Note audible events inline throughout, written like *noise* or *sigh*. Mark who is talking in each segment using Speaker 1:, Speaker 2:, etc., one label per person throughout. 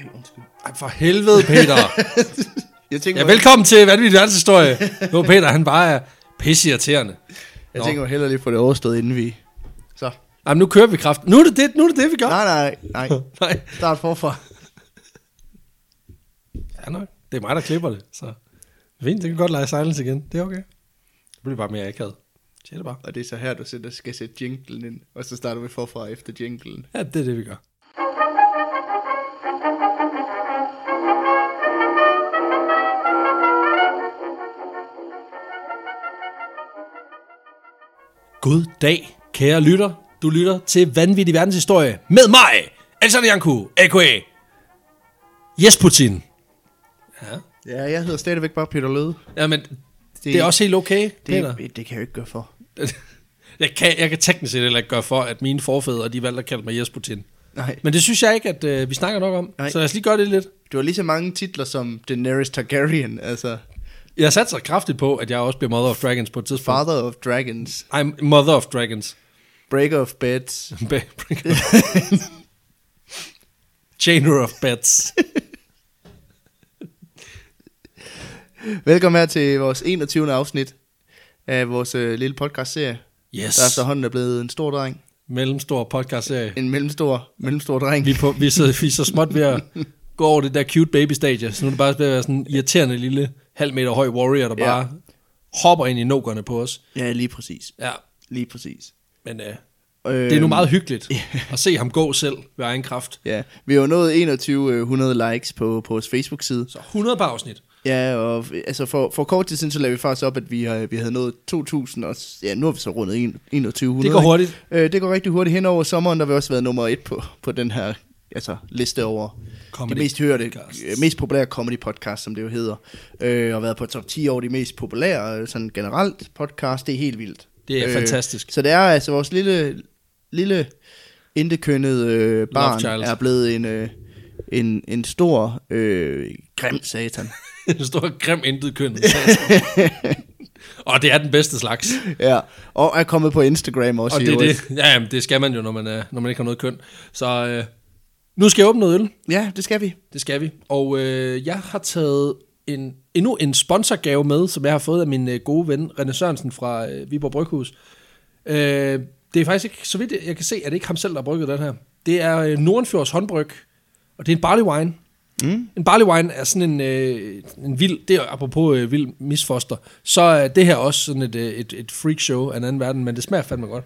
Speaker 1: Ej, undskyld.
Speaker 2: Ej, for helvede,
Speaker 1: *laughs*
Speaker 2: Peter.
Speaker 1: Jeg tænker,
Speaker 2: Ja, velkommen til Vanvittig Verdenshistorie. Nu Peter, han bare er pisseirriterende.
Speaker 1: jeg
Speaker 2: Nå.
Speaker 1: tænker heller lige få det overstået, inden vi... Så.
Speaker 2: Jamen, nu kører vi kraft. Nu er det det, nu er det, det vi gør.
Speaker 1: Nej, nej, *laughs* nej.
Speaker 2: Nej.
Speaker 1: Start forfra.
Speaker 2: Ja, nok. Det er mig, der klipper det, så... Fint, det kan godt lege silence igen. Det er okay. Det bliver bare mere akavet. Siger det bare.
Speaker 1: Og det er så her, du sætter, skal sætte jinglen ind, og så starter vi forfra efter jinglen.
Speaker 2: Ja, det er det, vi gør. God dag, kære lytter. Du lytter til Vanvittig Verdenshistorie med mig, Alexander Janku, a.k.a. Yes, Putin. Ja.
Speaker 1: Ja, jeg hedder stadigvæk bare Peter Løde.
Speaker 2: ja, men det, det er også helt okay, det, Peter.
Speaker 1: det, det kan jeg jo ikke gøre for.
Speaker 2: *laughs* Jeg kan, jeg kan teknisk set heller ikke gøre for, at mine forfædre, de valgte at kalde mig Jes Putin.
Speaker 1: Nej.
Speaker 2: Men det synes jeg ikke, at øh, vi snakker nok om.
Speaker 1: Nej.
Speaker 2: Så lad os lige gøre det lidt.
Speaker 1: Du har lige så mange titler som Daenerys Targaryen, altså
Speaker 2: Jeg satte sig kraftigt på, at jeg også bliver Mother of Dragons på et tidspunkt.
Speaker 1: Father of Dragons,
Speaker 2: I'm Mother of Dragons. *laughs*
Speaker 1: Breaker of Beds.
Speaker 2: Chainer of Bats.
Speaker 1: Velkommen her til vores 21. afsnit af vores øh, lille podcastserie,
Speaker 2: Yes.
Speaker 1: der efterhånden er blevet en stor dreng.
Speaker 2: Mellemstor podcastserie.
Speaker 1: En mellemstor, mellemstor dreng.
Speaker 2: Vi er, på, vi, er så, vi er så småt ved at gå over det der cute baby stage. Så nu er det bare ved at være sådan en irriterende lille halv meter høj warrior, der
Speaker 1: Ja.
Speaker 2: bare hopper ind i nokerne på os.
Speaker 1: Ja, lige præcis.
Speaker 2: Ja,
Speaker 1: Lige præcis.
Speaker 2: men øh,
Speaker 1: Øh,
Speaker 2: det er nu meget hyggeligt at se ham gå selv ved egen kraft.
Speaker 1: *laughs* Ja, vi har jo nået 2100 likes på, på vores Facebook-side.
Speaker 2: Så 100 par afsnit.
Speaker 1: Ja, og altså for, for kort tid siden, så lavede vi faktisk op, at vi, har, vi havde nået 2000, og s- ja, nu har vi så rundet en- 2100.
Speaker 2: Det går hurtigt.
Speaker 1: ikke? Øh, det går rigtig hurtigt hen over sommeren, der har vi også været nummer et på, på den her altså, liste over
Speaker 2: Comedy
Speaker 1: de mest hørte,
Speaker 2: podcasts.
Speaker 1: øh, mest populære comedy podcast, som det jo hedder. Øh, og været på top 10 over de mest populære, øh, sådan generelt podcast, det er helt vildt. Øh,
Speaker 2: Det er fantastisk.
Speaker 1: Så det er altså vores lille, lille intekønnede øh, barn
Speaker 2: child.
Speaker 1: er blevet en, øh, en, en stor, øh,
Speaker 2: *laughs*
Speaker 1: grim satan.
Speaker 2: En stor, grim, intet køn. og det er den bedste slags.
Speaker 1: Ja, og er kommet på Instagram også.
Speaker 2: Og
Speaker 1: i
Speaker 2: det er
Speaker 1: øvrigt.
Speaker 2: det. Ja, jamen, det skal man jo, når man, er, når man ikke har noget køn. Så øh, nu skal jeg åbne noget øl.
Speaker 1: Ja, det skal vi.
Speaker 2: Det skal vi. Og øh, jeg har taget en, endnu en sponsorgave med, som jeg har fået af min øh, gode ven, René Sørensen fra øh, Viborg Bryghus. Øh, det er faktisk ikke, så vidt jeg kan se, at det ikke ham selv, der har brygget den her. Det er øh, Nordenfjords håndbryg, og det er en barley wine. Mm. En barley wine er sådan en, øh, en vild, det er apropos øh, vild misfoster, så er det her også sådan et, øh, et, et freak show af en anden verden, men det smager fandme godt.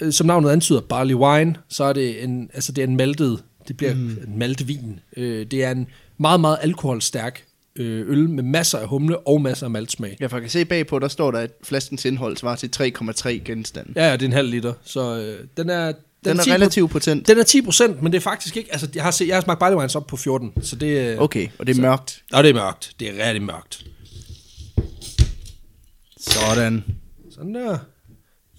Speaker 2: Øh, Som navnet antyder, barley wine, så er det en, altså det er en maltet, det bliver mm. en maltvin. Øh, det er en meget, meget alkoholstærk øh, øl med masser af humle og masser af maltsmag.
Speaker 1: Ja, for jeg kan se bagpå, der står der, at flaskens indhold svarer til 3,3 genstande.
Speaker 2: Ja, ja, det er en halv liter, så øh, den er...
Speaker 1: Den, den
Speaker 2: 10
Speaker 1: er relativt potent.
Speaker 2: Den er 10 men det er faktisk ikke... Altså, jeg har, set, jeg har smagt barley wines op på 14, så det... øh,
Speaker 1: Okay, og det er
Speaker 2: så-
Speaker 1: mørkt.
Speaker 2: Og det er mørkt. Det er rigtig mørkt.
Speaker 1: Sådan.
Speaker 2: Sådan der.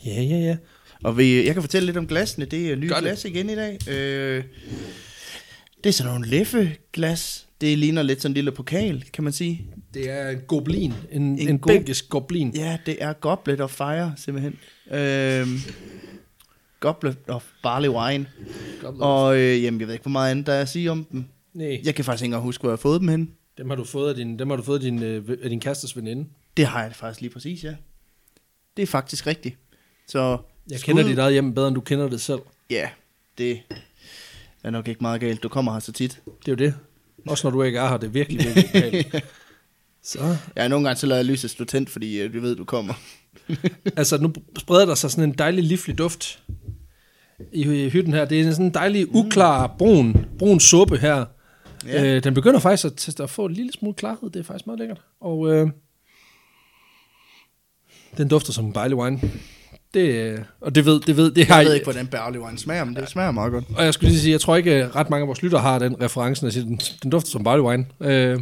Speaker 2: Ja, ja, ja.
Speaker 1: Og vi, jeg kan fortælle lidt om glassene. Det er nye
Speaker 2: Gør det.
Speaker 1: glas igen i dag. Øh, det er sådan nogle læffeglas. Det ligner lidt sådan en lille pokal, kan man sige.
Speaker 2: Det er en goblin. En, en, en
Speaker 1: go-
Speaker 2: belgisk goblin.
Speaker 1: Ja, det er Goblet of Fire, simpelthen. Øh, Goblet of Barley Wine.
Speaker 2: Goblet.
Speaker 1: Og øh, jamen, jeg ved ikke, hvor meget andet der er at sige om dem.
Speaker 2: Nej,
Speaker 1: Jeg kan faktisk ikke engang huske, hvor jeg har fået dem hen.
Speaker 2: dem har du fået af din, dem har du fået af din, øh, af din kærestes veninde.
Speaker 1: Det har jeg faktisk lige præcis, ja. Det er faktisk rigtigt. Så
Speaker 2: Jeg
Speaker 1: skud-
Speaker 2: kender dit eget hjem bedre, end du kender det selv.
Speaker 1: Ja, det er nok ikke meget galt. Du kommer her så tit.
Speaker 2: Det er jo det. Også når du ikke er her, det er virkelig, virkelig
Speaker 1: *laughs*
Speaker 2: galt. Så,
Speaker 1: Ja, nogle gange så lader jeg lyset stå tændt, fordi øh, vi ved, du kommer.
Speaker 2: altså nu spreder der sig sådan en dejlig livlig duft i i hytten her. Det er sådan en dejlig uklar brun, brun suppe her.
Speaker 1: Mm. Ja.
Speaker 2: Ja. Øh, den begynder faktisk at, at få en lille smule klarhed. Det er faktisk meget lækkert. Og øh, den dufter som en barley wine. Det, øh, og det ved, det ved, det har
Speaker 1: Jeg ved ikke, hvordan barley wine smager, men det smager meget godt.
Speaker 2: Og jeg skulle lige sige, jeg tror ikke øh, ret mange af vores lytter har den referencen, at sige, den, den dufter som barley wine. Øh,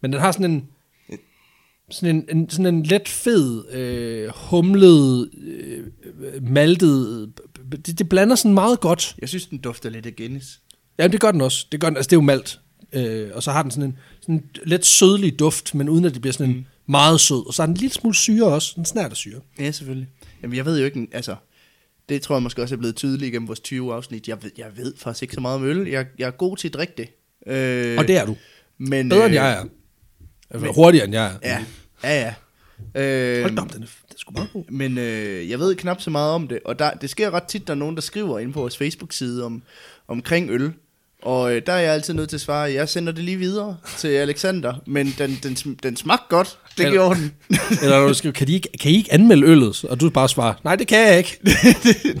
Speaker 2: men den har sådan en, sådan en, en, sådan en let fed, øh, humlet, øh, maltet, det, det blander sådan meget godt.
Speaker 1: Jeg synes, den dufter lidt af Guinness.
Speaker 2: Ja, det gør den også. Det, gør den, altså, det er jo malt. Øh, og så har den sådan en, sådan en let sødlig duft, men uden at det bliver sådan en
Speaker 1: Mm.
Speaker 2: meget sød, og så er den en lille smule syre også, en snært af syre.
Speaker 1: Ja, selvfølgelig. Jamen, jeg ved jo ikke, altså, det tror jeg måske også er blevet tydeligt gennem vores 20 afsnit. Jeg ved, jeg ved faktisk ikke så meget om øl. Jeg, jeg er god til at drikke det. Øh,
Speaker 2: Og det er du.
Speaker 1: men,
Speaker 2: Bedre
Speaker 1: øh,
Speaker 2: end jeg er. Altså, hurtigere end jeg er.
Speaker 1: Ja, ja, ja. Øh,
Speaker 2: Hold da op, den er, den er sgu meget god.
Speaker 1: Men øh, jeg ved knap så meget om det, og der, det sker ret tit, der er nogen, der skriver inde på vores Facebook-side om, omkring øl. Og øh, der er jeg altid nødt til at svare, jeg sender det lige videre til Alexander, men den, den, sm- den smagte godt, det
Speaker 2: Eller-
Speaker 1: gjorde den. *laughs*
Speaker 2: Eller når du skriver, kan, de ikke, kan I ikke anmelde øllet? Og du bare svarer, nej, det kan jeg ikke.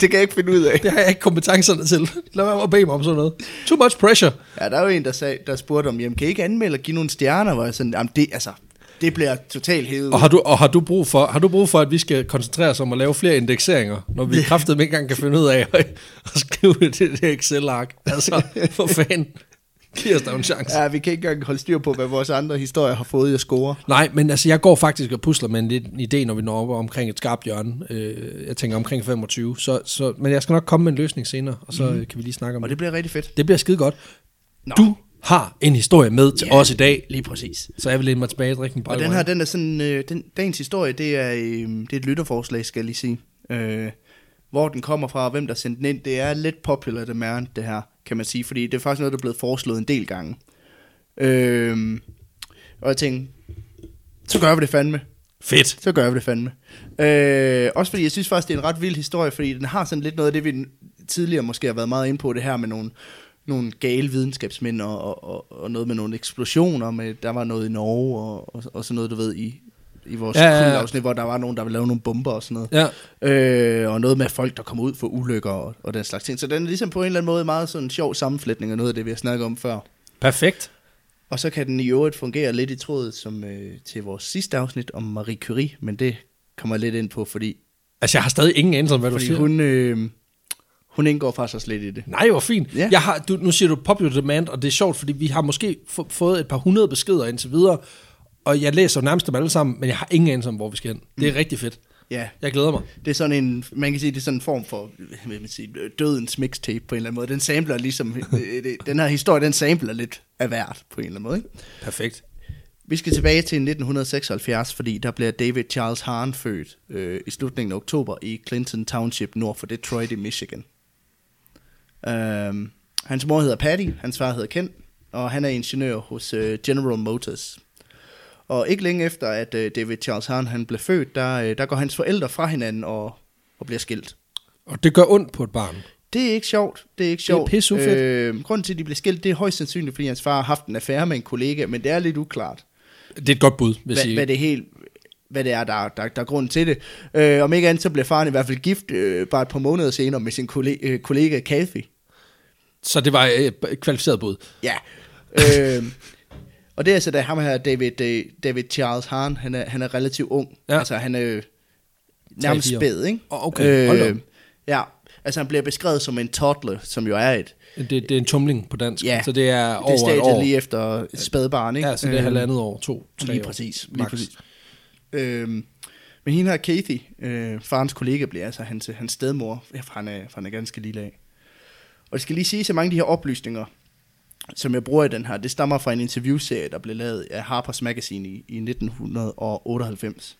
Speaker 1: det kan jeg ikke finde ud af.
Speaker 2: Det har jeg ikke kompetencerne til. Lad være med at bede mig om sådan noget. Too much pressure.
Speaker 1: Ja, der er jo en, der, sag, der spurgte om, jamen kan I ikke anmelde og give nogle stjerner? Hvor jeg sådan, jamen det, altså, det bliver totalt hævet.
Speaker 2: Og har du, og har du, brug, for, har du brug for, at vi skal koncentrere os om at lave flere indekseringer, når vi kraftedeme ikke engang kan finde ud af at, at skrive det, det der Excel-ark? Altså, for fanden. Giv os da en chance.
Speaker 1: Ja, vi kan ikke engang holde styr på, hvad vores andre historier har fået i at score.
Speaker 2: Nej, men altså, jeg går faktisk og pusler med en lidt en idé, når vi når op omkring et skarpt hjørne. Øh, jeg tænker omkring 25. Så, så, men jeg skal nok komme med en løsning senere, og så mm. kan vi lige snakke om
Speaker 1: Og
Speaker 2: det.
Speaker 1: det bliver rigtig fedt.
Speaker 2: Det bliver skide godt.
Speaker 1: Nå.
Speaker 2: Du har en historie med til
Speaker 1: Ja,
Speaker 2: os i dag,
Speaker 1: Lige præcis.
Speaker 2: så jeg vil læne mig tilbage og drikke en
Speaker 1: Og den her, den er sådan, øh, den, dagens historie, det er, øh, det er et lytterforslag, skal jeg lige sige. Øh, hvor den kommer fra, og hvem der sendte den ind, det er lidt popular demand, det her, kan man sige. Fordi det er faktisk noget, der er blevet foreslået en del gange. Øh, og jeg tænkte, så gør vi det fandme.
Speaker 2: Fedt.
Speaker 1: Så gør vi det fandme. Øh, også fordi jeg synes faktisk, det er en ret vild historie, fordi den har sådan lidt noget af det, vi tidligere måske har været meget inde på, det her med nogle, nogle gale videnskabsmænd og, og, og, og noget med nogle eksplosioner. Med, der var noget i Norge og, og, og sådan noget, du ved, i, i vores
Speaker 2: Ja,
Speaker 1: ja,
Speaker 2: ja, ja.
Speaker 1: ja, ja. hvor der var nogen, der ville lave nogle bomber og sådan noget.
Speaker 2: Ja.
Speaker 1: Øh, og noget med folk, der kommer ud for ulykker og, og den slags ting. Så den er ligesom på en eller anden måde meget sådan en sjov sammenflætning af noget af det, vi har snakket om før.
Speaker 2: Perfekt.
Speaker 1: Og så kan den i øvrigt fungere lidt i trådet som øh, til vores sidste afsnit om Marie Curie, men det kommer jeg lidt ind på, fordi,
Speaker 2: Altså, jeg har stadig ingen anelse om, hvad du
Speaker 1: fordi
Speaker 2: siger.
Speaker 1: hun, øh, hun indgår faktisk også lidt i det.
Speaker 2: Nej, hvor fint.
Speaker 1: Ja.
Speaker 2: Jeg har, du, nu siger du popular demand, og det er sjovt, fordi vi har måske få, fået et par hundrede beskeder indtil videre, og jeg læser jo nærmest dem alle sammen, men jeg har ingen anelse om, hvor vi skal hen. Det er
Speaker 1: Mm.
Speaker 2: rigtig fedt.
Speaker 1: Ja,
Speaker 2: Jeg glæder mig.
Speaker 1: det er sådan en, man kan sige, det er sådan en form for hvad vil man sige, dødens mixtape på en eller anden måde. Den samler ligesom, *laughs* øh, det- den her historie, den samler lidt af hvert på en eller anden måde. Ikke?
Speaker 2: Perfekt.
Speaker 1: Vi skal tilbage til 1976, fordi der bliver David Charles Hahn født øh, i slutningen af oktober i Clinton Township nord for Detroit i Michigan. Øhm, hans mor hedder Patty, hans far hedder Ken, og han er ingeniør hos øh, General Motors. Og ikke længe efter, at øh, David Charles Hahn han blev født, der, øh, der går hans forældre fra hinanden og, og bliver skilt.
Speaker 2: Og det gør ondt på et barn.
Speaker 1: Det er ikke sjovt. Det er ikke
Speaker 2: er
Speaker 1: sjovt.
Speaker 2: pisseufedt.
Speaker 1: øh, grunden til, at de blev skilt, det er højst sandsynligt, fordi hans far har haft en affære med en kollega, men det er lidt uklart
Speaker 2: Det er et godt bud, hvis
Speaker 1: hvad,
Speaker 2: I...
Speaker 1: hvad det helt hvad det er, der, der, der er grund til det. Øh, om ikke andet, så blev faren i hvert fald gift øh, bare et par måneder senere med sin kollega, øh, kollega Kathy.
Speaker 2: Så det var øh, et kvalificeret bud.
Speaker 1: Ja. Øh, *laughs* og det er altså da ham her, David, øh, David Charles Hahn, han er, han er relativt ung.
Speaker 2: Ja.
Speaker 1: Ja. Altså han er nærmest
Speaker 2: fire.
Speaker 1: spæd, ikke? Øh,
Speaker 2: Åh, okay. Hold da op.
Speaker 1: ja, altså han bliver beskrevet som en toddler, som jo er et...
Speaker 2: Det, det er en tumling på dansk,
Speaker 1: Ja,
Speaker 2: så det er
Speaker 1: det er
Speaker 2: over et
Speaker 1: stadiet
Speaker 2: år.
Speaker 1: lige efter et spædbarn, ikke?
Speaker 2: Ja, så det er
Speaker 1: Øhm,
Speaker 2: halvandet år, to, tre
Speaker 1: Lige
Speaker 2: år.
Speaker 1: præcis, lige
Speaker 2: max.
Speaker 1: præcis. Øhm, men hende her, Kathy, øh, farens kollega, bliver altså hans, hans stedmor, ja, for han er, for han er ganske lille af. Og det skal lige sige, at mange af de her oplysninger, som jeg bruger i den her, det stammer fra en interviewserie, der blev lavet af Harper's Magazine i, i 1998.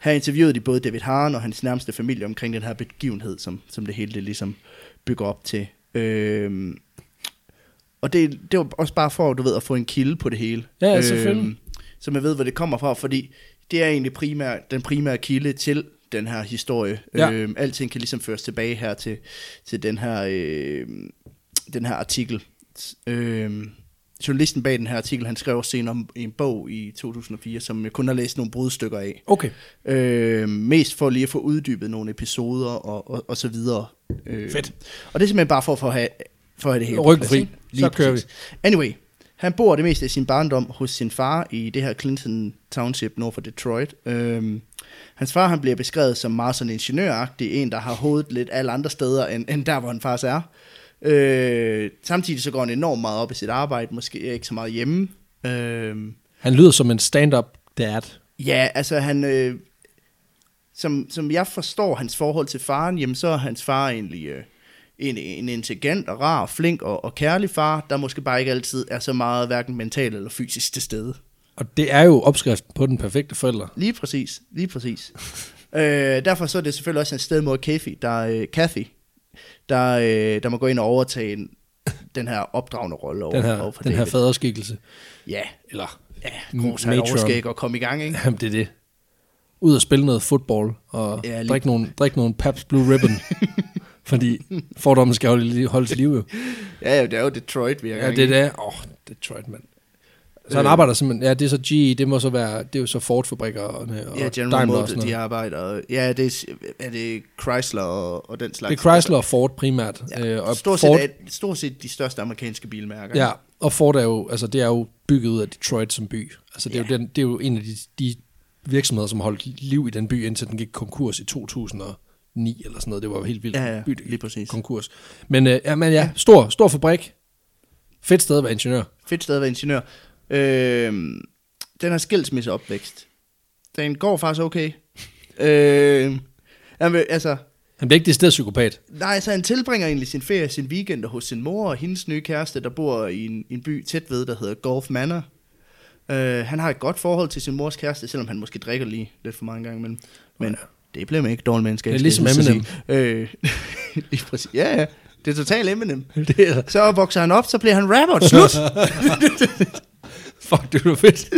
Speaker 1: Her interviewede de både David Haren og hans nærmeste familie omkring den her begivenhed, som, som det hele det ligesom bygger op til. Øhm, og det, det var også bare for, du ved, at få en kilde på det hele. Øhm,
Speaker 2: Ja, selvfølgelig.
Speaker 1: så man ved, hvor det kommer fra, fordi det er egentlig primær, den primære kilde til den her historie.
Speaker 2: Ja.
Speaker 1: Øhm, alting kan ligesom føres tilbage her til, til den, her, øhm, den her artikel. Øhm, journalisten bag den her artikel, han skrev også senere om- i en bog i 2004, som jeg kun har læst nogle brudstykker af.
Speaker 2: Okay.
Speaker 1: Øh, mest for lige at få uddybet nogle episoder og, og, og så videre. Øh,
Speaker 2: Fedt.
Speaker 1: Og det er simpelthen bare for, for at have, for at have det hele. på
Speaker 2: Ryggen
Speaker 1: plads,
Speaker 2: fri.
Speaker 1: ikke?
Speaker 2: Så kører
Speaker 1: præcis. Anyway, han bor det meste af sin barndom hos sin far i det her Clinton Township nord for Detroit. Øhm, hans far han bliver beskrevet som meget sådan ingeniøragtig, en der har hovedet lidt alle andre steder end, end der, hvor han faktisk er. Øh, samtidig så går han enormt meget op i sit arbejde, måske ikke så meget hjemme. Øh,
Speaker 2: Han lyder som en stand-up dad.
Speaker 1: Ja, altså han... Øh, som, som jeg forstår hans forhold til faren, jamen så er hans far egentlig øh, en, en intelligent og rar og flink og, og kærlig far, der måske bare ikke altid er så meget hverken mentalt eller fysisk til stede.
Speaker 2: Og det er jo opskriften på den perfekte forælder.
Speaker 1: Lige præcis, lige
Speaker 2: *laughs*
Speaker 1: præcis. øh, derfor så er det selvfølgelig også en sted mod Kathy, der, øh, Kathy, der, øh, der må gå ind og overtage en, den her opdragende rolle over,
Speaker 2: Den her,
Speaker 1: overfor
Speaker 2: den her
Speaker 1: David.
Speaker 2: faderskikkelse.
Speaker 1: Ja,
Speaker 2: Eller,
Speaker 1: ja, grus
Speaker 2: Matron.
Speaker 1: han overskæg og kom i gang, ikke?
Speaker 2: jamen det er det. Ud og spille noget fodbold og
Speaker 1: Ja,
Speaker 2: ja,
Speaker 1: lige-
Speaker 2: drikke, nogle, drikke nogle Pabst Blue
Speaker 1: *laughs*
Speaker 2: Ribbon. fordi fordommen skal jo lige holdes til live jo.
Speaker 1: Ja, ja, det er jo Detroit, vi er i
Speaker 2: Ja,
Speaker 1: gang
Speaker 2: det er
Speaker 1: i.
Speaker 2: det. Åh, oh, Detroit, mand. Så
Speaker 1: Øh.
Speaker 2: han arbejder simpelthen, ja, det er så GE, det må så være, det er jo så Ford-fabrikkerne og
Speaker 1: Ja, General
Speaker 2: Daimler og sådan
Speaker 1: Motors,
Speaker 2: noget.
Speaker 1: de arbejder. Ja, det er, er det Chrysler og, og den slags.
Speaker 2: Det er Chrysler og Ford primært.
Speaker 1: Ja,
Speaker 2: øh, og
Speaker 1: stort,
Speaker 2: Ford,
Speaker 1: set, er, stort set de største amerikanske bilmærker.
Speaker 2: Ja, og Ford er jo, altså det er jo bygget ud af Detroit som by. Altså det er,
Speaker 1: Ja.
Speaker 2: jo, den, det er jo en af de, de virksomheder, som har holdt liv i den by, indtil den gik konkurs i 2009 eller sådan noget. Det var jo helt vildt.
Speaker 1: Ja, ja,
Speaker 2: by, der gik
Speaker 1: lige præcis.
Speaker 2: Konkurs. Men, øh, ja, men ja, stor, stor fabrik. Fedt sted at være ingeniør.
Speaker 1: Fedt sted at være ingeniør. Øh, den her skilsmisseopvækst, den går faktisk okay. Øh, jamen, altså,
Speaker 2: Han bliver ikke det sted psykopat.
Speaker 1: *laughs* nej, altså, han tilbringer egentlig sin ferie, sin weekend hos sin mor og hendes nye kæreste, der bor i en, en by tæt ved, der hedder Golf Manor. Øh, han har et godt forhold til sin mors kæreste, selvom han måske drikker lige lidt for mange gange imellem. Men det bliver man ikke dårlig mandskab.
Speaker 2: Det er
Speaker 1: skal jeg
Speaker 2: ligesom
Speaker 1: hilse at sige. Øh, *laughs* lige præcis. Ja, ja. Det er totalt Eminem.
Speaker 2: Det er,
Speaker 1: Så vokser han op, så bliver han rapper. Slut!
Speaker 2: *laughs* fuck, det var fedt.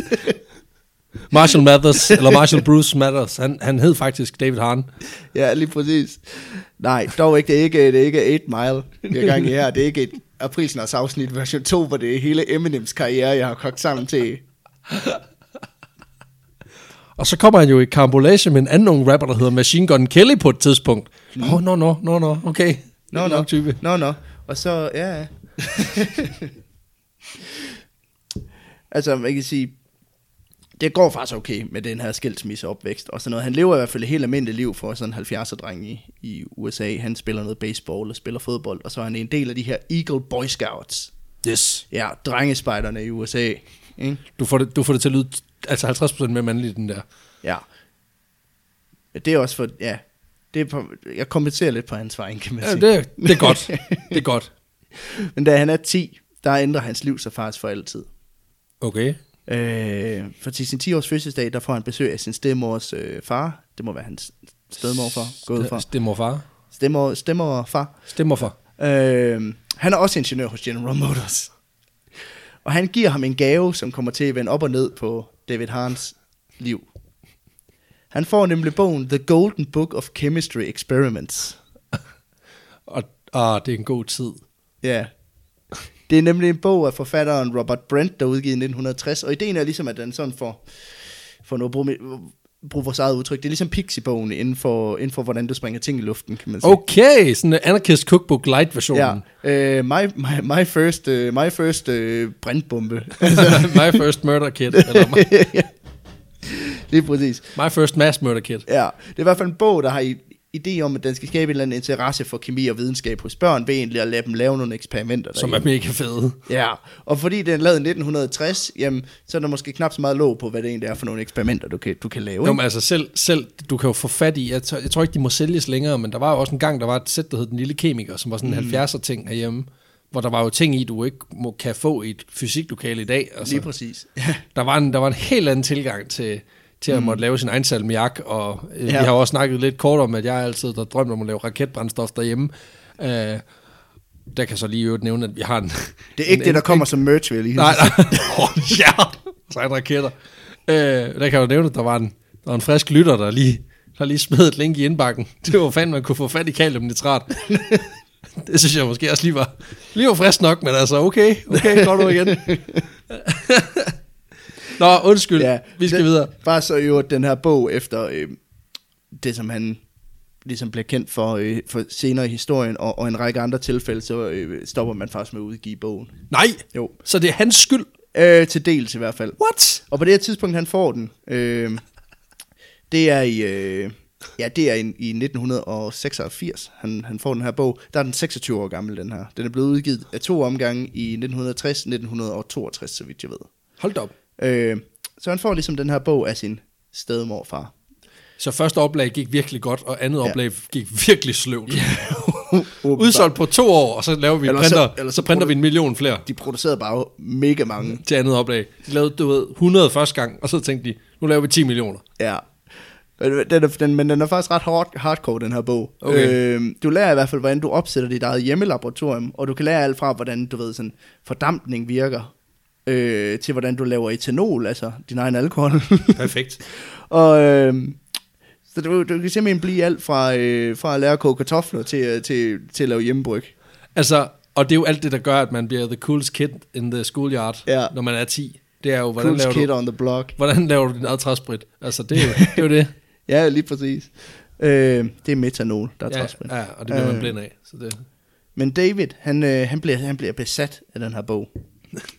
Speaker 2: Marshall Mathers, eller Marshall Bruce Mathers, han, han hed faktisk David Hahn.
Speaker 1: Ja, lige præcis. Nej, dog ikke. Det er ikke, det er ikke 8 Mile, vi er i gang i her. Det er ikke et aprilsnars afsnit version 2, hvor det er hele Eminems karriere, jeg har kogt sammen til.
Speaker 2: Og så kommer han jo i karambolage med en anden ung rapper, der hedder Machine Gun Kelly på et tidspunkt. Nå, nå, nå, nå, nå, okay.
Speaker 1: Mm. Nå,
Speaker 2: Lidt
Speaker 1: nå,
Speaker 2: nok type.
Speaker 1: nå, nå. Og så, ja,
Speaker 2: *laughs*
Speaker 1: ja. altså, man kan sige, det går faktisk okay med den her skilsmisseopvækst og sådan noget. Han lever i hvert fald et helt almindeligt liv for sådan en 70'er-dreng i, i USA. Han spiller noget baseball og spiller fodbold, og så er han en del af de her Eagle Boy Scouts.
Speaker 2: Yes.
Speaker 1: Ja, drengespejderne i USA. Ikke?
Speaker 2: Du får, det, du får det til at lyde altså 50% mere mandligt, den der.
Speaker 1: Ja. Men det er også for, ja, det er på, jeg kompenserer lidt på hans vej, kan man
Speaker 2: Ja,
Speaker 1: sige.
Speaker 2: det, det er
Speaker 1: *laughs*
Speaker 2: godt. Det er godt.
Speaker 1: Men da han er 10, der ændrer hans liv sig faktisk for altid.
Speaker 2: Okay.
Speaker 1: Øh, for til sin 10-års fødselsdag, der får han besøg af sin stedmors øh, far. Det må være hans stedmor for, gået for.
Speaker 2: Stemmer far.
Speaker 1: Stedmor, stedmor og far.
Speaker 2: Stemmer for.
Speaker 1: Øh, han er også ingeniør hos General Motors. Og han giver ham en gave, som kommer til at vende op og ned på David Harns liv. Han får nemlig bogen The Golden Book of Chemistry Experiments.
Speaker 2: Og ah, det er en god tid.
Speaker 1: Ja. Det er nemlig en bog af forfatteren Robert Brent, der er udgivet i 1960, og ideen er ligesom, at den sådan får, får noget brug, brug vores eget udtryk. Det er ligesom Pixie-bogen inden for, inden for, hvordan du springer ting i luften, kan man sige.
Speaker 2: Okay, sådan en anarchist cookbook light version.
Speaker 1: Ja,
Speaker 2: Ja.
Speaker 1: øh, my, my, my first, øh, my first øh, Altså, brintbombe.
Speaker 2: *laughs* my first murder kid. Eller my,
Speaker 1: *laughs* Lige præcis.
Speaker 2: my first mass murder kid.
Speaker 1: Ja, det er i hvert fald en bog, der har i- idé om, at den skal skabe en eller anden interesse for kemi og videnskab hos børn, ved egentlig at lade dem lave nogle eksperimenter.
Speaker 2: Som
Speaker 1: derhjemme.
Speaker 2: er mega fede.
Speaker 1: Ja, og fordi den er lavet i 1960, jamen, så er der måske knap så meget låg på, hvad det egentlig er for nogle eksperimenter, du kan, du kan lave.
Speaker 2: Jo,
Speaker 1: Ikke?
Speaker 2: men altså selv, selv, du kan jo få fat i, jeg, tør, jeg tror ikke, de må sælges længere, men der var jo også en gang, der var et sæt, der hed Den Lille Kemiker, som var sådan en
Speaker 1: Mm.
Speaker 2: 70'er ting herhjemme, hvor der var jo ting i, du ikke må, kan få i et fysiklokale i dag.
Speaker 1: Lige
Speaker 2: Altså, *laughs*
Speaker 1: præcis. Ja,
Speaker 2: der, var en, der var en helt anden tilgang til, til at måtte lave sin egen salmiak, og øh, ja. vi
Speaker 1: Mm. Ja.
Speaker 2: har jo også snakket lidt kort om, at jeg altid har drømt om at lave raketbrændstof derhjemme. Øh, der kan så lige i øvrigt nævne, at vi har en...
Speaker 1: det er ikke
Speaker 2: en,
Speaker 1: det, der kommer som merch, vil jeg lige
Speaker 2: Nej, nej. *laughs* Oh, ja, så er der raketter. Øh, der kan jeg jo nævne, at der var en, der var en frisk lytter, der lige, der lige smed et link i indbakken. *laughs* Det var fanden, man kunne få fat i
Speaker 1: *laughs*
Speaker 2: kaliumnitrat. Det synes jeg måske også lige var, lige var frisk nok, men altså okay, okay, går du
Speaker 1: *laughs*
Speaker 2: igen. Nå, undskyld, ja, vi skal
Speaker 1: den,
Speaker 2: videre.
Speaker 1: Bare så jo den her bog efter øh, det, som han ligesom bliver kendt for, øh, for senere i historien, og, og en række andre tilfælde, så øh, stopper man faktisk med at udgive bogen.
Speaker 2: Nej,
Speaker 1: Jo.
Speaker 2: så det er hans skyld.
Speaker 1: Øh, til dels i hvert fald.
Speaker 2: What?
Speaker 1: Og på det her tidspunkt, han får den, øh, det er i, øh, ja, det er i, i 1986, han, han får den her bog. Der er den 26 år gammel, den her. Den er blevet udgivet af to omgange i 1960 1962, så vidt jeg ved.
Speaker 2: Hold da op.
Speaker 1: Øh, så han får ligesom den her bog af sin stedmorfar. *laughs*
Speaker 2: Så første oplag gik virkelig godt, og andet
Speaker 1: Ja.
Speaker 2: oplag gik virkelig sløvt.
Speaker 1: Åbenbart.
Speaker 2: Udsolgt på to år, og så laver vi en
Speaker 1: Eller så-
Speaker 2: printer,
Speaker 1: eller
Speaker 2: eller
Speaker 1: så
Speaker 2: så, printer
Speaker 1: produ-
Speaker 2: vi en million flere
Speaker 1: De producerede bare mega mange.
Speaker 2: til andet oplag. De lavede, du ved, 100 første gang, og så tænkte de, nu laver vi 10 millioner.
Speaker 1: Ja. Men Den er, den, men den er faktisk ret hard, hardcore, den her bog.
Speaker 2: Okay.
Speaker 1: Øhm, du lærer i hvert fald, hvordan du opsætter dit eget hjemmelaboratorium, og du kan lære alt fra, hvordan du ved, sådan, fordampning virker, øh, til hvordan du laver etanol, altså din egen alkohol.
Speaker 2: Perfekt.
Speaker 1: *laughs* og, øh, så du, du kan simpelthen blive alt fra, øh, fra at lære at koge kartofler til, øh, til, til at lave hjemmebryg.
Speaker 2: altså, og det er jo alt det, der gør, at man bliver the coolest kid in the schoolyard,
Speaker 1: Ja.
Speaker 2: når man er 10. Det er jo, hvordan,
Speaker 1: Cool
Speaker 2: laver,
Speaker 1: kid
Speaker 2: du,
Speaker 1: on the block.
Speaker 2: hvordan laver du din eget træsprit? Altså, det *laughs* er jo det. Er jo det.
Speaker 1: Ja, lige præcis. Øh, det er metanol, der er ja, træsprit.
Speaker 2: ja, ja, og det bliver man
Speaker 1: Øh.
Speaker 2: blind af. Så det.
Speaker 1: Men David, han, øh, han, bliver, han bliver besat af den her
Speaker 2: *laughs*
Speaker 1: bog.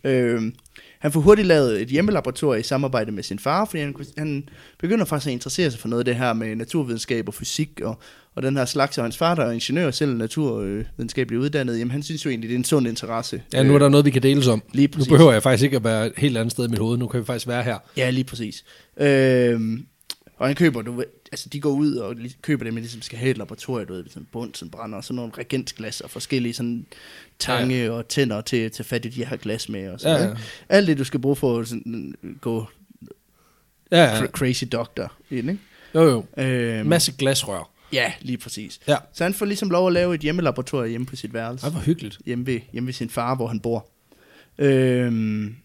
Speaker 1: øh, han får hurtigt lavet et hjemmelaboratorium i samarbejde med sin far, fordi han, kunne- han begynder faktisk at interessere sig for noget af det her med naturvidenskab og fysik og, og den her slags. Og hans far, der er ingeniør og selv naturvidenskabelig uddannet, jamen han synes jo egentlig, det er en sund interesse. Øh,
Speaker 2: Ja, nu er der noget, vi kan deles om.
Speaker 1: lige
Speaker 2: nu
Speaker 1: præcis.
Speaker 2: behøver jeg faktisk ikke at være et helt andet sted i mit hoved. Nu kan vi faktisk være her.
Speaker 1: Ja, lige præcis. Øhm, og han køber, du ved, altså de går ud og lig- køber det, man ligesom skal have et laboratorium, du ved, sådan bundsenbrænder og sådan nogle reagensglas og forskellige sådan tange ja. og tænder til at tage fat i de her glas med og sådan
Speaker 2: Ja,
Speaker 1: ja,
Speaker 2: ja.
Speaker 1: ja. Alt det, du skal bruge for at sådan, øh, gå
Speaker 2: Ja,
Speaker 1: ja.
Speaker 2: ja.
Speaker 1: cra- crazy doctor ind, ikke?
Speaker 2: Jo, jo.
Speaker 1: Øhm,
Speaker 2: Masse glasrør.
Speaker 1: ja, lige præcis.
Speaker 2: Ja.
Speaker 1: Så han får ligesom lov at lave et hjemmelaboratorium hjemme på sit værelse
Speaker 2: Ej, hvor hyggeligt.
Speaker 1: hjemme ved, hjemme ved sin far, hvor han bor. Øhm,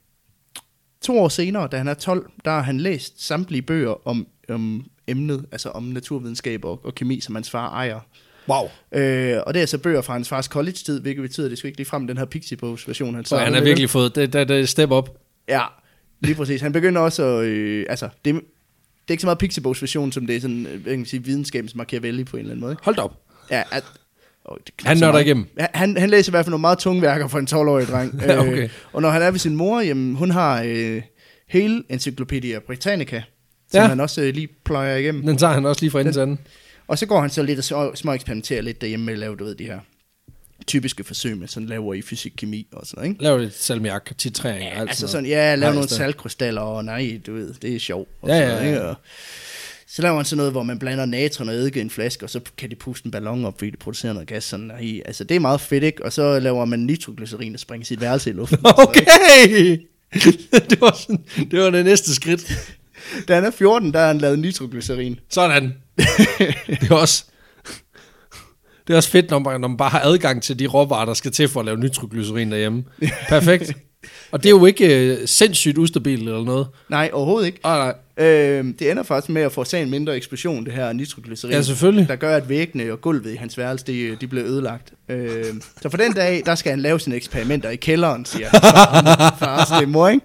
Speaker 1: to år senere, da han er 12, der har han læst samtlige bøger om, om emnet, altså om naturvidenskab og, og kemi, som hans far ejer.
Speaker 2: Wow.
Speaker 1: Øh, og det er altså bøger fra hans fars college-tid, hvilket betyder, at det skal ikke lige frem den her Pixie Post version, han
Speaker 2: Så han
Speaker 1: startede
Speaker 2: har
Speaker 1: med.
Speaker 2: virkelig fået det, det, det step op.
Speaker 1: Ja, lige præcis. Han begynder også at... Øh, altså, det, det er ikke så meget Pixiebogs version, som det er sådan, øh, hvad kan man sige, videnskabens Machiavelli på en eller anden måde. ikke?
Speaker 2: Hold da op.
Speaker 1: Ja, at, oh, det knap
Speaker 2: Han
Speaker 1: så
Speaker 2: nørder
Speaker 1: meget.
Speaker 2: igennem.
Speaker 1: Ja, Han, han læser i hvert fald nogle meget tunge værker for en 12-årig
Speaker 2: *laughs*
Speaker 1: dreng.
Speaker 2: Ja, okay.
Speaker 1: øh, og når han er ved sin mor, jamen, hun har øh, hele Encyclopedia Britannica, som
Speaker 2: Ja.
Speaker 1: han også øh, lige pløjer igennem.
Speaker 2: Den tager han også lige fra enden til anden.
Speaker 1: Og så går han så lidt og så- små eksperimenterer lidt derhjemme med at lave, du ved, de her typiske forsøg med sådan laver i fysik, kemi og sådan noget, ikke?
Speaker 2: Laver lidt salmiak, titrering og alt
Speaker 1: Altså
Speaker 2: sådan
Speaker 1: sådan, ja, lave
Speaker 2: Nej,
Speaker 1: nogle
Speaker 2: det-
Speaker 1: saltkrystaller, og nej, du ved, det er sjovt. Og
Speaker 2: Ja,
Speaker 1: sådan
Speaker 2: ja,
Speaker 1: noget,
Speaker 2: ja.
Speaker 1: ikke? Og så laver man sådan noget, hvor man blander natron og eddike i en flaske, og så kan de puste en ballon op, fordi de producerer noget gas. Sådan, nej, altså det er meget fedt, ikke? Og så laver man nitroglycerin og springer sit værelse
Speaker 2: *laughs*
Speaker 1: i luften.
Speaker 2: noget. Okay! *laughs* det, var sådan, det var det næste skridt.
Speaker 1: Altså, Da han er 14, der har han lavet nitroglycerin.
Speaker 2: Sådan. det er også... Det er også fedt, når man, når man bare har adgang til de råvarer, der skal til for at lave nitroglycerin derhjemme. Perfekt. Og det er jo ikke øh, sindssygt ustabilt eller noget.
Speaker 1: Nej, overhovedet ikke.
Speaker 2: Oh, nej.
Speaker 1: Øhm, det ender faktisk med at forårsage en mindre eksplosion, det her nitroglycerin.
Speaker 2: Ja, selvfølgelig.
Speaker 1: Der gør, at væggene og gulvet i hans værelse, de, de bliver ødelagt. Øhm, så for den dag, der skal han lave sine eksperimenter i kælderen, siger
Speaker 2: *laughs*
Speaker 1: han. Fars, det er mor, ikke?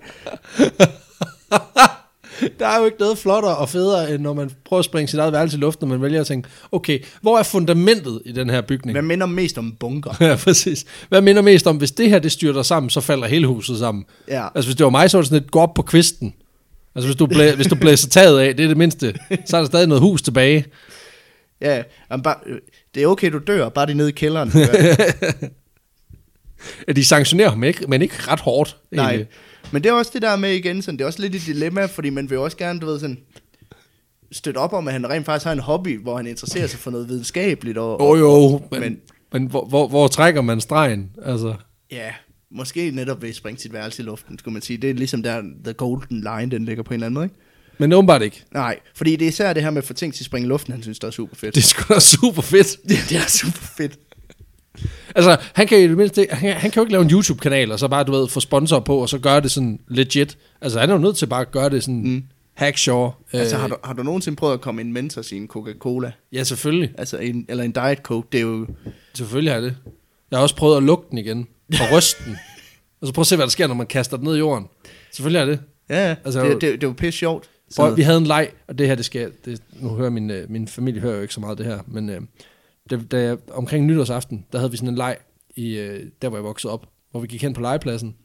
Speaker 2: Der er jo ikke noget flottere og federe, end når man prøver at springe sit eget værelse i luften, og man vælger at tænke, okay, hvor er fundamentet i den her bygning?
Speaker 1: Hvad minder mest om en bunker?
Speaker 2: *laughs* Ja, præcis. Hvad minder mest om, hvis det her det styrter sammen, så falder hele huset sammen.
Speaker 1: Ja.
Speaker 2: Altså hvis det var mig, så var det sådan lidt, gå op på kvisten. Altså hvis du, blæ- hvis du blæser taget af, det er det mindste, så er der stadig noget hus tilbage.
Speaker 1: Ja, jamen bare, øh, det er okay, du dør, bare det er nede i
Speaker 2: *laughs*
Speaker 1: kælderen. Ja,
Speaker 2: Ja, De sanktionerer ham ikke, men ikke ret hårdt.
Speaker 1: Nej.
Speaker 2: egentlig.
Speaker 1: Men det er også det der med igen, sådan, det er også lidt et dilemma, fordi man vil jo også gerne, du ved, sådan, støtte op om, at han rent faktisk har en hobby, hvor han interesserer sig for noget videnskabeligt. Og,
Speaker 2: Jo
Speaker 1: og
Speaker 2: jo, men,
Speaker 1: Men-
Speaker 2: men, men hvor, hvor, hvor trækker man stregen? Altså,
Speaker 1: ja, måske netop ved at springe sit værelse i luften, skulle man sige. Det er ligesom der, the golden line, den ligger på en eller anden måde, ikke?
Speaker 2: men åbenbart ikke.
Speaker 1: Nej, fordi det er især det her med at få ting til at springe i luften, han synes, der er super fedt.
Speaker 2: Det Øh. er sgu da super fedt.
Speaker 1: *laughs* det er super fedt.
Speaker 2: Altså, han kan, i det mindste, han, han kan jo ikke lave en YouTube-kanal, og så bare, du ved, få sponsor på, og så gøre det sådan legit. Altså, han er jo nødt til bare at gøre det sådan mm. hackshaw.
Speaker 1: Altså, har du, har du nogensinde prøvet at komme en mentor sin Coca-Cola?
Speaker 2: Øh, Ja, selvfølgelig.
Speaker 1: Altså, en, eller en Diet Coke, det er jo...
Speaker 2: Selvfølgelig har jeg det. Jeg har også prøvet at lukke den igen, og ryste den. Og så prøv at se, hvad der sker, når man kaster den ned i jorden. Selvfølgelig har jeg det.
Speaker 1: Ja, ja. Altså,
Speaker 2: Altså,
Speaker 1: det, det, det, er jo pisse sjovt. Sådan
Speaker 2: Prøv,
Speaker 1: noget.
Speaker 2: vi havde en leg, og det her, det skal det, Nu hører min, øh, min familie hører jo ikke så meget af det her, men øh, da, da jeg, omkring nytårsaften, der havde vi sådan en leg, i, øh, der hvor jeg voksede op, hvor vi gik hen på legepladsen,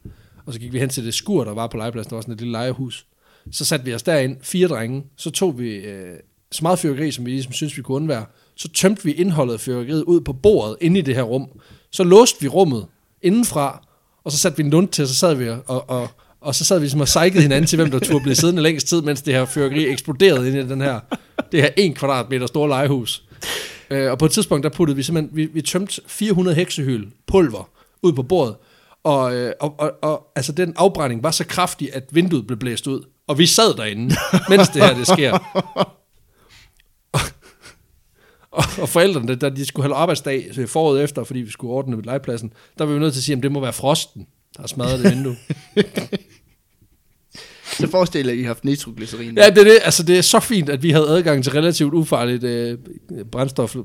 Speaker 2: og så gik vi hen til det skur, der var på legepladsen, der var sådan et lille legehus. Så satte vi os derind, fire drenge, så tog vi øh, så meget fyrværkeri, som vi ligesom synes vi kunne undvære, så tømte vi indholdet af fyrværkeriet ud på bordet inde i det her rum, så låste vi rummet indenfra, og så satte vi en lund til, og så sad vi og, og, og så sad vi ligesom og sejkede hinanden til, hvem der turde blive siddende længst tid, mens det her fyrværkeri eksploderede ind i den her, det her 1 kvadratmeter store legehus. Øh, og på et tidspunkt, der puttede vi simpelthen, vi, vi tømte 400 heksehyl pulver ud på bordet, og, øh, og, og, og altså, den afbrænding var så kraftig, at vinduet blev blæst ud, og vi sad derinde, mens det her det sker. Og- Og, og forældrene, da de skulle have arbejdsdag øh, foråret efter, fordi vi skulle ordne ved legepladsen, der var vi nødt til at sige, at det må være frosten, der har smadret det vindue.
Speaker 1: Så forestil jer, at I har haft nitroglycerin.
Speaker 2: Ja, det er det. Altså, det er så fint, at vi havde adgang til relativt ufarligt øh, brændstof øh,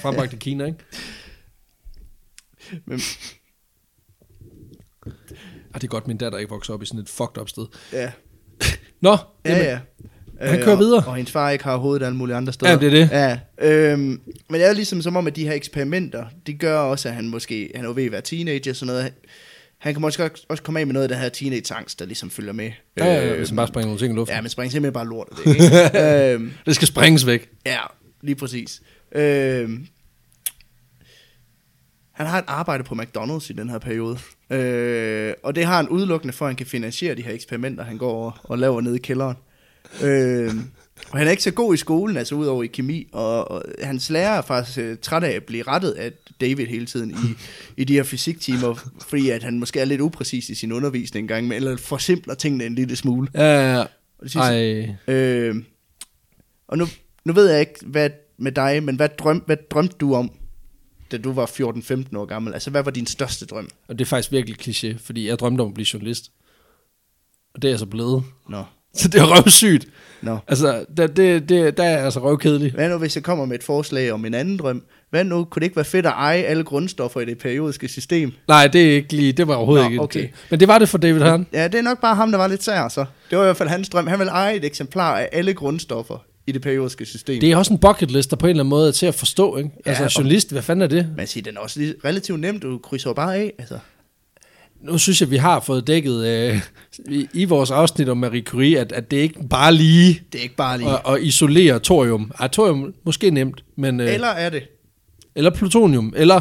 Speaker 2: frembragt i Kina, ikke?
Speaker 1: Men-
Speaker 2: Ah, det er godt, min datter ikke vokser op i sådan et fucked up sted.
Speaker 1: ja.
Speaker 2: Nå,
Speaker 1: Ja, ja.
Speaker 2: Han kører
Speaker 1: og,
Speaker 2: videre.
Speaker 1: Og hendes far ikke har hovedet alle mulige andre steder.
Speaker 2: Ja, det er det.
Speaker 1: Ja, øhm, men det er jo ligesom som om, at de her eksperimenter, det gør også, at han måske, han er jo ved at være teenager og sådan noget. Han kan måske også også komme af med noget af det her teenage-angst, der ligesom følger med.
Speaker 2: ja, ja, ja, hvis han
Speaker 1: øhm,
Speaker 2: bare springer nogle ting i luften.
Speaker 1: ja, men springer simpelthen bare lort af det,
Speaker 2: *laughs*
Speaker 1: ikke? øhm,
Speaker 2: Det skal springes væk.
Speaker 1: Ja, lige præcis. Øhm, han har et arbejde på McDonald's i den her periode. Øh, og det har han udelukkende for, at han kan finansiere de her eksperimenter, han går og, og laver nede i kælderen. Øh, og han er ikke så god i skolen, altså udover i kemi, og, og hans lærer er faktisk øh, træt af at blive rettet af David hele tiden i, i de her fysiktimer, fordi at han måske er lidt upræcis i sin undervisning engang, men eller forsimpler tingene en lille smule.
Speaker 2: Ja, ja, ja.
Speaker 1: Og det synes jeg-
Speaker 2: Ej.
Speaker 1: Øh, og nu, nu ved jeg ikke, hvad med dig, men hvad, drøm, hvad drømte du om, da du var 14-15 år gammel? Altså, hvad var din største drøm?
Speaker 2: Og det er faktisk virkelig kliché, fordi jeg drømte om at blive journalist. Og det er jeg så blevet. *laughs*
Speaker 1: Nå.
Speaker 2: Så det er røvsygt.
Speaker 1: Nå.
Speaker 2: Altså, der, det, det, der er jeg altså røvkedelig.
Speaker 1: Hvad nu, hvis jeg kommer med et forslag om en anden drøm? Hvad nu, kunne det ikke være fedt at eje alle grundstoffer i det periodiske system?
Speaker 2: Nej, det er ikke lige, det var overhovedet
Speaker 1: Nå,
Speaker 2: ikke.
Speaker 1: okay.
Speaker 2: det. Men det var det for David Hearn.
Speaker 1: Ja, det er nok bare ham, der var lidt sær, så. Det var i hvert fald hans drøm. Han ville eje et eksemplar af alle grundstoffer i det periodiske system. Det...
Speaker 2: Det er også en bucket list, der på en eller anden måde er til at forstå, ikke? Altså,
Speaker 1: Ja,
Speaker 2: ja,
Speaker 1: og-
Speaker 2: journalist, hvad fanden er det?
Speaker 1: Man siger, den er også lige relativt nemt. Du krydser jo bare af, altså.
Speaker 2: Nu synes jeg, vi har fået dækket øh, i, i vores afsnit om Marie Curie, at, at det er ikke bare lige
Speaker 1: Det er ikke bare lige. Og...
Speaker 2: at, at isolere thorium. Ej, thorium måske nemt, men... Øh,
Speaker 1: Eller er det?
Speaker 2: eller plutonium, eller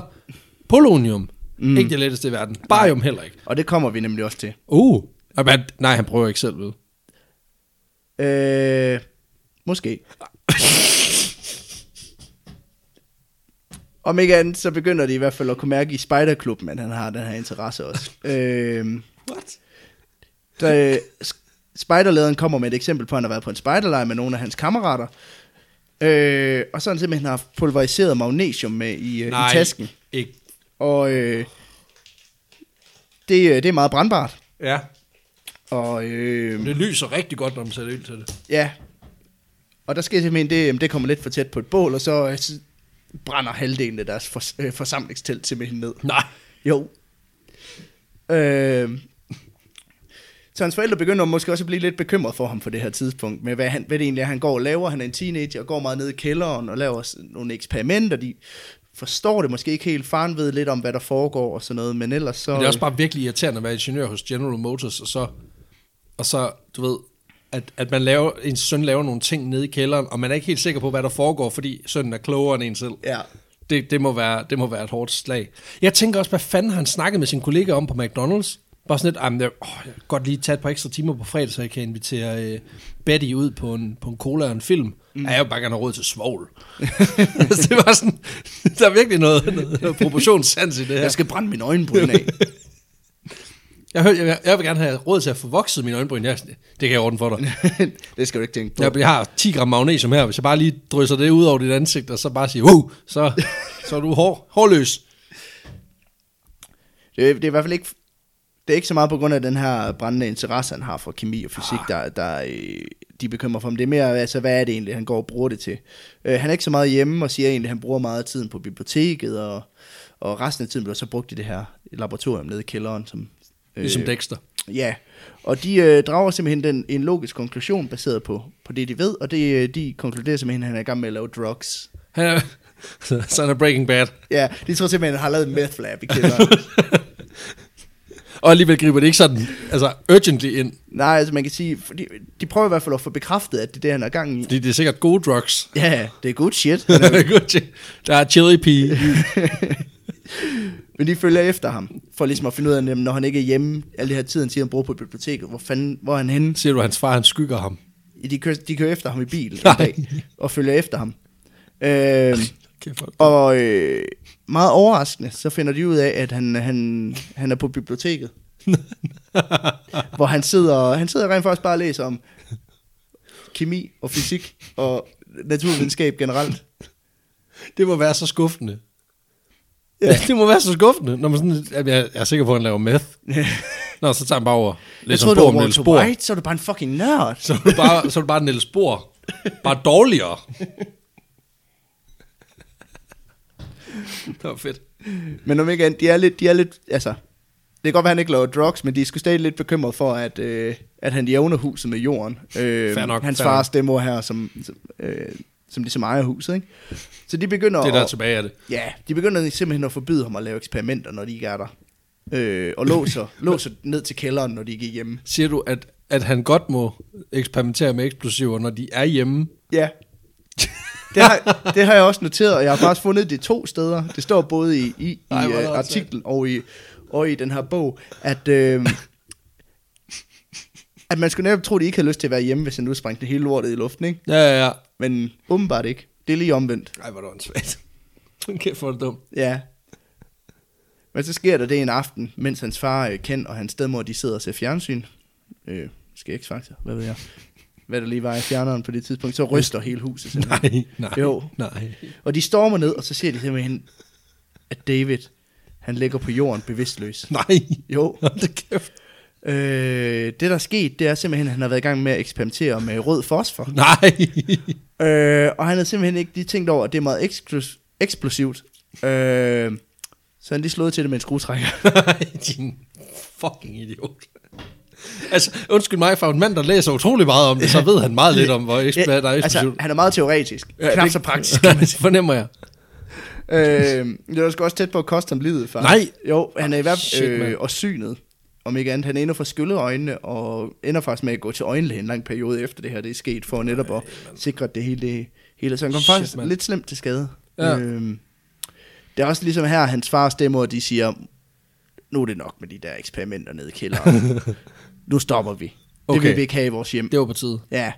Speaker 2: polonium. Mm. Ikke det letteste i verden. Barium heller ikke.
Speaker 1: Og det kommer vi nemlig også til.
Speaker 2: Uh, og man, nej, han prøver ikke selv ved.
Speaker 1: Øh, måske. Om ikke andet, så begynder de i hvert fald at kunne mærke i Spiderklubben, at han har den her interesse også. øh,
Speaker 2: What?
Speaker 1: der, øh, sk- spiderlederen kommer med et eksempel på, at han har været på en spiderlejr med nogle af hans kammerater. Øh, og så har han simpelthen haft pulveriseret magnesium med i, øh,
Speaker 2: Nej,
Speaker 1: i tasken.
Speaker 2: ikke.
Speaker 1: Og øh, det, øh, det er meget brandbart.
Speaker 2: Ja,
Speaker 1: Og, øh,
Speaker 2: det lyser rigtig godt, når man sætter ild til det.
Speaker 1: Ja. Og der sker simpelthen det, øhm, det kommer lidt for tæt på et bål, og så øh, så brænder halvdelen af deres for, øh, forsamlingstelt simpelthen ned.
Speaker 2: Nej.
Speaker 1: Jo. Øh, så hans forældre begynder måske også at blive lidt bekymret for ham på det her tidspunkt, med hvad, han, hvad det egentlig er, han går og laver. Han er en teenager og går meget ned i kælderen og laver s- nogle eksperimenter. De forstår det måske ikke helt. Faren ved lidt om, hvad der foregår og sådan noget, men ellers så...
Speaker 2: Men det er også bare virkelig irriterende at være ingeniør hos General Motors, og så, og så du ved, at, at man laver, ens søn laver nogle ting nede i kælderen, og man er ikke helt sikker på, hvad der foregår, fordi sønnen er klogere end en selv.
Speaker 1: Ja.
Speaker 2: Det, det, må være, det må være et hårdt slag. Jeg tænker også, hvad fanden har han snakket med sine kollegaer om på McDonald's? Bare sådan lidt, "Ej, men jeg, åh, jeg kan godt lige tage et par ekstra timer på fredag, så jeg kan invitere øh, Betty ud på en, på en cola og en film. Mm. Ej, jeg vil bare gerne have råd til *laughs* svogl. altså, det var sådan, *laughs* der er virkelig noget, noget proportionssans i det her.
Speaker 1: Jeg skal brænde min øjenbryn af. *laughs*
Speaker 2: Jeg, hør, jeg, jeg vil gerne have råd til at få vokset mine øjenbryn. Jeg, det kan jeg ordne for dig.
Speaker 1: det skal du ikke tænke på.
Speaker 2: Jeg, jeg har 10 gram magnesium her. Hvis jeg bare lige drysser det ud over dit ansigt, og så bare siger, wow, så, så er du hår, hårløs.
Speaker 1: Det, det er i hvert fald ikke... Det er ikke så meget på grund af den her brændende interesse, han har for kemi og fysik, der, der øh, de bekymrer for ham. Det er mere, altså, hvad er det egentlig, han går og bruger det til? Øh, han er ikke så meget hjemme og siger egentlig, at han bruger meget af tiden på biblioteket, og, og resten af tiden bliver så brugt i det her laboratorium nede i kælderen. Som, øh,
Speaker 2: Ligesom Dexter.
Speaker 1: Ja, og de øh, drager simpelthen den, en logisk konklusion baseret på, på det, de ved, og det, øh, de konkluderer simpelthen, at han er i gang med at lave drugs.
Speaker 2: Han er, *laughs* så han er Breaking Bad.
Speaker 1: Ja, de tror simpelthen, at han har lavet en meth lab i kælderen.
Speaker 2: Og alligevel griber det ikke sådan, altså urgently ind.
Speaker 1: Nej, altså man kan sige, fordi de prøver i hvert fald at få bekræftet, at det er det, han er gang i.
Speaker 2: Fordi det er sikkert gode
Speaker 1: *laughs*
Speaker 2: drugs.
Speaker 1: Ja, det er good shit.
Speaker 2: der er chili pea.
Speaker 1: *laughs* Men de følger efter ham, for ligesom at finde ud af, jamen, når han ikke er hjemme, alle det her tid, han siger, han bruger på biblioteket, hvor, fanden, hvor er han henne?
Speaker 2: Siger du, at hans far han skygger ham.
Speaker 1: De kører, de kører efter ham i bil en
Speaker 2: Nej.
Speaker 1: dag, og følger efter ham. Øh,
Speaker 2: Kæft, hvor-
Speaker 1: Og øh, meget overraskende, så finder de ud af, at han, han, han er på
Speaker 2: *laughs*
Speaker 1: biblioteket. hvor han sidder, han sidder rent faktisk bare og læser om kemi og fysik og naturvidenskab
Speaker 2: *laughs*
Speaker 1: generelt.
Speaker 2: Det må være så skuffende.
Speaker 1: Ja.
Speaker 2: Ja. *laughs* det må være så skuffende, når man sådan, jeg, jeg er sikker på, at han laver meth. Nå, så tager han bare over.
Speaker 1: Jeg
Speaker 2: Læser en
Speaker 1: troede, du
Speaker 2: bog
Speaker 1: var
Speaker 2: om Niels
Speaker 1: Walter
Speaker 2: Bohr.
Speaker 1: White, så er du bare en fucking nørd.
Speaker 2: Så er det bare, så er det bare Niels Bohr. Bare dårligere. det var fedt.
Speaker 1: Men om ikke andet, de er lidt, de er lidt, altså, det kan godt være, han ikke laver drugs, men de skulle stadig lidt bekymret for, at, øh, at han jævner huset med jorden. Øh,
Speaker 2: Fair nok,
Speaker 1: hans
Speaker 2: fair nok.
Speaker 1: fars stemmor her, som, som, øh, som ligesom ejer huset, ikke? Så de begynder
Speaker 2: Det der er
Speaker 1: at,
Speaker 2: tilbage af det.
Speaker 1: ja, de begynder simpelthen at forbyde ham at lave eksperimenter, når de ikke er der. Øh, og
Speaker 2: *laughs*
Speaker 1: låser, låser ned til kælderen, når de ikke er hjemme.
Speaker 2: Siger du, at, at han godt må eksperimentere med eksplosiver, når de er hjemme?
Speaker 1: Ja. *laughs* Det har, det har jeg også noteret, og jeg har faktisk fundet det to steder. Det står både i, i, i
Speaker 2: Ej, hvor er det
Speaker 1: øh,
Speaker 2: åndssvagt.
Speaker 1: artiklen og i, og i den her bog, at, øh, at man skulle netop tro, at de ikke havde lyst til at være hjemme, hvis han nu sprængte hele lortet i luften. Ikke?
Speaker 2: Ja, ja, ja.
Speaker 1: Men åbenbart ikke. Det er lige omvendt.
Speaker 2: Ej, hvor er det svært. Kæft, hvor er det dumt.
Speaker 1: Ja. Men så sker der det en aften, mens hans far, øh, Ken og hans stedmor, de sidder og ser fjernsyn. Øh, skal X-Factor, hvad ved jeg. Hvad der lige var i fjerneren på det tidspunkt, så ryster hele huset. simpelthen.
Speaker 2: Nej, nej,
Speaker 1: Jo.
Speaker 2: nej.
Speaker 1: Og de stormer ned, og så ser de simpelthen, at David, han ligger på jorden bevidstløs.
Speaker 2: Nej.
Speaker 1: Jo,
Speaker 2: Hold da kæft.
Speaker 1: øh, det der er sket, det er simpelthen, at han har været i gang med at eksperimentere med rød fosfor.
Speaker 2: Nej.
Speaker 1: Øh, og han havde simpelthen ikke lige tænkt over, at det er meget eksklus- eksplosivt. Øh, så han lige slået til det med en skruetrækker.
Speaker 2: Nej, *laughs* din fucking idiot. Altså, undskyld mig, for en mand, der læser utrolig meget om det, så ved han meget lidt om, hvor eksp- ja, der er
Speaker 1: altså,
Speaker 2: eksplosivt.
Speaker 1: han er meget teoretisk,
Speaker 2: Ja,
Speaker 1: knap
Speaker 2: det-
Speaker 1: så
Speaker 2: *laughs*
Speaker 1: praktisk.
Speaker 2: det fornemmer jeg.
Speaker 1: øh, det var sgu også tæt på at koste ham livet, far.
Speaker 2: Nej.
Speaker 1: Jo, han er i hvert
Speaker 2: Shit,
Speaker 1: fald
Speaker 2: mand.
Speaker 1: øh, og synet. Om ikke andet, han ender for skyllet øjnene, og ender faktisk med at gå til øjenlægen en lang periode efter det her, det er sket, for netop at sikre at det hele. Det hele. Så han kom
Speaker 2: Shit,
Speaker 1: faktisk
Speaker 2: mand.
Speaker 1: lidt slemt til skade.
Speaker 2: Ja.
Speaker 1: Øhm, det er også ligesom her, hans far stemmer, og de siger, nu er det nok med de der eksperimenter nede i
Speaker 2: *laughs*
Speaker 1: kælderen. nu stopper vi. Det
Speaker 2: Okay.
Speaker 1: vil vi ikke have i vores hjem.
Speaker 2: Det var på tide.
Speaker 1: Ja.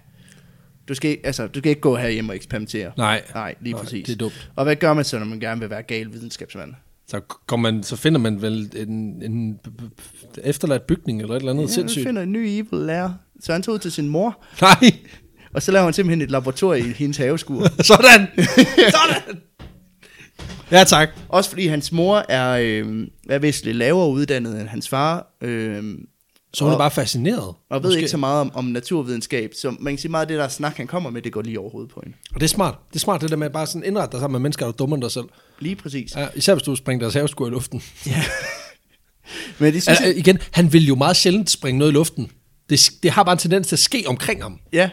Speaker 1: Du skal, ikke- altså, du skal ikke gå herhjem og eksperimentere.
Speaker 2: Nej.
Speaker 1: Nej, lige
Speaker 2: Nej,
Speaker 1: præcis.
Speaker 2: det er dumt.
Speaker 1: Og hvad gør man så, når man gerne vil være gal videnskabsmand?
Speaker 2: Så, kommer man, så finder man vel en, en b- b- efterladt bygning eller et eller andet ja,
Speaker 1: Ja,
Speaker 2: sindssygt.
Speaker 1: han finder en ny evil lærer. Så han tog ud til sin mor,
Speaker 2: Nej, *laughs*
Speaker 1: og så laver han simpelthen et laboratorium i hendes haveskur.
Speaker 2: sådan. sådan. Ja, tak.
Speaker 1: Også fordi hans mor er, øh, er vist lidt lavere uddannet end hans far, øh,
Speaker 2: Så hun er
Speaker 1: Og-
Speaker 2: bare fascineret.
Speaker 1: og ved Måske. ikke så meget om, om naturvidenskab. Så man kan sige meget af det der snak, han kommer med, det går lige overhovedet på hende.
Speaker 2: Og det er smart. Det er smart, det der med at bare sådan indrette dig sammen med mennesker, der er dummere end dig selv.
Speaker 1: Lige præcis.
Speaker 2: Ja, især hvis du springer deres haveskur i luften.
Speaker 1: Men det synes
Speaker 2: Altså,
Speaker 1: jeg,
Speaker 2: igen, han vil jo meget sjældent springe noget i luften. Det, det har bare en tendens til at ske omkring ham.
Speaker 1: ja,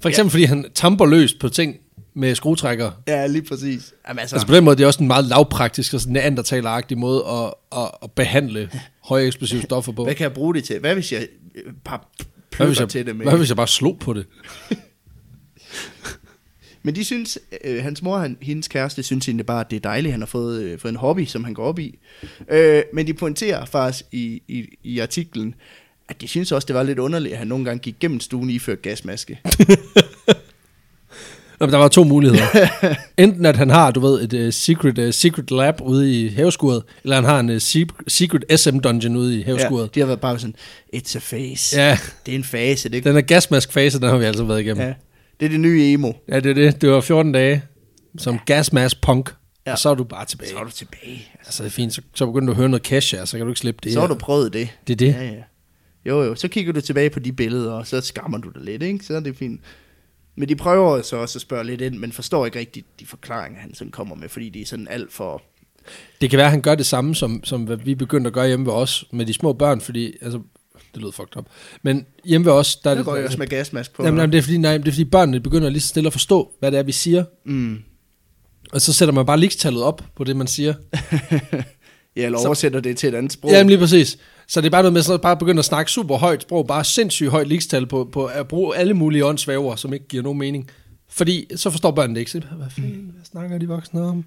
Speaker 2: For eksempel, ja. fordi han tamper løs på ting med skruetrækker.
Speaker 1: ja, lige præcis. Jamen,
Speaker 2: Altså på den måde, det er også en meget lavpraktisk og sådan neandertaleragtig måde at, at, at behandle høje
Speaker 1: *laughs*
Speaker 2: eksplosive stoffer på.
Speaker 1: Hvad kan jeg bruge det til? Hvad hvis jeg øh, par
Speaker 2: Hvad hvis,
Speaker 1: pløkker
Speaker 2: jeg,
Speaker 1: til det med?
Speaker 2: hvad hvis jeg bare slog på det?
Speaker 1: Men de synes, øh, hans mor og hendes kæreste synes egentlig bare, at det er dejligt, at han har fået, øh, fået en hobby, som han går op i. Øh, men de pointerer faktisk i, i, i artiklen, at de synes også, det var lidt underligt, at han nogle gange gik gennem stuen i før gasmaske.
Speaker 2: Nå, men der var to
Speaker 1: *laughs*
Speaker 2: muligheder. Enten at han har, du ved, et uh, secret, uh, secret lab ude i haveskuret, eller han har en uh, secret SM-dungeon ude i haveskuret.
Speaker 1: de har været bare sådan, it's a face.
Speaker 2: Ja. ja,
Speaker 1: Det er en fase, det,
Speaker 2: den her gasmask-fase, den har vi altså været igennem.
Speaker 1: ja. det er det nye emo.
Speaker 2: Ja, det er det. Det var 14 dage som gasmask punk.
Speaker 1: Ja.
Speaker 2: Ja. Og så er du bare tilbage.
Speaker 1: Så er du tilbage.
Speaker 2: Altså, det er fint. Så, så begynder du at høre noget cash, ja, så kan du ikke slippe det.
Speaker 1: Så har
Speaker 2: her.
Speaker 1: du prøvet det.
Speaker 2: Det er det.
Speaker 1: Ja, ja. Jo, jo, så kigger du tilbage på de billeder, og så skammer du dig lidt, ikke? Så er det fint. Men de prøver så også at spørge lidt ind, men forstår ikke rigtigt de forklaringer, han sådan kommer med, fordi de er sådan alt for...
Speaker 2: Det kan være, at han gør det samme, som, som hvad vi begyndte at gøre hjemme ved os med de små børn, fordi, altså, det lød fucked up. Men hjemme ved os, der er
Speaker 1: Der går jo
Speaker 2: altså,
Speaker 1: også med gasmask på.
Speaker 2: jamen, jamen, det er fordi, nej, det er fordi børnene begynder lige så stille at forstå, hvad det er, vi siger.
Speaker 1: Mm. *laughs*
Speaker 2: Og så sætter man bare ligestallet op på det, man siger.
Speaker 1: Ja, eller
Speaker 2: Så-
Speaker 1: oversætter det til et andet sprog.
Speaker 2: Ja, lige præcis. Så det er bare noget med sådan at bare begynde at snakke super højt sprog, bare sindssygt højt ligestal på, på at bruge alle mulige åndssvæver, som ikke giver nogen mening. Fordi så forstår børnene det ikke. Så, hvad fanden,
Speaker 1: Mm.
Speaker 2: hvad snakker de voksne om?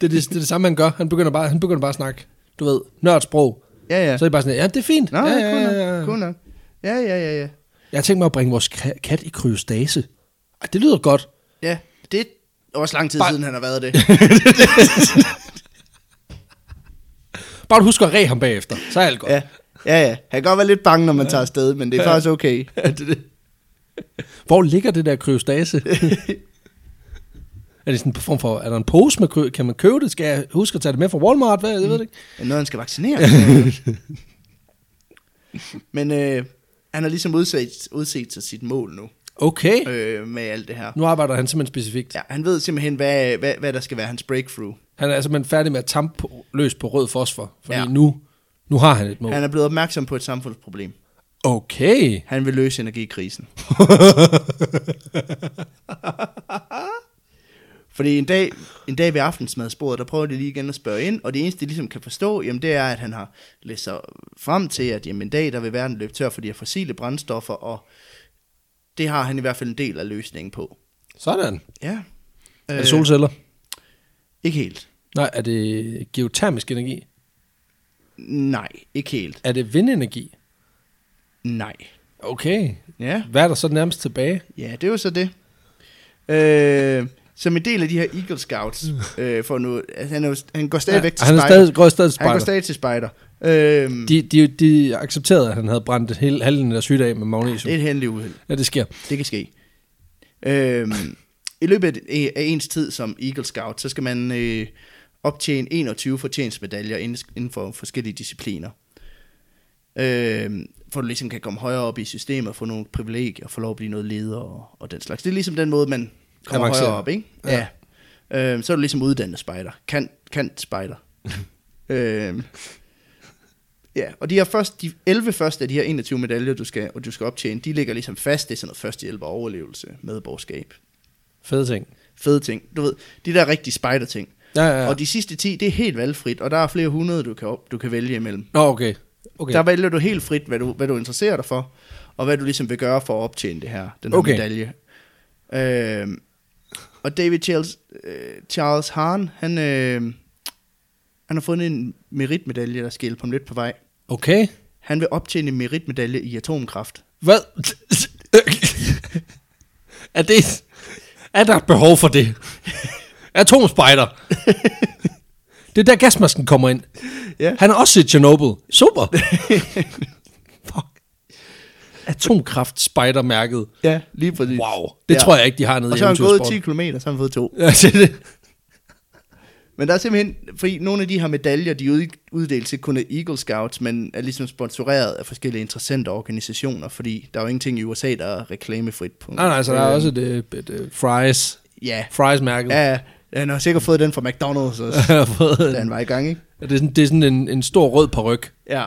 Speaker 2: Det er det, det, er det samme, han gør. Han begynder bare, han begynder bare at snakke, du ved, nørdsprog.
Speaker 1: ja, ja.
Speaker 2: Ja. Så er det bare sådan, ja, det er fint.
Speaker 1: Nå,
Speaker 2: ja,
Speaker 1: ja,
Speaker 2: ja, ja,
Speaker 1: Kun nok. Ja, ja, ja, ja.
Speaker 2: Jeg har tænkt mig at bringe vores ka- kat i kryostase. Ej, det lyder godt.
Speaker 1: Ja, det, Det var også lang tid
Speaker 2: Bare-
Speaker 1: siden, han har
Speaker 2: *laughs*
Speaker 1: været det.
Speaker 2: Bare du husker at ræ ham bagefter, så er alt godt.
Speaker 1: ja. ja, ja. Han kan godt være lidt bange, når man tager afsted, men det *laughs* er faktisk okay.
Speaker 2: Hvor ligger det der
Speaker 1: *laughs*
Speaker 2: kryostase? er det sådan en form for, er der en pose med kry? Kan man købe det? Skal jeg huske at tage det med fra Walmart? Hvad, jeg ved det ikke.
Speaker 1: Ja, noget, han skal vaccinere. men øh, han har ligesom udset, udset sig sit mål nu,
Speaker 2: Okay.
Speaker 1: øh, med alt det her.
Speaker 2: Nu arbejder han simpelthen specifikt.
Speaker 1: Ja, han ved simpelthen, hvad, hvad, hvad der skal være hans breakthrough.
Speaker 2: Han er simpelthen færdig med at tampe på, løs på rød fosfor. Fordi
Speaker 1: Ja.
Speaker 2: nu, nu har han et mål.
Speaker 1: Han er blevet opmærksom på et samfundsproblem.
Speaker 2: Okay.
Speaker 1: Han vil
Speaker 2: *laughs*
Speaker 1: løse energikrisen. Fordi en dag, en dag ved aftensmadsbordet, der prøver de lige igen at spørge ind, og det eneste, de ligesom kan forstå, jamen det er, at han har læst sig frem til, at jamen, en dag, der vil verden løbe tør for de her fossile brændstoffer, og det har han i hvert fald en del af løsningen på.
Speaker 2: Sådan.
Speaker 1: Ja.
Speaker 2: Er
Speaker 1: Øh.
Speaker 2: det solceller?
Speaker 1: Ikke helt.
Speaker 2: Nej, er det geotermisk energi?
Speaker 1: Nej, ikke helt.
Speaker 2: Er det vindenergi?
Speaker 1: Nej.
Speaker 2: Okay.
Speaker 1: Ja.
Speaker 2: Hvad er der så nærmest tilbage?
Speaker 1: Ja, det er jo så det. Øh, som en del af de her Eagle Scouts, øh, for nu, altså, han, er jo, han går stadigvæk til
Speaker 2: Mm. han er
Speaker 1: spejder.
Speaker 2: stadig, går stadig
Speaker 1: han går
Speaker 2: spejder.
Speaker 1: stadig til spejder. Øh,
Speaker 2: Mm. De, de, de accepterede, at han havde brændt hele halvdelen af deres hytte af med
Speaker 1: det er
Speaker 2: magnesium.
Speaker 1: et hændeligt uheld.
Speaker 2: Ja, det sker.
Speaker 1: Det kan ske. Øh, I løbet af af ens tid som Eagle Scout, så skal man øh, optjene 21 fortjenstmedaljer inden- inden for forskellige discipliner. Øh, for du ligesom kan komme højere op i systemet, og få nogle privilegier, få lov at blive noget leder og, og den slags. Det er ligesom den måde, man kommer
Speaker 2: Avancerer.
Speaker 1: højere op, ikke? Ja. ja. Øh, så er du ligesom uddannet spejder. Kant, kant spejder. øh, ja, og de, her først, de 11 første af de her 21 medaljer, du skal, og du skal optjene, de ligger ligesom fast. Det er sådan noget førstehjælp og overlevelse, medborgerskab.
Speaker 2: Fede ting.
Speaker 1: Fede ting. Du ved, de der rigtige spejder-ting.
Speaker 2: Ja, ja,
Speaker 1: Ja.
Speaker 2: ja.
Speaker 1: Og de sidste 10, det er helt valgfrit, og der er flere hundrede, du kan, op, du kan vælge imellem.
Speaker 2: Nå, okay. okay.
Speaker 1: Okay. Der vælger du helt frit, hvad du, hvad du interesserer dig for, og hvad du ligesom vil gøre for at optjene det her, den her
Speaker 2: Okay.
Speaker 1: okay. medalje. Øhm, og David Charles, øh, Charles Hahn, han, øh, han har fundet en meritmedalje, der skal hjælpe ham lidt på vej.
Speaker 2: Okay.
Speaker 1: Han vil optjene en meritmedalje i atomkraft.
Speaker 2: Hvad? er det... Er der et behov for det? Atomspejder. det er der gasmasken kommer ind.
Speaker 1: Ja.
Speaker 2: Han er også i Chernobyl. Super. Fuck. Atomkraft spejdermærket.
Speaker 1: Ja, lige præcis.
Speaker 2: Wow. Det tror jeg ikke, de har nede
Speaker 1: Og
Speaker 2: i
Speaker 1: så har han gået
Speaker 2: eventyrsporten.
Speaker 1: 10 km, så har han fået to.
Speaker 2: Ja, det er det.
Speaker 1: Men der er simpelthen, fordi nogle af de her medaljer, de er ud- uddelt til kun af Eagle Scouts, men er ligesom sponsoreret af forskellige interessenter og organisationer, fordi der er jo ingenting i USA, der er reklamefrit på.
Speaker 2: Nej, nej, så der er
Speaker 1: Øh,
Speaker 2: også et, et, et øh, fries.
Speaker 1: Ja,
Speaker 2: Fries-mærket. Ja.
Speaker 1: ja han har sikkert fået den fra McDonald's også,
Speaker 2: *laughs* Jeg har fået
Speaker 1: da
Speaker 2: en-
Speaker 1: han var i gang, ikke?
Speaker 2: det, er sådan, det er sådan en, en stor rød peruk.
Speaker 1: Ja.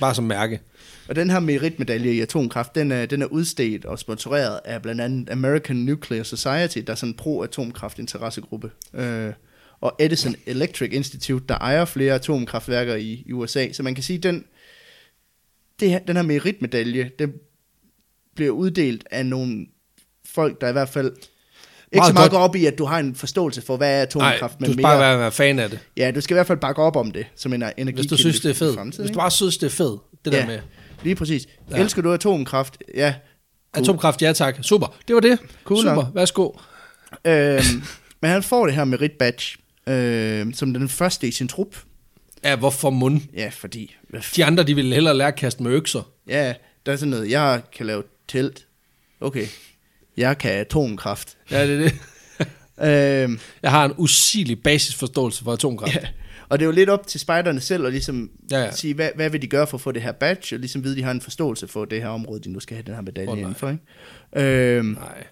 Speaker 2: Bare som mærke.
Speaker 1: Og den her meritmedalje i atomkraft, den er, den er udstedt og sponsoreret af blandt andet American Nuclear Society, der er sådan en pro-atomkraft interessegruppe. Øh, og Edison Electric Institute, der ejer flere atomkraftværker i, i USA. Så man kan sige, den, det her, den her meritmedalje, den bliver uddelt af nogle folk, der i hvert fald ikke
Speaker 2: Meget
Speaker 1: så meget
Speaker 2: godt.
Speaker 1: går op i, at du har en forståelse for, hvad er
Speaker 2: Nej,
Speaker 1: atomkraft,
Speaker 2: du skal bare være, være fan af det.
Speaker 1: Ja, du skal i hvert fald bakke op om det, som en energi.
Speaker 2: Hvis du synes, det er fedt. Hvis du bare synes, det er fedt, det der
Speaker 1: ja,
Speaker 2: med.
Speaker 1: Lige præcis.
Speaker 2: Ja.
Speaker 1: Ja. Elsker du atomkraft? Ja.
Speaker 2: Atomkraft, ja tak. Super. Det var det.
Speaker 1: Cool nok.
Speaker 2: Super. Værsgo. *laughs*
Speaker 1: Øhm, men han får det her merit badge, øhm, som den første i sin trup.
Speaker 2: Ja, hvorfor mund?
Speaker 1: Ja, fordi... hvad f-
Speaker 2: De andre, de ville hellere lære at kaste med økser.
Speaker 1: Ja, der er sådan noget, jeg kan lave telt. Okay. Jeg kan atomkraft.
Speaker 2: Ja, det *laughs* er det.
Speaker 1: Øhm,
Speaker 2: Jeg har en usigelig basisforståelse for atomkraft.
Speaker 1: ja. Og det er jo lidt op til spejderne selv at ligesom
Speaker 2: Ja,
Speaker 1: ja,
Speaker 2: ja.
Speaker 1: ja. sige, hvad, hvad vil de gøre for at få det her badge, og ligesom vide, at de har en forståelse for det her område, de nu skal have den her medalje
Speaker 2: Åh,
Speaker 1: oh,
Speaker 2: nej.
Speaker 1: indenfor. Ikke? Øhm,
Speaker 2: Nej.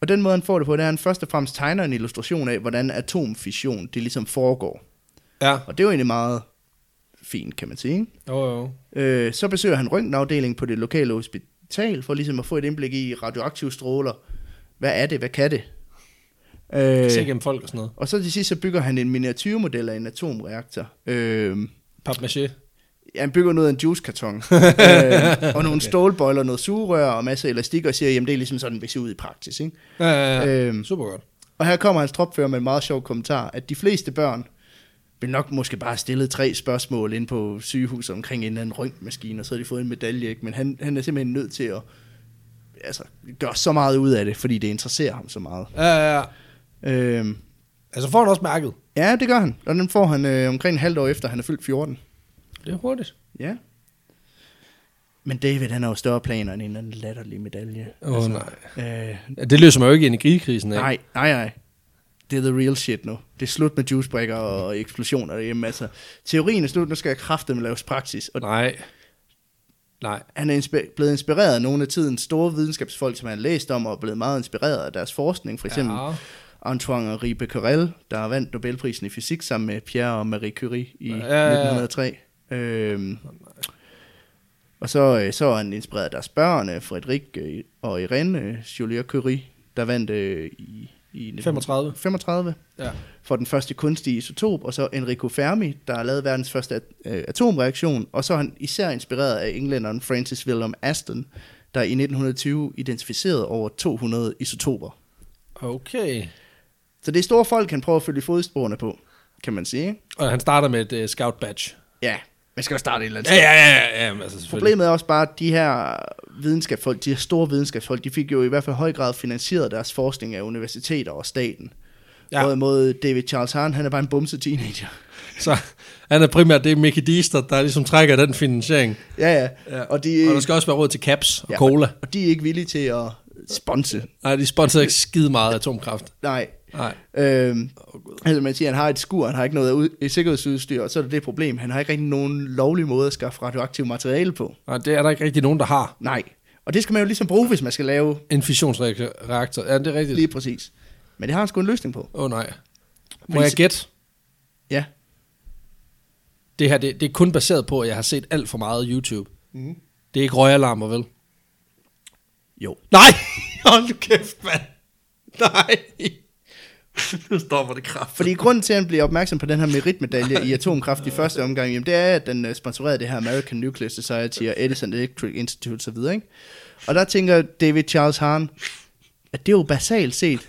Speaker 1: Og den måde, han får det på, det er, at han først og fremmest tegner en illustration af, hvordan atomfission det ligesom foregår.
Speaker 2: Ja.
Speaker 1: Og det er jo egentlig meget fint, kan man sige. ikke?
Speaker 2: Jo, jo.
Speaker 1: Øh, så besøger han røntgenafdelingen på det lokale hospital, for ligesom at få et indblik i radioaktive stråler. Hvad er det? Hvad kan det?
Speaker 2: Se
Speaker 1: Øh,
Speaker 2: gennem folk og sådan noget.
Speaker 1: og så til sidst, så bygger han en miniatyrmodel af en atomreaktor. Øh,
Speaker 2: Papmaché.
Speaker 1: Ja, han bygger noget af en juicekarton, øh, og nogle stålbøjler, noget sugerør og masser af elastik, og siger, jamen det er ligesom sådan, det ser ud i praksis. Ikke?
Speaker 2: Ja, ja, ja.
Speaker 1: Øhm,
Speaker 2: Super godt.
Speaker 1: Og her kommer hans tropfører med en meget sjov kommentar, at de fleste børn vil nok måske bare have stillet tre spørgsmål ind på sygehuset omkring en eller anden røntgenmaskine, og så har de fået en medalje, ikke? men han, han er simpelthen nødt til at altså, gøre så meget ud af det, fordi det interesserer ham så meget.
Speaker 2: Ja, ja, ja.
Speaker 1: Øh,
Speaker 2: Altså får han også mærket.
Speaker 1: ja, det gør han. Og den får han øh, omkring en halvt år efter, han er fyldt 14.
Speaker 2: Det er hurtigt.
Speaker 1: Ja. Men David, han har jo større planer end en eller anden latterlig medalje.
Speaker 2: Åh oh, nej.
Speaker 1: Øh,
Speaker 2: Ja, Det løser man jo ikke energikrisen af.
Speaker 1: nej, nej, nej. Det er the real shit nu. Det er slut med juicebrækker
Speaker 2: Mm.
Speaker 1: og eksplosioner derhjemme. Altså, teorien er slut, nu skal jeg kraftedeme laves praksis. Og
Speaker 2: Nej. Nej.
Speaker 1: han er inspi- blevet inspireret af nogle af tidens store videnskabsfolk, som han har læst om, og er blevet meget inspireret af deres forskning. For eksempel ja.
Speaker 2: Ja.
Speaker 1: Antoine Henri Becquerel, der har vandt Nobelprisen i fysik sammen med Pierre og Marie Curie i
Speaker 2: Ja, ja, ja.
Speaker 1: 1903. Øhm, og så, øh, så er han inspireret af deres børn, øh, Frederik øh, og Irene øh, Joliot Curie, der vandt øh, i, i
Speaker 2: 35.
Speaker 1: 35
Speaker 2: Ja.
Speaker 1: for den første kunstige isotop, og så Enrico Fermi, der har lavet verdens første at, øh, atomreaktion, og så er han især inspireret af englænderen Francis William Aston, der i 1920 identificerede over 200 isotoper.
Speaker 2: Okay.
Speaker 1: Så det er store folk, han prøver at følge i fodsporene på, kan man sige. ikke?
Speaker 2: Og han starter med et uh, scout badge.
Speaker 1: Ja, man skal jo starte et eller andet
Speaker 2: Ja,
Speaker 1: sted.
Speaker 2: ja, ja. ja, ja altså selvfølgelig.
Speaker 1: Problemet er også bare, at de her videnskabsfolk, de her store videnskabsfolk, de fik jo i hvert fald i høj grad finansieret deres forskning af universiteter og staten.
Speaker 2: Ja.
Speaker 1: Ja. Hvorimod David Charles Hahn, han er bare en bumset teenager.
Speaker 2: Så han er primært, det er Mickey Deaster, der ligesom trækker den finansiering.
Speaker 1: Ja, ja. Og, de,
Speaker 2: og der skal også være råd til caps og
Speaker 1: Ja,
Speaker 2: ja, cola.
Speaker 1: Og de er ikke villige til at sponse.
Speaker 2: Nej, de sponsorer ikke skide meget atomkraft.
Speaker 1: Nej.
Speaker 2: Nej.
Speaker 1: Øhm, altså man siger, han har et skur, han har ikke noget ud- sikkerhedsudstyr, og så er det det problem. Han har ikke rigtig nogen lovlig måde at skaffe radioaktivt materiale på.
Speaker 2: Nej, det er der ikke rigtig nogen, der har.
Speaker 1: Nej. Og det skal man jo ligesom bruge, hvis man skal lave
Speaker 2: En fissionsreaktor. Ja, det er rigtigt.
Speaker 1: lige præcis. Men det har han sgu en løsning på.
Speaker 2: Åh oh, nej. Må
Speaker 1: Fordi
Speaker 2: jeg
Speaker 1: så-
Speaker 2: gætte?
Speaker 1: Ja.
Speaker 2: Det her, det, det er kun baseret på, at jeg har set alt for meget YouTube. Mm. Det er ikke røgalarmer, vel?
Speaker 1: Jo.
Speaker 2: Nej! *laughs* Hold nu kæft, mand. Nej. *laughs* nu stopper det kraft.
Speaker 1: Fordi grunden til, at han bliver opmærksom på den her meritmedalje i atomkraft i første omgang, jamen, det er, at den øh, sponsorerede det her American Nuclear Society og Edison Electric Institute osv. Ikke? Og der tænker David Charles Hahn, at det er jo basalt set,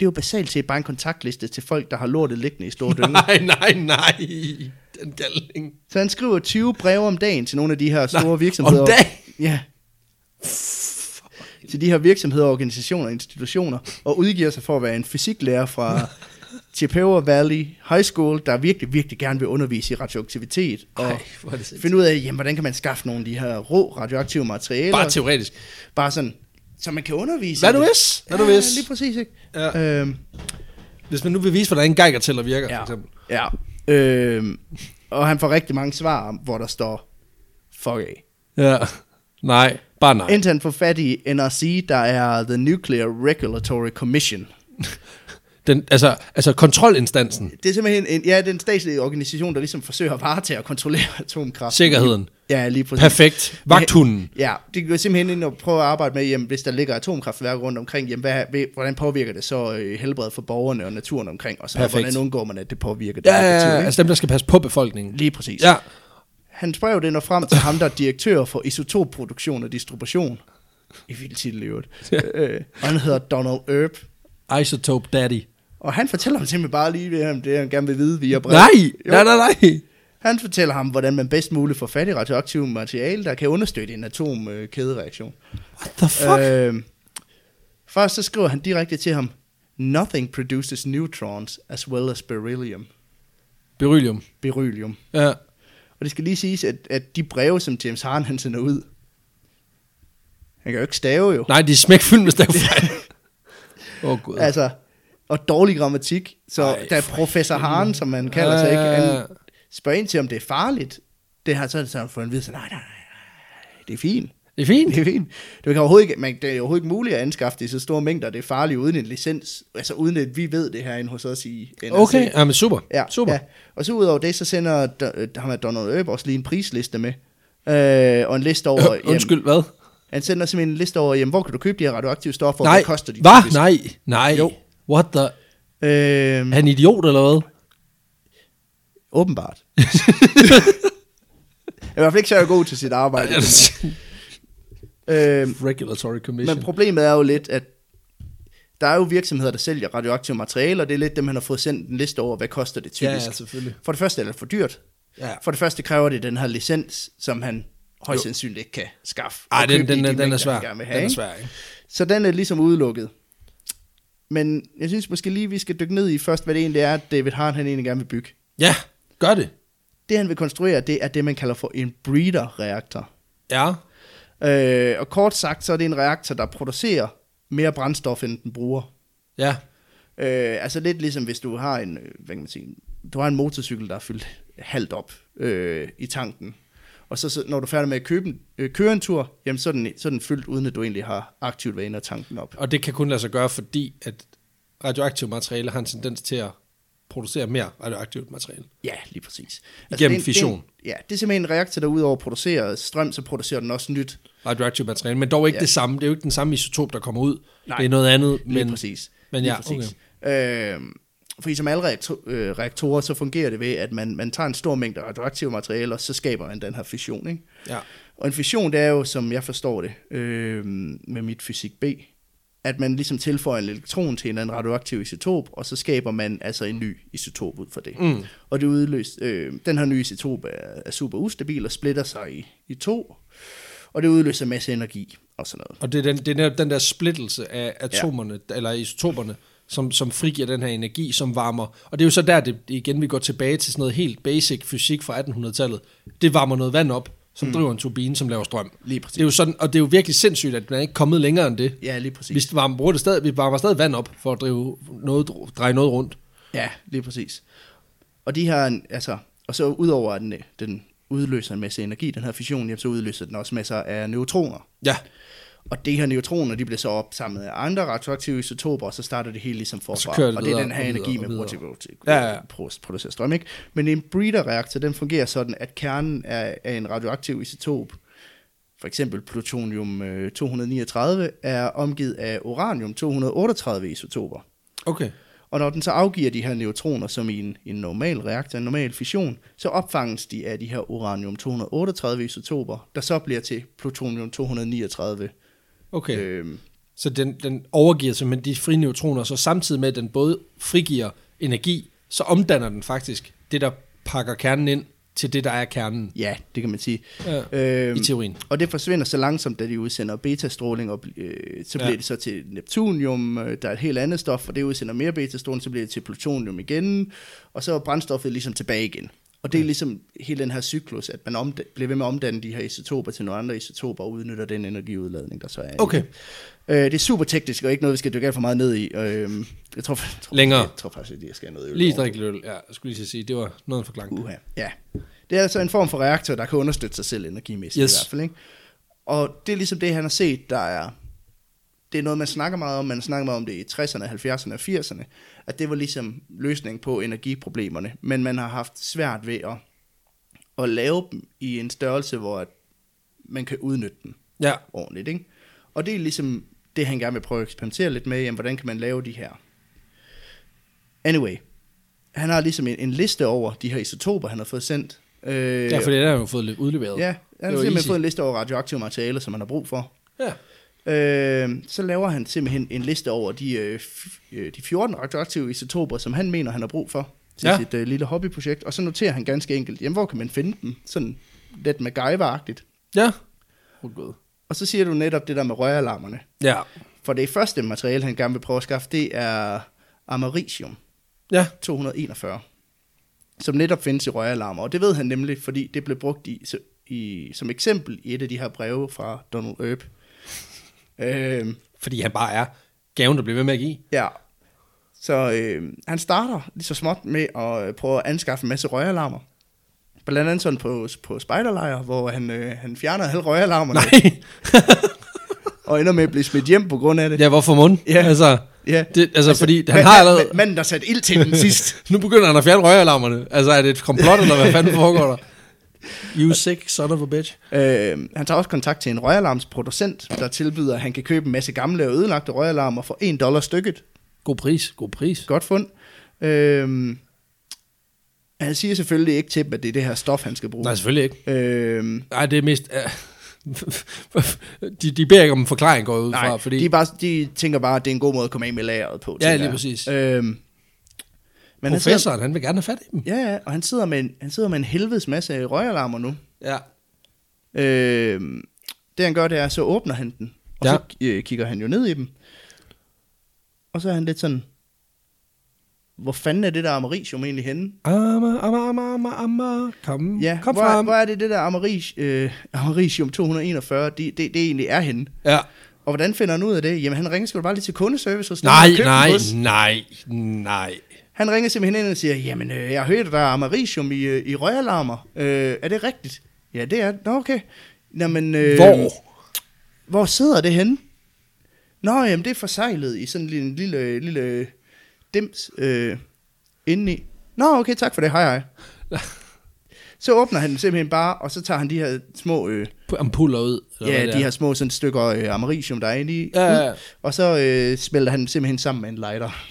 Speaker 1: det er jo basalt set bare en kontaktliste til folk, der har lortet liggende i store dynger.
Speaker 2: *laughs* Nej, nej, nej. Den galning.
Speaker 1: Så han skriver 20 breve om dagen til nogle af de her store
Speaker 2: Nej, om
Speaker 1: virksomheder.
Speaker 2: dagen?
Speaker 1: Ja. Til de her virksomheder, organisationer og institutioner, og udgiver sig for at være en fysiklærer
Speaker 2: *laughs*
Speaker 1: fra Chippewa Valley High School, der virkelig, virkelig gerne vil undervise i radioaktivitet, og
Speaker 2: Ej, hvor er det sindssygt.
Speaker 1: finde ud af, jamen, hvordan kan man skaffe nogle af de her rå radioaktive materialer.
Speaker 2: Bare teoretisk.
Speaker 1: Bare sådan, så man kan undervise.
Speaker 2: Hvad
Speaker 1: i
Speaker 2: nu
Speaker 1: det.
Speaker 2: hvis? Hvad nu
Speaker 1: ja,
Speaker 2: hvis?
Speaker 1: lige præcis, ikke?
Speaker 2: Ja.
Speaker 1: Øhm,
Speaker 2: Hvis man nu vil vise, hvordan en geigertæller virker, ja.
Speaker 1: Ja.
Speaker 2: for eksempel.
Speaker 1: Ja. Øhm, og han får rigtig mange svar, hvor der står, fuck af.
Speaker 2: Ja. Nej, bare nej.
Speaker 1: Indtil han får fat i NRC, der er The Nuclear Regulatory Commission.
Speaker 2: Den, altså, altså kontrolinstansen.
Speaker 1: Det er simpelthen en, ja, det er en statslig organisation, der ligesom forsøger at varetage og kontrollere *laughs* atomkraft.
Speaker 2: Sikkerheden.
Speaker 1: Ja, lige præcis.
Speaker 2: Perfekt. Vagthunden.
Speaker 1: Ja, det går simpelthen ind og prøve at arbejde med, jamen, hvis der ligger atomkraftværker rundt omkring, jamen, hvad, ved- hvordan påvirker det så øh, helbredet for borgerne og naturen omkring os? Og
Speaker 2: Perfekt.
Speaker 1: hvordan undgår man, at det påvirker det?
Speaker 2: Ja, ja,
Speaker 1: negativt,
Speaker 2: ja.
Speaker 1: ikke?
Speaker 2: Altså dem, der skal passe på befolkningen.
Speaker 1: Lige præcis.
Speaker 2: Ja.
Speaker 1: Hans brev det når frem til ham, der er direktør for isotopproduktion og distribution. I vild titel i øvrigt. Øh, og han hedder Donald Erb.
Speaker 2: Isotope Daddy.
Speaker 1: Og han fortæller ham simpelthen bare lige, hvad han- det han gerne vil vide via brev.
Speaker 2: Nej,
Speaker 1: Jo.
Speaker 2: nej, nej, nej.
Speaker 1: Han fortæller ham, hvordan man bedst muligt får fat i radioaktive materiale, der kan understøtte en atomkædereaktion.
Speaker 2: What the fuck? Øh.
Speaker 1: Øh, først så skriver han direkte til ham, Nothing produces neutrons as well as beryllium.
Speaker 2: Beryllium.
Speaker 1: beryllium.
Speaker 2: Ja.
Speaker 1: Og det skal lige siges, at, at de breve, som James Harden han sender ud, han kan jo ikke stave jo.
Speaker 2: Nej, de er smækfyldt med
Speaker 1: *laughs*
Speaker 2: stavefejl. Åh, oh, gud.
Speaker 1: Altså, og dårlig grammatik. Så
Speaker 2: Ej,
Speaker 1: Ej, der er
Speaker 2: for Øh.
Speaker 1: professor Harden, som man kalder sig, ikke?
Speaker 2: Ja.
Speaker 1: Han spørger ind til, om det er farligt. Det har sådan, så han får en vide, så nej, nej, nej, nej, det er fint. *laughs*
Speaker 2: Det er fint.
Speaker 1: Det er fint. Det, kan overhovedet ikke, man, det er overhovedet ikke muligt at anskaffe det i så store mængder. Det er farligt uden en licens. Altså uden at vi ved det herinde hos os i NRC.
Speaker 2: Okay, ja, men super.
Speaker 1: Ja,
Speaker 2: super.
Speaker 1: Ja. Og så udover det, så sender Do- øh, ham her Donald Øb også lige en prisliste med. Øh, og en liste over...
Speaker 2: Øh, Undskyld, hvad?
Speaker 1: Jamen, han sender simpelthen en liste over, jamen, hvor kan du købe de her radioaktive stoffer, og
Speaker 2: nej,
Speaker 1: hvad koster de?
Speaker 2: Hva?
Speaker 1: typisk?
Speaker 2: Nej, nej. Jo.
Speaker 1: Jo.
Speaker 2: What the? Er
Speaker 1: Øh,
Speaker 2: han idiot eller hvad?
Speaker 1: åbenbart. *laughs* Jeg er i hvert fald ikke så god til sit arbejde. øh,
Speaker 2: *laughs* Regulatory Commission.
Speaker 1: men problemet er jo lidt, at der er jo virksomheder, der sælger radioaktive materialer, og det er lidt dem, han har fået sendt en liste over, hvad koster det typisk.
Speaker 2: Ja, ja, selvfølgelig.
Speaker 1: For det første er det for dyrt.
Speaker 2: Ja.
Speaker 1: For det første kræver det den her licens, som han højst sandsynligt ikke kan skaffe.
Speaker 2: Ej,
Speaker 1: og
Speaker 2: den,
Speaker 1: købe i
Speaker 2: den,
Speaker 1: de
Speaker 2: den, den
Speaker 1: mængder,
Speaker 2: er svær.
Speaker 1: han gerne vil have,
Speaker 2: den er
Speaker 1: ikke?
Speaker 2: svær, ikke?
Speaker 1: Så den er ligesom udelukket. Men jeg synes måske lige, vi skal dykke ned i først, hvad det egentlig er, David Hart han egentlig gerne vil bygge.
Speaker 2: Ja, gør det.
Speaker 1: Det han vil konstruere, det er det, man kalder for en breeder-reaktor.
Speaker 2: Ja.
Speaker 1: Øh, og kort sagt, så er det en reaktor, der producerer mere brændstof, end den bruger.
Speaker 2: Ja.
Speaker 1: Øh, altså lidt ligesom hvis du har en, øh, hvad kan man sige, du har en motorcykel, der er fyldt halvt op øh, i tanken. Og så, så når du er færdig med at købe, en- øh, køre en tur, jamen så er, den, så er den fyldt, uden at du egentlig har aktivt været inde og tanken op.
Speaker 2: Og det kan kun lade sig gøre, fordi at radioaktive materiale har en tendens til at producere mere radioaktivt materiale.
Speaker 1: Ja, lige præcis. Altså,
Speaker 2: Igennem
Speaker 1: det er en-
Speaker 2: fission.
Speaker 1: Det er, en- ja, det er simpelthen en reaktor, der udover producerer strøm, så producerer den også nyt.
Speaker 2: Radioaktivt materiale, men dog ikke
Speaker 1: Ja.
Speaker 2: ja. det samme. Det er jo ikke den samme isotop, der kommer ud.
Speaker 1: Nej.
Speaker 2: Nej. Det er noget andet, men
Speaker 1: Lige men, præcis.
Speaker 2: men
Speaker 1: lige
Speaker 2: ja,
Speaker 1: præcis. Okay. Øhm, fordi som alle reaktor, øh, reaktorer, så fungerer det ved, at man, man tager en stor mængde radioaktive materialer, så skaber man den her fission. Ikke?
Speaker 2: ja.
Speaker 1: Og en fission, det er jo, som jeg forstår det, øh, med mit fysik B, at man ligesom tilføjer en elektron til en eller anden radioaktiv isotop, og så skaber man altså en ny isotop ud fra det.
Speaker 2: Mm.
Speaker 1: Og det udløst, øh, den her nye isotop er, er super ustabil og splitter sig i, i to, og det udløser en masse energi og sådan noget.
Speaker 2: Og det er, den, det er netop den der splittelse af atomerne, ja. eller isotoperne, som, som frigiver den her energi, som varmer. Og det er jo så der, det, igen vi går tilbage til sådan noget helt basic fysik fra 1800-tallet. Det varmer noget vand op, som mm. driver en turbine, som laver strøm.
Speaker 1: Lige
Speaker 2: Det er jo sådan, og det er jo virkelig sindssygt, at man ikke er kommet længere end det.
Speaker 1: Ja, lige præcis.
Speaker 2: Vi varmer, bruger det stadig, vi varmer stadig vand op for at drive noget, dreje noget rundt.
Speaker 1: Ja, lige præcis. Og de her, altså, og så udover at den, øh, den udløser en masse energi, den her fission, jamen, så udløser den også masser af neutroner.
Speaker 2: Ja,
Speaker 1: Og de her neutroner, de bliver så opsamlet af andre radioaktive isotoper, og så starter det hele ligesom forfra.
Speaker 2: Og så kører det
Speaker 1: og det er
Speaker 2: videre,
Speaker 1: den her
Speaker 2: og videre,
Speaker 1: energi,
Speaker 2: og
Speaker 1: man bruger til
Speaker 2: videre.
Speaker 1: til
Speaker 2: Ja, ja, ja.
Speaker 1: at pro- producere strøm. Ikke? Men en breeder-reaktor, den fungerer sådan, at kernen af, af en radioaktiv isotop, for eksempel øh, plutonium-239, er omgivet af uranium-238 isotoper.
Speaker 2: okay.
Speaker 1: Og når den så afgiver de her neutroner som i en, en normal reaktor, en normal fission, så opfanges de af de her uranium-238 isotoper, der så bliver til plutonium-239.
Speaker 2: okay. Øh.
Speaker 1: Øhm,
Speaker 2: Så den, den overgiver simpelthen de frie neutroner, så samtidig med, at den både frigiver energi, så omdanner den faktisk det, der pakker kernen ind, til det, der er kernen.
Speaker 1: ja, det kan man sige.
Speaker 2: Ja.
Speaker 1: Øhm,
Speaker 2: I teorien.
Speaker 1: Og det forsvinder så langsomt, da de udsender betastråling, og bl- øh, så
Speaker 2: Ja.
Speaker 1: bliver det så til neptunium, øh, der er et helt andet stof, og det udsender mere betastråling, så bliver det til plutonium igen, og så er brændstoffet ligesom tilbage igen. Og det er ligesom hele den her cyklus, at man omda- bliver ved med at omdanne de her isotoper til nogle andre isotoper, og udnytter den energiudladning, der så er. i
Speaker 2: Okay.
Speaker 1: det. Øh, det er super teknisk, og ikke noget, vi skal dykke alt for meget ned i. Øh, jeg tror, jeg tror,
Speaker 2: Længere.
Speaker 1: Jeg tror faktisk, at jeg skal have noget øl
Speaker 2: Lige
Speaker 1: over.
Speaker 2: drikke lidt øl. Ja, jeg skulle lige til at sige, det var noget for klang.
Speaker 1: Uha. Ja. Det er altså en form for reaktor, der kan understøtte sig selv energimæssigt yes.
Speaker 2: Yes.
Speaker 1: i hvert fald. Ikke? Og det er ligesom det, han har set, der er... Det er noget, man snakker meget om. Man snakker meget om det i 60'erne, 70'erne og 80'erne. At det var ligesom løsningen på energiproblemerne. Men man har haft svært ved at, at lave dem i en størrelse, hvor at man kan udnytte dem
Speaker 2: Ja,
Speaker 1: ordentligt. Ikke? Og det er ligesom det, han gerne vil prøve at eksperimentere lidt med. Jamen, hvordan kan man lave de her? Anyway, han har ligesom en, en liste over de her isotoper, han har fået sendt. Øh,
Speaker 2: ja for det har jo fået lidt udleveret.
Speaker 1: ja, han
Speaker 2: det var
Speaker 1: har simpelthen
Speaker 2: easy.
Speaker 1: fået en liste over radioaktive materialer, som han har brug for.
Speaker 2: ja.
Speaker 1: Øh, så laver han simpelthen en liste over de, øh, f- øh, de 14 radioaktive isotoper, som han mener, han har brug for til ja.
Speaker 2: Ja.
Speaker 1: sit øh, lille hobbyprojekt. Og så noterer han ganske enkelt, jamen, hvor kan man finde dem? Sådan lidt MacGyver-agtigt.
Speaker 2: Ja.
Speaker 1: Og så siger du netop det der med røgalarmerne.
Speaker 2: Ja.
Speaker 1: For det første materiale, han gerne vil prøve at skaffe, det er americium
Speaker 2: Ja.
Speaker 1: 241, som netop findes i røgalarmer. Og det ved han nemlig, fordi det blev brugt i, i, som eksempel i et af de her breve fra Donald Earp. Øhm,
Speaker 2: Fordi han bare er gaven, der bliver ved med at give.
Speaker 1: ja. Så øh, han starter lige så småt med at øh, prøve at anskaffe en masse røgalarmer. Blandt andet sådan på, på spejderlejre, hvor han, øh, han fjerner alle røgalarmerne
Speaker 2: Nej. *laughs*
Speaker 1: og ender med at blive smidt hjem på grund af det.
Speaker 2: ja, hvorfor mund?
Speaker 1: Ja.
Speaker 2: Altså,
Speaker 1: Ja.
Speaker 2: det, altså, fordi han
Speaker 1: mand-
Speaker 2: har
Speaker 1: mand-
Speaker 2: allerede...
Speaker 1: Manden, der satte ild til den sidst.
Speaker 2: Nu begynder han at fjerne røgalarmerne. Altså, er det et komplot, eller hvad
Speaker 1: *laughs*
Speaker 2: fanden foregår der? You sick son of a bitch.
Speaker 1: Øh, han tager også kontakt til en røgalarmsproducent, der tilbyder, at han kan købe en masse gamle og ødelagte røgalarmer for 1 dollar stykket.
Speaker 2: God pris, god pris.
Speaker 1: Godt fund. Øh, han siger selvfølgelig ikke til dem, at det er det her stof, han skal bruge.
Speaker 2: Uh. Nej, selvfølgelig ikke.
Speaker 1: Øh,
Speaker 2: Nej, det er mest... Uh, *laughs* de, de beder ikke om en forklaring, går jeg ud
Speaker 1: nej,
Speaker 2: fra, fordi...
Speaker 1: de, er bare, de tænker bare, at det er en god måde at komme af med lageret på.
Speaker 2: Ja,
Speaker 1: tænker
Speaker 2: lige
Speaker 1: jeg.
Speaker 2: præcis.
Speaker 1: Øh, men han sidder,
Speaker 2: professoren, han vil gerne have fat i dem.
Speaker 1: ja, ja, og han sidder, med en, han sidder med en helvedes masse røgalarmer nu.
Speaker 2: Ja.
Speaker 1: Øh, det han gør, det er, så åbner han den, og ja.
Speaker 2: Ja.
Speaker 1: så øh, kigger han jo ned i dem. Og så er han lidt sådan, hvor fanden er det der Americium egentlig henne?
Speaker 2: Amma, amma, amma, amma, amma. Kom,
Speaker 1: Ja,
Speaker 2: kom
Speaker 1: hvor,
Speaker 2: frem.
Speaker 1: hvor er det det der Americ, øh, Americium 241, det, det, det egentlig er henne?
Speaker 2: Ja.
Speaker 1: Og hvordan finder han ud af det? Jamen, han ringer sgu da bare lige til kundeservice hos dem,
Speaker 2: Nej,
Speaker 1: der købte den
Speaker 2: nej,
Speaker 1: hos.
Speaker 2: nej, nej.
Speaker 1: Han ringer simpelthen ind og siger, jamen, øh, jeg hørte, der er americium i, øh, i røgalarmer. Øh, er det rigtigt? Ja, det er det. Nå, okay. Jamen, øh,
Speaker 2: Hvor?
Speaker 1: Hvor sidder det henne? Nå, jamen, det er forsejlet i sådan en lille, lille, lille dims øh, indeni. Nå, okay, tak for det. Hej,
Speaker 2: *laughs*
Speaker 1: hej. Så åbner han simpelthen bare, og så tager han de her små, øh,
Speaker 2: P- Ampuller ud. eller hvad
Speaker 1: ja,
Speaker 2: det
Speaker 1: de
Speaker 2: er.
Speaker 1: her små sådan stykker øh, americium, der er inde i,
Speaker 2: Ja, ja, ja.
Speaker 1: ud, og så øh, smelter han simpelthen sammen med en lighter.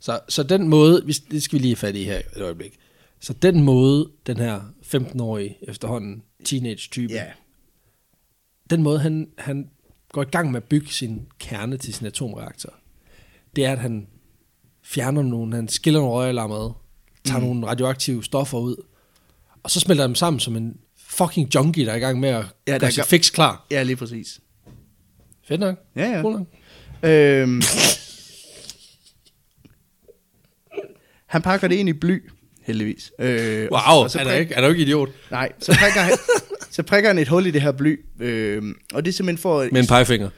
Speaker 2: Så, så den måde, vi, det skal vi lige have fat i her et øjeblik. Så den måde, den her 15-årige efterhånden teenage-type,
Speaker 1: Ja,
Speaker 2: den måde, han, han går i gang med at bygge sin kerne til sin atomreaktor, det er, at han fjerner nogle, han skiller nogle røgalarmer ad, tager mm. nogle radioaktive stoffer ud, og så smelter dem sammen som en fucking junkie, der er i gang med at
Speaker 1: der
Speaker 2: ja,
Speaker 1: er
Speaker 2: gøre sig
Speaker 1: gang-
Speaker 2: fix klar.
Speaker 1: ja lige præcis.
Speaker 2: Fedt nok.
Speaker 1: Ja, ja.
Speaker 2: Cool nok.
Speaker 1: Øhm, han pakker det ind i bly, heldigvis. Øh, og-
Speaker 2: Wow,
Speaker 1: og så
Speaker 2: er,
Speaker 1: prik-
Speaker 2: der ikke, er der ikke idiot?
Speaker 1: Nej, så prikker, han, så prikker han et hul i det her bly, øh, og det er simpelthen for...
Speaker 2: Med en pegefinger.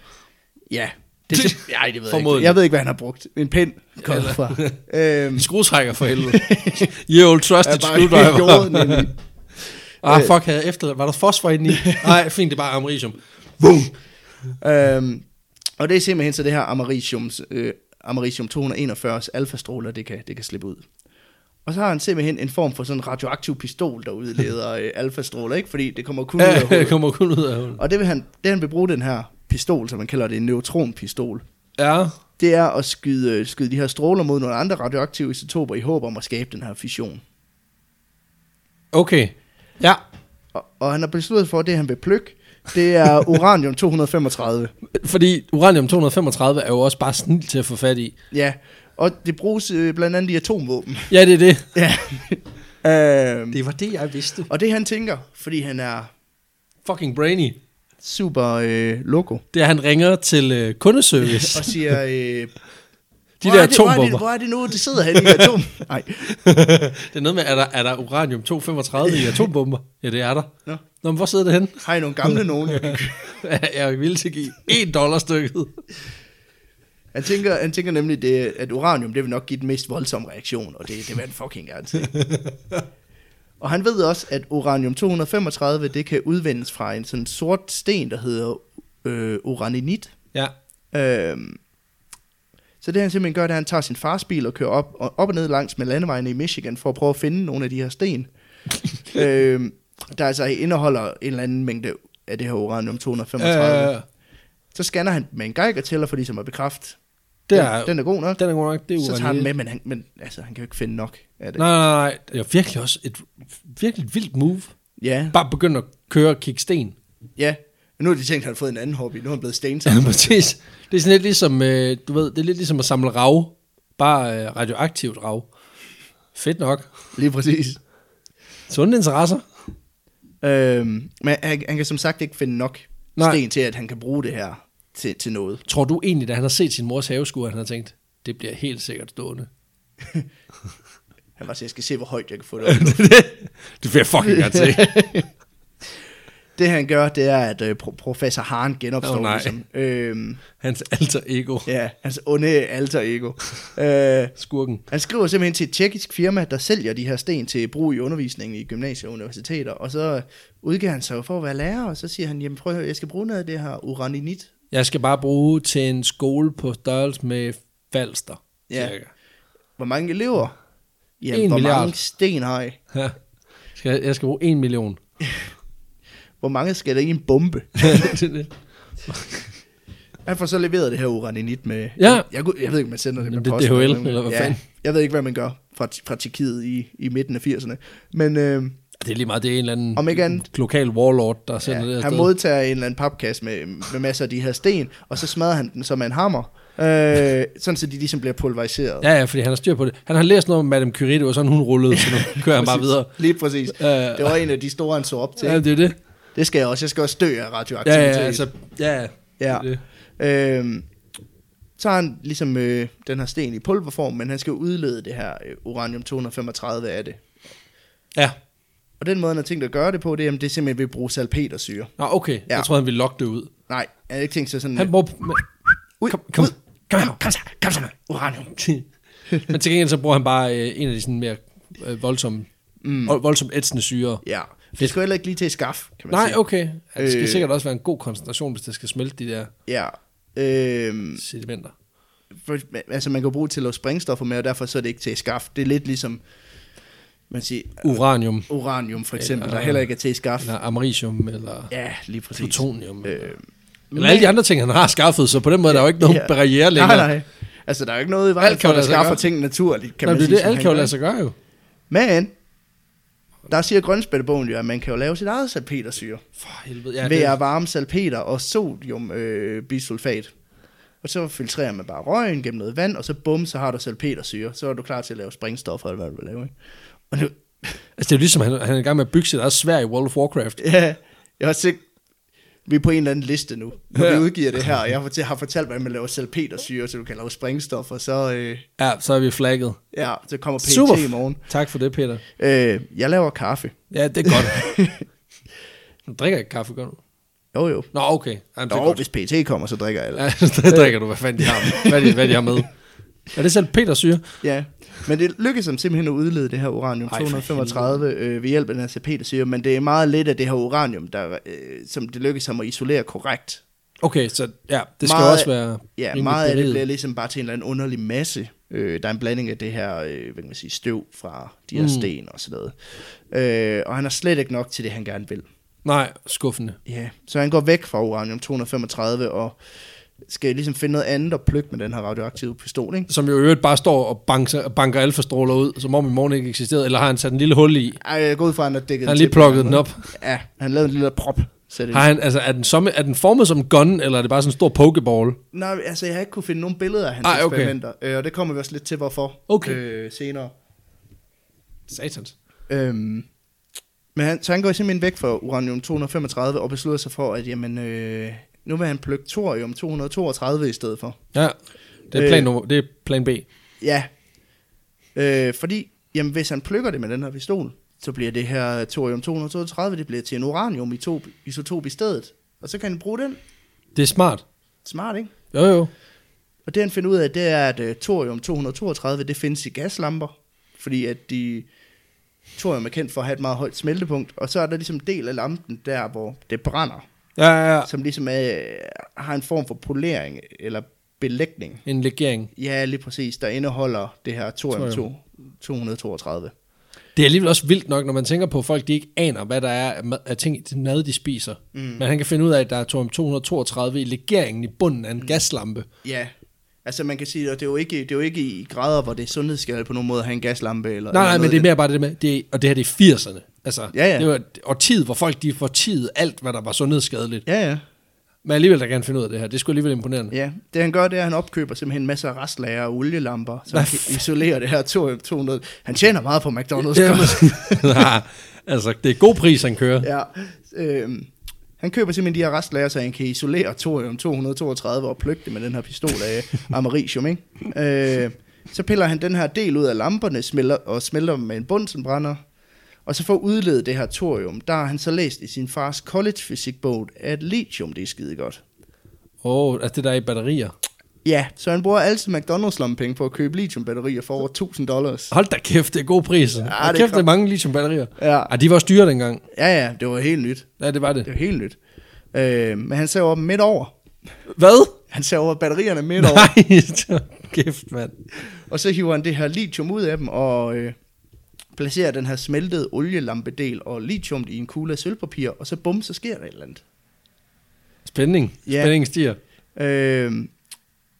Speaker 1: Ja, det, er sim- *laughs* Ej, det ved jeg ikke.
Speaker 2: Formodentlig.
Speaker 1: Jeg ved ikke, hvad han har brugt. En pind kom *laughs* fra. Øhm,
Speaker 2: En skruetrækker for *laughs* helvede. Ye old trusted
Speaker 1: gjorde den
Speaker 2: screwdriver.
Speaker 1: nemlig.
Speaker 2: *laughs* ah, fuck, havde jeg efter, var der fosfor
Speaker 1: *laughs*
Speaker 2: inde i? Nej, fint, det er bare americium.
Speaker 1: øhm, og det er simpelthen så det her americiums, øh, americium 241's alfastråler, det kan, det kan slippe ud. Og så har han simpelthen en form for sådan en radioaktiv pistol, der *laughs* udleder øh, alfastråler, ikke? Fordi det kommer kun ud af
Speaker 2: *laughs* Ja, det
Speaker 1: hovedet.
Speaker 2: kommer kun ud af hullet.
Speaker 1: Og det vil han, det han vil bruge den her pistol, som man kalder det en neutronpistol,
Speaker 2: Ja,
Speaker 1: det er at skyde, øh, skyde de her stråler mod nogle andre radioaktive isotoper i håb om at skabe den her fission.
Speaker 2: okay. Ja,
Speaker 1: Og, og han har besluttet for, at det han vil plukke,
Speaker 2: *laughs*
Speaker 1: det er uranium 235.
Speaker 2: fordi uranium-235 er jo også bare snilt til at få fat i.
Speaker 1: Ja, og det bruges øh, blandt andet i atomvåben.
Speaker 2: Ja, det er det.
Speaker 1: Ja. *laughs* øhm,
Speaker 2: Det var det, jeg vidste.
Speaker 1: og det han tænker, fordi han er
Speaker 2: Fucking brainy.
Speaker 1: super øh, loco,
Speaker 2: Det er, han ringer til øh, kundeservice.
Speaker 1: *laughs* og siger, øh,
Speaker 2: *laughs* De
Speaker 1: hvor
Speaker 2: der
Speaker 1: er det, hvor, er
Speaker 2: atombomber.
Speaker 1: det, hvor er det nu, det sidder henne i atom?
Speaker 2: *laughs*
Speaker 1: Nej,
Speaker 2: det er noget med, er der, er der uranium-235
Speaker 1: *laughs*
Speaker 2: i atombomber? Ja, det er der.
Speaker 1: Nå.
Speaker 2: Nå, men hvor sidder det henne? *laughs*
Speaker 1: har I nogle gamle nogen? jeg kan købe?
Speaker 2: jeg er villig til at give 1 dollar stykket.
Speaker 1: Han tænker, han tænker nemlig, det, at uranium det vil nok give den mest voldsomme reaktion, og det, det vil han fucking
Speaker 2: *laughs*
Speaker 1: gerne til. og han ved også, at uranium-235 det kan udvindes fra en sådan sort sten, der hedder øh, uraninit.
Speaker 2: Ja,
Speaker 1: Øhm, så det han simpelthen gør, det er, at han tager sin fars bil og kører op og, op og ned langs med landevejene i Michigan for at prøve at finde nogle af de her
Speaker 2: *laughs*
Speaker 1: sten, øhm, der altså indeholder en eller anden mængde af det her uranium-235.
Speaker 2: Øh,
Speaker 1: Så scanner han med en geigertæller for ligesom at bekræfte,
Speaker 2: det
Speaker 1: den,
Speaker 2: er,
Speaker 1: den er god nok.
Speaker 2: den er god nok. Det er
Speaker 1: Så tager han
Speaker 2: uranil.
Speaker 1: med, men, han, men altså, han kan jo ikke finde nok af det.
Speaker 2: Nej, nej, nej. Det er virkelig også et virkelig vildt move.
Speaker 1: Ja,
Speaker 2: Bare begynde at køre og kigge sten.
Speaker 1: ja. Men nu har de tænkt, at han har fået en anden hobby. Nu er han blevet
Speaker 2: Ja, *laughs*
Speaker 1: stensamler.
Speaker 2: præcis. Det er sådan lidt ligesom, øh, du ved, det er lidt ligesom at samle rav. Bare øh, radioaktivt rav. Fedt nok.
Speaker 1: Lige præcis.
Speaker 2: Sunde interesser.
Speaker 1: Øhm, men han, han kan som sagt ikke finde nok
Speaker 2: Nej.
Speaker 1: Nej. sten til, at han kan bruge det her til, til noget.
Speaker 2: Tror du egentlig, da han har set sin mors haveskue, at han har tænkt, det bliver helt sikkert stående.
Speaker 1: Han var så jeg skal se, hvor højt jeg kan få det.
Speaker 2: *laughs*
Speaker 1: op."
Speaker 2: det vil jeg fucking gerne se.
Speaker 1: det han gør, det er, at øh, pro- professor Hahn genopstår.
Speaker 2: Åh, nej.
Speaker 1: ligesom. øhm,
Speaker 2: *laughs* Hans alter ego.
Speaker 1: ja, hans onde alter ego. øh,
Speaker 2: Skurken.
Speaker 1: Han skriver simpelthen til et tjekkisk firma, der sælger de her sten til brug i undervisningen i gymnasier og universiteter, og så udgiver han sig jo for at være lærer, og så siger han, jamen prøv at høre, jeg skal bruge noget af det her uraninit.
Speaker 2: Jeg skal bare bruge til en skole på størrelse med Falster.
Speaker 1: Ja.
Speaker 2: cirka.
Speaker 1: Hvor mange elever? Jamen,
Speaker 2: En
Speaker 1: hvor
Speaker 2: milliard.
Speaker 1: mange sten har I?
Speaker 2: Ja. Skal, jeg skal bruge en million.
Speaker 1: Hvor mange skal der i en bombe?
Speaker 2: Det er det.
Speaker 1: Han får så leveret det her uraninit med...
Speaker 2: Ja.
Speaker 1: Jeg, kunne- jeg ved ikke, man sender det med
Speaker 2: Jamen, det er
Speaker 1: posten
Speaker 2: DHL,
Speaker 1: eller noget.
Speaker 2: eller hvad
Speaker 1: ja,
Speaker 2: fanden?
Speaker 1: Jeg ved ikke, hvad man gør fra, fra Tjekkiet i, i midten af 80'erne. Men øh,
Speaker 2: det er lige meget, det er en eller anden
Speaker 1: Om ikke andet.
Speaker 2: lokal warlord, der sender ja,
Speaker 1: ja,
Speaker 2: det
Speaker 1: han
Speaker 2: afsted.
Speaker 1: modtager en eller anden papkasse med, med masser af de her sten, og så smadrer han den som en hammer. Øh, sådan så de ligesom bliver pulveriseret.
Speaker 2: Ja, ja, fordi han har styr på det. Han har læst noget om Madame Curie, det var sådan, hun rullede, så *laughs* nu kører han bare
Speaker 1: Præcis.
Speaker 2: videre.
Speaker 1: Lige præcis.
Speaker 2: Øh.
Speaker 1: Det var en af de store, han så op til.
Speaker 2: Ja, det er det.
Speaker 1: Det skal jeg også. Jeg skal også dø af
Speaker 2: Ja,
Speaker 1: radioaktivitet.
Speaker 2: ja, altså, ja, ja.
Speaker 1: Ja.
Speaker 2: Det er det.
Speaker 1: Øhm, Så har han ligesom øh, den her sten i pulverform, men han skal jo udlede det her øh, uranium-235 af det.
Speaker 2: Ja.
Speaker 1: Og den måde, han har tænkt at gøre det på, det, er, jamen, det er simpelthen ved at bruge salpetersyre.
Speaker 2: Nå, okay. Ja.
Speaker 1: Ja.
Speaker 2: Jeg tror han ville lokke det ud.
Speaker 1: Nej, jeg har ikke tænkt sig sådan...
Speaker 2: Han bruger...
Speaker 1: ud,
Speaker 2: Kom, kom,
Speaker 1: ud.
Speaker 2: kom, her, kom, så, kom så, uranium. *laughs* Men til gengæld så bruger han bare øh, en af de sådan mere øh, voldsomme, mm. voldsomt ætsende syre.
Speaker 1: Ja, det skal jo heller ikke lige til at skaffe, kan man
Speaker 2: Nej,
Speaker 1: sige.
Speaker 2: okay. Ja, det skal øh. Mm.
Speaker 1: Øh.
Speaker 2: sikkert også være en god koncentration, hvis det skal smelte de der
Speaker 1: Ja, øhm,
Speaker 2: sedimenter.
Speaker 1: for, altså man kan jo bruge det til at lave sprængstoffer med, og derfor så er det ikke til at skaffe. Det er lidt ligesom, man siger,
Speaker 2: Uranium,
Speaker 1: uranium for eksempel,
Speaker 2: Eller-
Speaker 1: der heller ikke er til at skaffe.
Speaker 2: eller americium, eller
Speaker 1: Ja, lige præcis.
Speaker 2: plutonium. Øh.
Speaker 1: Øh,
Speaker 2: Eller alle de andre ting, han har skaffet, så på den måde der er der jo ikke nogen ja. barriere længere.
Speaker 1: Nej, nej. Altså, der er jo ikke noget i
Speaker 2: Alt
Speaker 1: vejen
Speaker 2: kan
Speaker 1: for,
Speaker 2: jo
Speaker 1: at
Speaker 2: lade sig
Speaker 1: skaffer
Speaker 2: gøre.
Speaker 1: ting naturligt, kan
Speaker 2: Nå,
Speaker 1: man
Speaker 2: det, er
Speaker 1: sige.
Speaker 2: det
Speaker 1: som
Speaker 2: alt
Speaker 1: han
Speaker 2: kan jo
Speaker 1: gør.
Speaker 2: lade sig gøre jo.
Speaker 1: Men, der siger grønspættebogen jo, at man kan jo lave sit eget salpetersyre.
Speaker 2: For helvede. Ja,
Speaker 1: Ja, ved
Speaker 2: det,
Speaker 1: at varme salpeter og sodium øh, bisulfat. Og så filtrerer man bare røgen gennem noget vand, og så bum, så har du salpetersyre. Så er du klar til at lave springstoffer, eller hvad du vil lave. Ikke? Og nu, *laughs*
Speaker 2: altså, det er jo ligesom, han, han er i gang med at bygge sit eget svær i World of Warcraft.
Speaker 1: Ja, jeg har set, vi er på en eller anden liste nu, når
Speaker 2: Ja.
Speaker 1: vi udgiver det her, og jeg har fortalt- har fortalt, hvordan man laver salpetersyre, så du kan lave springstoffer, så, øh,
Speaker 2: Ja, så er vi flagget.
Speaker 1: ja, så kommer PT
Speaker 2: Super.
Speaker 1: i morgen.
Speaker 2: Tak for det, Peter.
Speaker 1: Øh, jeg laver kaffe.
Speaker 2: Ja, det
Speaker 1: *laughs*
Speaker 2: er godt. du drikker ikke kaffe, gør du?
Speaker 1: Jo jo.
Speaker 2: Nå, okay. Jamen, det er
Speaker 1: Nå,
Speaker 2: godt.
Speaker 1: hvis PT kommer, så drikker jeg.
Speaker 2: Ja, *laughs*
Speaker 1: Ja.
Speaker 2: der drikker du, hvad fanden de har med. Hvad de, hvad de *laughs* har med. Er det selv Petersyre?
Speaker 1: ja. Men det lykkedes ham simpelthen at udlede det her
Speaker 2: Ej, for
Speaker 1: uranium-235 øh, ved hjælp af den her salpetersyre, men det er meget lidt af det her uranium, der, øh, som det lykkedes ham at isolere korrekt.
Speaker 2: Okay, så ja, det skal
Speaker 1: Meget-
Speaker 2: også være
Speaker 1: Ja,
Speaker 2: rimelig
Speaker 1: meget af det
Speaker 2: beriget.
Speaker 1: bliver ligesom bare til en eller anden underlig masse. Øh, der er en blanding af det her, øh, hvad kan man sige, støv fra de her
Speaker 2: Mm.
Speaker 1: mm. sten og sådan noget. Øh, og han har slet ikke nok til det, han gerne vil.
Speaker 2: Nej, skuffende.
Speaker 1: Ja, så han går væk fra uranium-235 og skal ligesom finde noget andet at plukke med den her radioaktive pistol, ikke?
Speaker 2: Som jo i øvrigt bare står og banker, banker alfastråler ud, som om i morgen ikke eksisterede, eller har han sat en lille hul i?
Speaker 1: Ej, jeg går ud fra, at han har
Speaker 2: Han
Speaker 1: dækket
Speaker 2: har
Speaker 1: til
Speaker 2: lige
Speaker 1: på en
Speaker 2: plukket
Speaker 1: eller
Speaker 2: den op.
Speaker 1: anden måde. Ja, han lavede en lille prop. Så det.
Speaker 2: Har han, altså, er den, som, er den formet som en gun, eller er det bare sådan en stor pokeball?
Speaker 1: Nej, altså jeg har ikke kunne finde nogen billeder af hans
Speaker 2: Ej, okay.
Speaker 1: eksperimenter, øh, og det kommer vi også lidt til, hvorfor
Speaker 2: Okay.
Speaker 1: øh, senere.
Speaker 2: Satans.
Speaker 1: Øhm, men han, så han går simpelthen væk fra uranium-235 og beslutter sig for, at jamen, øh, nu vil han plukke thorium-232 i stedet for.
Speaker 2: Ja, det er
Speaker 1: Øh.
Speaker 2: plan, nummer, det er plan B.
Speaker 1: Ja. Øh, fordi, jamen, hvis han plukker det med den her pistol, så bliver det her thorium-232, det bliver til en uranium-isotop i stedet. Og så kan han bruge den.
Speaker 2: Det er smart.
Speaker 1: Smart, ikke?
Speaker 2: Jo, jo.
Speaker 1: Og det han finder ud af, det er, at uh, thorium-232, det findes i gaslamper, fordi at de, thorium er kendt for at have et meget højt smeltepunkt, og så er der ligesom en del af lampen der, hvor det brænder,
Speaker 2: Ja, ja, ja.
Speaker 1: som ligesom er, har en form for polering eller belægning.
Speaker 2: En legering.
Speaker 1: Ja, lige præcis, der indeholder det her
Speaker 2: Thorium.
Speaker 1: thorium-232.
Speaker 2: Det er alligevel også vildt nok, når man tænker på folk, de ikke aner, hvad der er af mad- af ting til mad, de spiser. Mm. Men han kan finde ud af, at der er thorium 232 i legeringen i bunden af en mm. gaslampe.
Speaker 1: Ja, altså man kan sige, at det er jo ikke, det er jo ikke i grader, hvor det er sundhedsskadeligt på nogen måde at have en gaslampe. Eller,
Speaker 2: Nej,
Speaker 1: eller
Speaker 2: nej, men
Speaker 1: noget
Speaker 2: det er
Speaker 1: af
Speaker 2: mere bare det med, det er, og det her det er 80'erne. Altså,
Speaker 1: Ja, ja.
Speaker 2: det var og tid, hvor folk de fortiede alt, hvad der var sundhedsskadeligt.
Speaker 1: Ja, ja.
Speaker 2: Men alligevel der gerne finde ud af det her. Det skulle alligevel imponerende.
Speaker 1: Ja, det han gør, det er, at han opkøber simpelthen masser af restlager og olielamper, så
Speaker 2: Hvad
Speaker 1: han kan isolere det her thorium 200. Han tjener meget på McDonald's. Ja,
Speaker 2: *laughs* Ja, altså, det er god pris, han kører.
Speaker 1: ja. Øhm, han køber simpelthen de her restlager, så han kan isolere thorium 232 og plukke det med den her pistol af americium, ikke? Øh, så piller han den her del ud af lamperne smelter, og smelter dem med en bunsenbrænder. Og så for at udlede det her thorium, der har han så læst i sin fars college-fysikbog, at lithium, det er skide godt.
Speaker 2: Åh, oh, altså det der er i batterier.
Speaker 1: Ja, så han bruger altid McDonald's lommepenge på at købe lithiumbatterier for over 1000 dollars.
Speaker 2: Hold da kæft, det er god pris. Ja,
Speaker 1: det er
Speaker 2: Hold kæft, det er
Speaker 1: klart.
Speaker 2: mange lithium-batterier.
Speaker 1: Ja.
Speaker 2: Ah, de var også dyre dengang.
Speaker 1: Ja, ja, det var helt nyt.
Speaker 2: Ja, det var det.
Speaker 1: Det var helt nyt. Øh, men han saver dem midt over.
Speaker 2: Hvad?
Speaker 1: Han saver batterierne midt over,
Speaker 2: *laughs* Nej, *laughs* det var- kæft, mand.
Speaker 1: og så hiver han det her lithium ud af dem, og øh, placerer den her smeltede olielampedel og lithium i en kugle af sølvpapir, og så bum, så sker der et eller andet.
Speaker 2: Spænding.
Speaker 1: Ja.
Speaker 2: Spændingen stiger.
Speaker 1: Øh,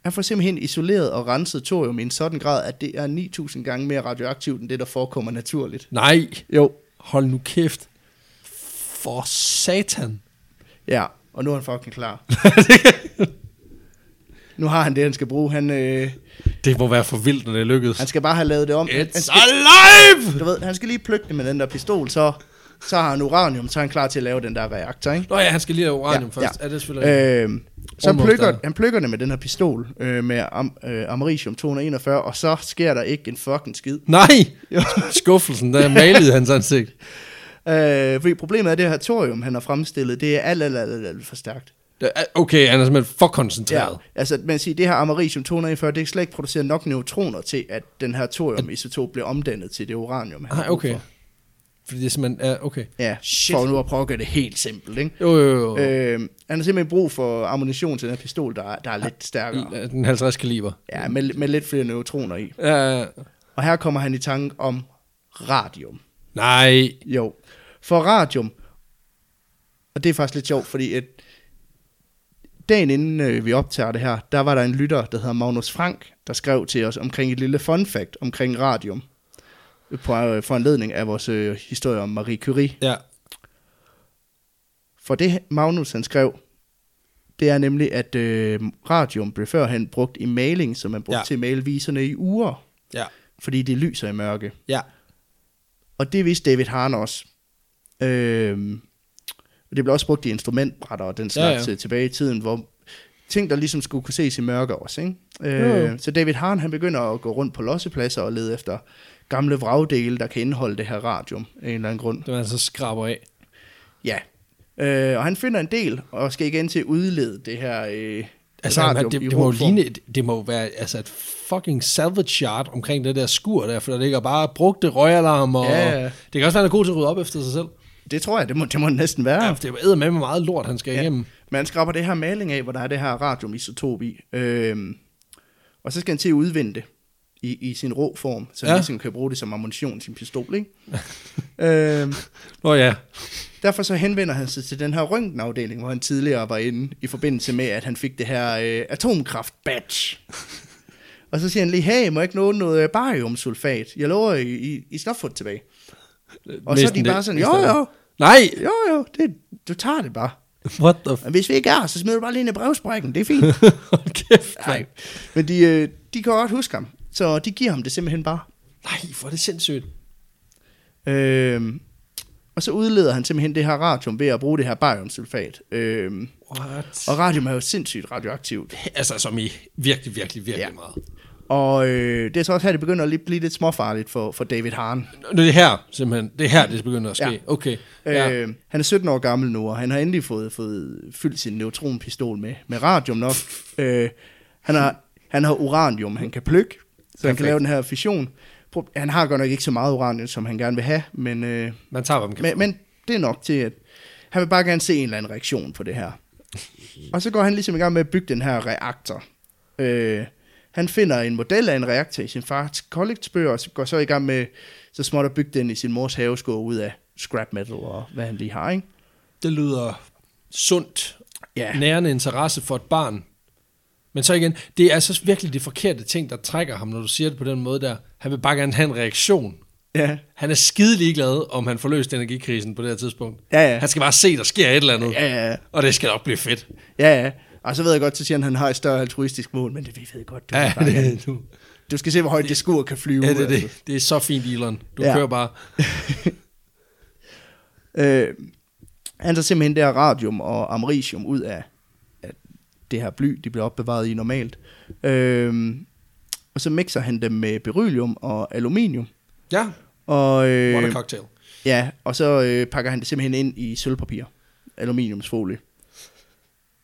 Speaker 1: han får simpelthen isoleret og renset thorium i en sådan grad, at det er 9000 gange mere radioaktivt end det, der forekommer naturligt.
Speaker 2: Nej,
Speaker 1: Jo.
Speaker 2: hold nu kæft. For
Speaker 1: *laughs*
Speaker 2: satan.
Speaker 1: Ja, og nu er han fucking klar. nu har han det, han skal bruge. Han, øh,
Speaker 2: Det må være for vildt, når det lykkedes.
Speaker 1: han skal bare have lavet det om. Han
Speaker 2: It's
Speaker 1: skal,
Speaker 2: alive!
Speaker 1: du ved, han skal lige plukke det med den der pistol, så så har han uranium, så er han klar til at lave den der reaktor, ikke?
Speaker 2: Nå ja, han skal lige have uranium
Speaker 1: Ja,
Speaker 2: ja, først.
Speaker 1: ja.
Speaker 2: Ja. ja, det er selvfølgelig øh,
Speaker 1: Øh, så han
Speaker 2: Almost
Speaker 1: plukker,
Speaker 2: der.
Speaker 1: han plukker det med den her pistol øh, med am, øh, americium 241, og så sker der ikke en fucking skid.
Speaker 2: Nej! Skuffelsen, der malede hans ansigt.
Speaker 1: *laughs* Øh, fordi problemet er, at det her thorium, han har fremstillet, det er alt, alt, alt, alt, alt for stærkt.
Speaker 2: Det er- Okay, han er simpelthen for koncentreret. Ja.
Speaker 1: Altså, man siger, det her americium 241, det er slet ikke produceret nok neutroner til, at den her thorium-isotop bliver omdannet til det uranium, han har
Speaker 2: Ah,
Speaker 1: brug
Speaker 2: okay.
Speaker 1: for.
Speaker 2: Fordi det er simpelthen... Ja, okay.
Speaker 1: Ja,
Speaker 2: Shit.
Speaker 1: for nu at prøve at gøre det helt simpelt, ikke?
Speaker 2: Jo, jo, jo. Øh,
Speaker 1: Øh, han har simpelthen brug for ammunition til den her pistol, der, er- der er lidt stærkere.
Speaker 2: Øh, den 50 kaliber.
Speaker 1: Ja, med, med lidt flere neutroner i.
Speaker 2: Ja.
Speaker 1: Og her kommer han i tanke om radium.
Speaker 2: nej.
Speaker 1: Jo, for radium, og det er faktisk lidt sjovt, fordi at dagen inden øh, vi optager det her, der var der en lytter, der hedder Magnus Frank, der skrev til os omkring et lille fun fact omkring radium, på øh, foranledning af vores øh, historie om Marie Curie.
Speaker 2: Ja.
Speaker 1: For det Magnus han skrev, det er nemlig, at øh, radium blev førhen brugt i maling, som man brugte ja.
Speaker 2: Ja.
Speaker 1: til at male viserne i uger,
Speaker 2: Ja.
Speaker 1: fordi det lyser i mørke.
Speaker 2: Ja.
Speaker 1: Og det vidste David Hahn også. Øhm, og det blev også brugt i instrumentbrætter og den slags
Speaker 2: Ja,
Speaker 1: ja, ja. tilbage i tiden, hvor ting, der ligesom skulle kunne ses i mørke også. Ikke? Øh,
Speaker 2: Jo, jo.
Speaker 1: Så David Hahn, han begynder at gå rundt på lossepladser og lede efter gamle vragdele, der kan indeholde det her radium af en eller anden grund.
Speaker 2: Det var han så skraber af.
Speaker 1: Ja. Øh, og han finder en del, og skal igen til at udlede det her øh,
Speaker 2: Altså,
Speaker 1: radium
Speaker 2: man, det,
Speaker 1: i
Speaker 2: det, må jo
Speaker 1: rå form.
Speaker 2: ligne, et- det må jo være altså et fucking salvage yard omkring det der skur der, for der ligger bare brugte røgalarm, og
Speaker 1: Ja, ja.
Speaker 2: det kan også være, han er god til at rydde op efter sig selv.
Speaker 1: Det tror jeg, det må, det må næsten være.
Speaker 2: Ja. Det er med med meget lort, han skal
Speaker 1: Ja.
Speaker 2: igennem.
Speaker 1: Man skraber det her maling af, hvor der er det her radiumisotop i. Øhm, og så skal han til at udvinde det i, i sin rå form, så han
Speaker 2: Ja.
Speaker 1: ja. ligesom kan bruge det som ammunition i sin
Speaker 2: *laughs*
Speaker 1: pistol, ikke? øhm,
Speaker 2: Nå ja.
Speaker 1: derfor så henvender han sig til den her røntgenafdeling, hvor han tidligere var inde, i forbindelse med, at han fik det her øh, atomkraft-badge. og så siger han lige, hey, må jeg ikke nå noget øh, bariumsulfat? Jeg lover, I, I, I skal nok få det tilbage. Og så er de
Speaker 2: Næsten
Speaker 1: bare
Speaker 2: det.
Speaker 1: sådan, jo
Speaker 2: Næsten
Speaker 1: jo,
Speaker 2: Nej!
Speaker 1: jo jo, det, du tager det bare.
Speaker 2: What the f... *laughs*
Speaker 1: Men hvis vi ikke er, så smider du bare lige ind i brevsprækken, det er fint.
Speaker 2: Hold kæft,
Speaker 1: Nej,
Speaker 2: nej.
Speaker 1: men de, øh, de kan godt huske ham, så de giver ham det simpelthen bare.
Speaker 2: Nej, hvor er det sindssygt.
Speaker 1: Øhm, og så udleder han simpelthen det her radium ved at bruge det her bariumsulfat. Øhm,
Speaker 2: What?
Speaker 1: og radium er jo sindssygt radioaktivt.
Speaker 2: Altså, som i virkelig, virkelig, virkelig
Speaker 1: Ja.
Speaker 2: meget.
Speaker 1: Og øh, det er så også her, det begynder at lige blive lidt småfarligt for, for David Hahn.
Speaker 2: Nå, Det er her, simpelthen. Det er her, det begynder at ske.
Speaker 1: Ja.
Speaker 2: Ja. Okay. Ja.
Speaker 1: Øh, han er 17 år gammel nu, og han har endelig fået, fået fyldt sin neutronpistol med, med radium nok. Øh, han, har, han har uranium, han kan plukke, så han kan
Speaker 2: Perfekt.
Speaker 1: lave den her fission. Pro- Han har godt nok ikke så meget uranium, som han gerne vil have, men... Øh,
Speaker 2: Man tager, hvad man kan.
Speaker 1: Men, men det er nok til, at han vil bare gerne se en eller anden reaktion på det her. Og så går han ligesom i gang med at bygge den her reaktor. Øh, han finder en model af en reaktor i sin fars kollektivbøger, og så går så i gang med så småt at bygge den i sin mors haveskål ud af scrap metal og hvad han lige har, ikke?
Speaker 2: Det lyder sundt,
Speaker 1: Ja.
Speaker 2: nærende interesse for et barn. Men så igen, det er altså virkelig de forkerte ting, der trækker ham, når du siger det på den måde der. Han vil bare gerne have en reaktion.
Speaker 1: Ja,
Speaker 2: Han er skide ligeglad, om han får løst energikrisen på det her tidspunkt.
Speaker 1: Ja, ja.
Speaker 2: Han skal bare se, der sker et eller andet.
Speaker 1: ja, ja.
Speaker 2: Og det skal nok blive fedt.
Speaker 1: ja, ja. Og så ved jeg godt, så siger han, at han har et større altruistisk mål, men det vi ved godt. Du,
Speaker 2: Ja,
Speaker 1: ja,
Speaker 2: *laughs* det,
Speaker 1: det.
Speaker 2: du,
Speaker 1: du skal se, hvor højt det skur kan flyve.
Speaker 2: ja, det,
Speaker 1: altså.
Speaker 2: det, det er så fint, Elon. Du
Speaker 1: Ja.
Speaker 2: ja. kører bare.
Speaker 1: Øh, han tager simpelthen det her radium og americium ud af, af det her bly, de bliver opbevaret i normalt. Øh, og så mixer han dem med beryllium og aluminium.
Speaker 2: Ja,
Speaker 1: Og,
Speaker 2: what a
Speaker 1: øh,
Speaker 2: cocktail.
Speaker 1: ja, og så øh, pakker han det simpelthen ind i sølvpapir. Aluminiumsfolie.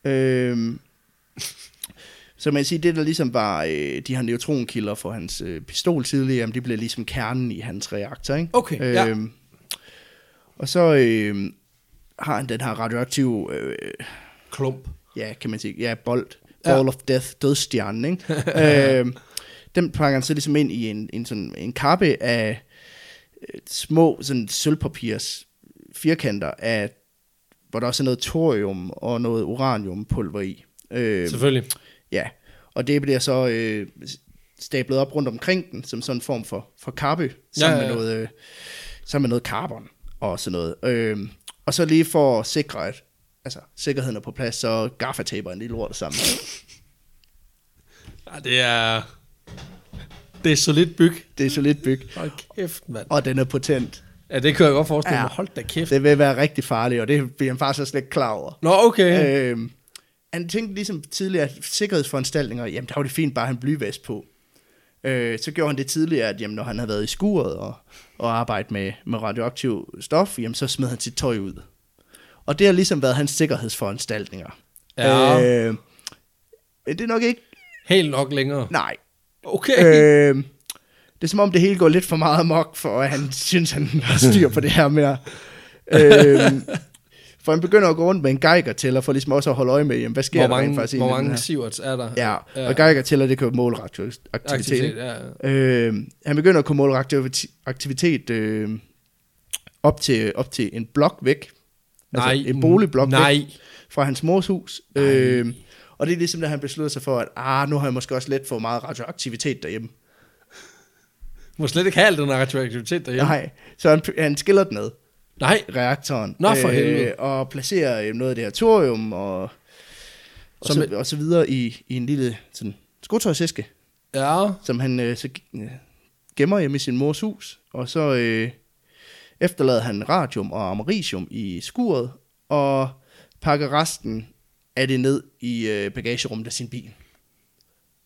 Speaker 1: Øh, så man kan sige, det der ligesom var øh, de her neutronkilder for hans øh, pistol tidligere, jamen, det bliver ligesom kernen i hans reaktor, ikke?
Speaker 2: Okay, ja.
Speaker 1: Øhm, Og så øh, har han den her radioaktive, øh,
Speaker 2: Klump.
Speaker 1: ja, kan man sige, ja, bold,
Speaker 2: Ja.
Speaker 1: ball of death, dødstjernen, ikke? øhm, den pakker han så ligesom ind i en, en, sådan, en kappe af øh, små sådan sølvpapirs firkanter af, hvor der også er noget thorium og noget uraniumpulver i. Øhm,
Speaker 2: Selvfølgelig.
Speaker 1: Ja, og det bliver så øh, stablet op rundt omkring den, som sådan en form for, for kappe, sammen,
Speaker 2: ja,
Speaker 1: Med
Speaker 2: ja.
Speaker 1: noget, øh, sammen med noget carbon og sådan noget. Øh, og så lige for at sikre, at altså, sikkerheden er på plads, så gaffataber en lille lort sammen.
Speaker 2: Ja, det er... Det er så lidt byg.
Speaker 1: Det er så lidt byg.
Speaker 2: Hold kæft, mand.
Speaker 1: Og den er potent.
Speaker 2: Ja, det kan jeg godt forestille
Speaker 1: Ja.
Speaker 2: mig. Hold da kæft.
Speaker 1: Det vil være rigtig farligt, og det bliver han faktisk slet ikke klar over.
Speaker 2: Nå, okay. Øh.
Speaker 1: Øhm, han tænkte ligesom tidligere, at sikkerhedsforanstaltninger, jamen der var det fint bare at have en blyvest på. Øh, så gjorde han det tidligere, at jamen, når han havde været i skuret og, og arbejdet med, med radioaktiv stof, jamen så smed han sit tøj ud. Og det har ligesom været hans sikkerhedsforanstaltninger.
Speaker 2: Ja.
Speaker 1: Øh, men det er nok ikke...
Speaker 2: Helt nok længere.
Speaker 1: Nej.
Speaker 2: *laughs* Okay. Øh.
Speaker 1: Øh, det er som om det hele går lidt for meget amok, for at han synes, han har styr på det her mere. Øh, for han begynder at gå rundt med en geiger tæller for ligesom også at holde øje med, jamen, hvad sker
Speaker 2: Hvor
Speaker 1: der rent
Speaker 2: mange,
Speaker 1: faktisk
Speaker 2: hvor
Speaker 1: inde i den
Speaker 2: mange
Speaker 1: her?
Speaker 2: sieverts er der?
Speaker 1: Ja, og geiger tæller det kan jo måle
Speaker 2: aktivitet.
Speaker 1: radioaktivitet.
Speaker 2: Ja, ja.
Speaker 1: Øh, han begynder at kunne måle radioaktivitet øh, op, til, op til en blok væk. Altså
Speaker 2: Nej,
Speaker 1: en boligblok væk
Speaker 2: nej.
Speaker 1: fra hans mors hus. Øh, og det er ligesom, da han beslutter sig for, at ah, nu har jeg måske også let for meget radioaktivitet derhjemme.
Speaker 2: Må slet ikke have al den radioaktivitet derhjemme.
Speaker 1: Nej, så han, han skiller den ad,
Speaker 2: Nej.
Speaker 1: reaktoren. øh,
Speaker 2: Nå, for helvede.
Speaker 1: og placerer øh, noget af det her thorium og, og,
Speaker 2: Som
Speaker 1: så, og så videre i, i en lille sådan, skotøjsæske,
Speaker 2: Ja.
Speaker 1: som han øh, så øh, gemmer hjemme i sin mors hus. Og så øh, efterlader han radium og americium i skuret og pakker resten af det ned i øh, bagagerummet af sin bil.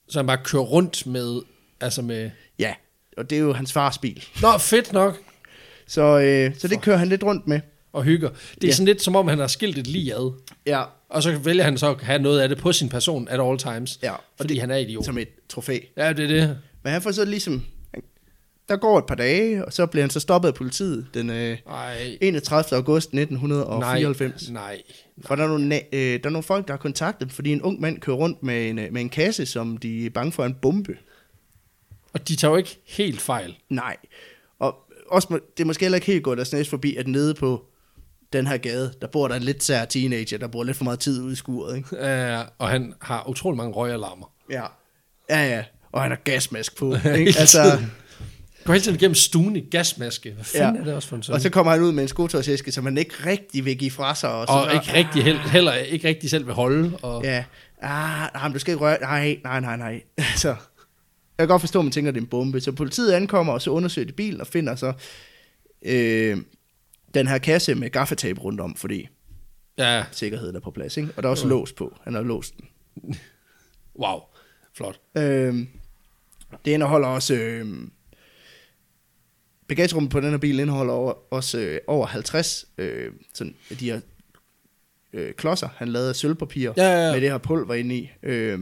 Speaker 2: Så han bare kører rundt med... Altså med...
Speaker 1: Ja, og det er jo hans fars bil.
Speaker 2: Nå, fedt nok.
Speaker 1: Så, øh, så det kører han lidt rundt med.
Speaker 2: Og hygger. Det er
Speaker 1: Ja.
Speaker 2: sådan lidt som om, han har skilt et lige ad.
Speaker 1: Ja,
Speaker 2: Og så vælger han så at have noget af det på sin person at all times.
Speaker 1: Ja, og
Speaker 2: Fordi det, han er idiot.
Speaker 1: som et trofæ.
Speaker 2: Ja, det er det.
Speaker 1: Men han får så ligesom... Der går et par dage, og så bliver han så stoppet af politiet den øh,
Speaker 2: Ej.
Speaker 1: 31. august 1994. Nej.
Speaker 2: Nej, nej.
Speaker 1: For der er, nogle, na- øh, der er nogle folk, der har kontaktet dem, fordi en ung mand kører rundt med en, øh, med en kasse, som de er bange for er en bombe.
Speaker 2: Og de tager jo ikke helt fejl.
Speaker 1: Nej. Og også, må- det er måske heller ikke helt godt at snæse forbi, at nede på den her gade, der bor der en lidt sær teenager, der bruger lidt for meget tid ude i skuret. Ikke?
Speaker 2: Uh, og han har utrolig mange røgalarmer.
Speaker 1: Ja. Ja, ja. Og han har gasmask på.
Speaker 2: Hele *laughs*
Speaker 1: Ikke? Altså,
Speaker 2: tiden. Går hele tiden igennem stuen i gasmaske. Hvad fanden ja. er det også for en sådan?
Speaker 1: Og så kommer han ud med en skotøjsæske, som han ikke rigtig vil give fra sig. Og, så,
Speaker 2: og ikke rigtig held, heller ikke rigtig selv vil holde. Og, ja.
Speaker 1: Ja. Ah, nej, men du skal ikke røre... Nej, nej, nej, nej. *laughs* Så, jeg kan godt forstå, at man tænker, at det er en bombe. Så politiet ankommer, og så undersøger de bilen og finder så øh, den her kasse med gaffetape rundt om, fordi
Speaker 2: ja,
Speaker 1: sikkerheden er på plads. Ikke? Og der er også lås på. Han har låst den.
Speaker 2: wow, flot.
Speaker 1: Øh, det indeholder også... Øh, bagagerummet på den her bil indeholder over, også øh, over 50 øh, sådan, af de her øh, klodser, han lavede af sølvpapir
Speaker 2: Ja, ja, ja.
Speaker 1: med det her pulver inde i. Øh,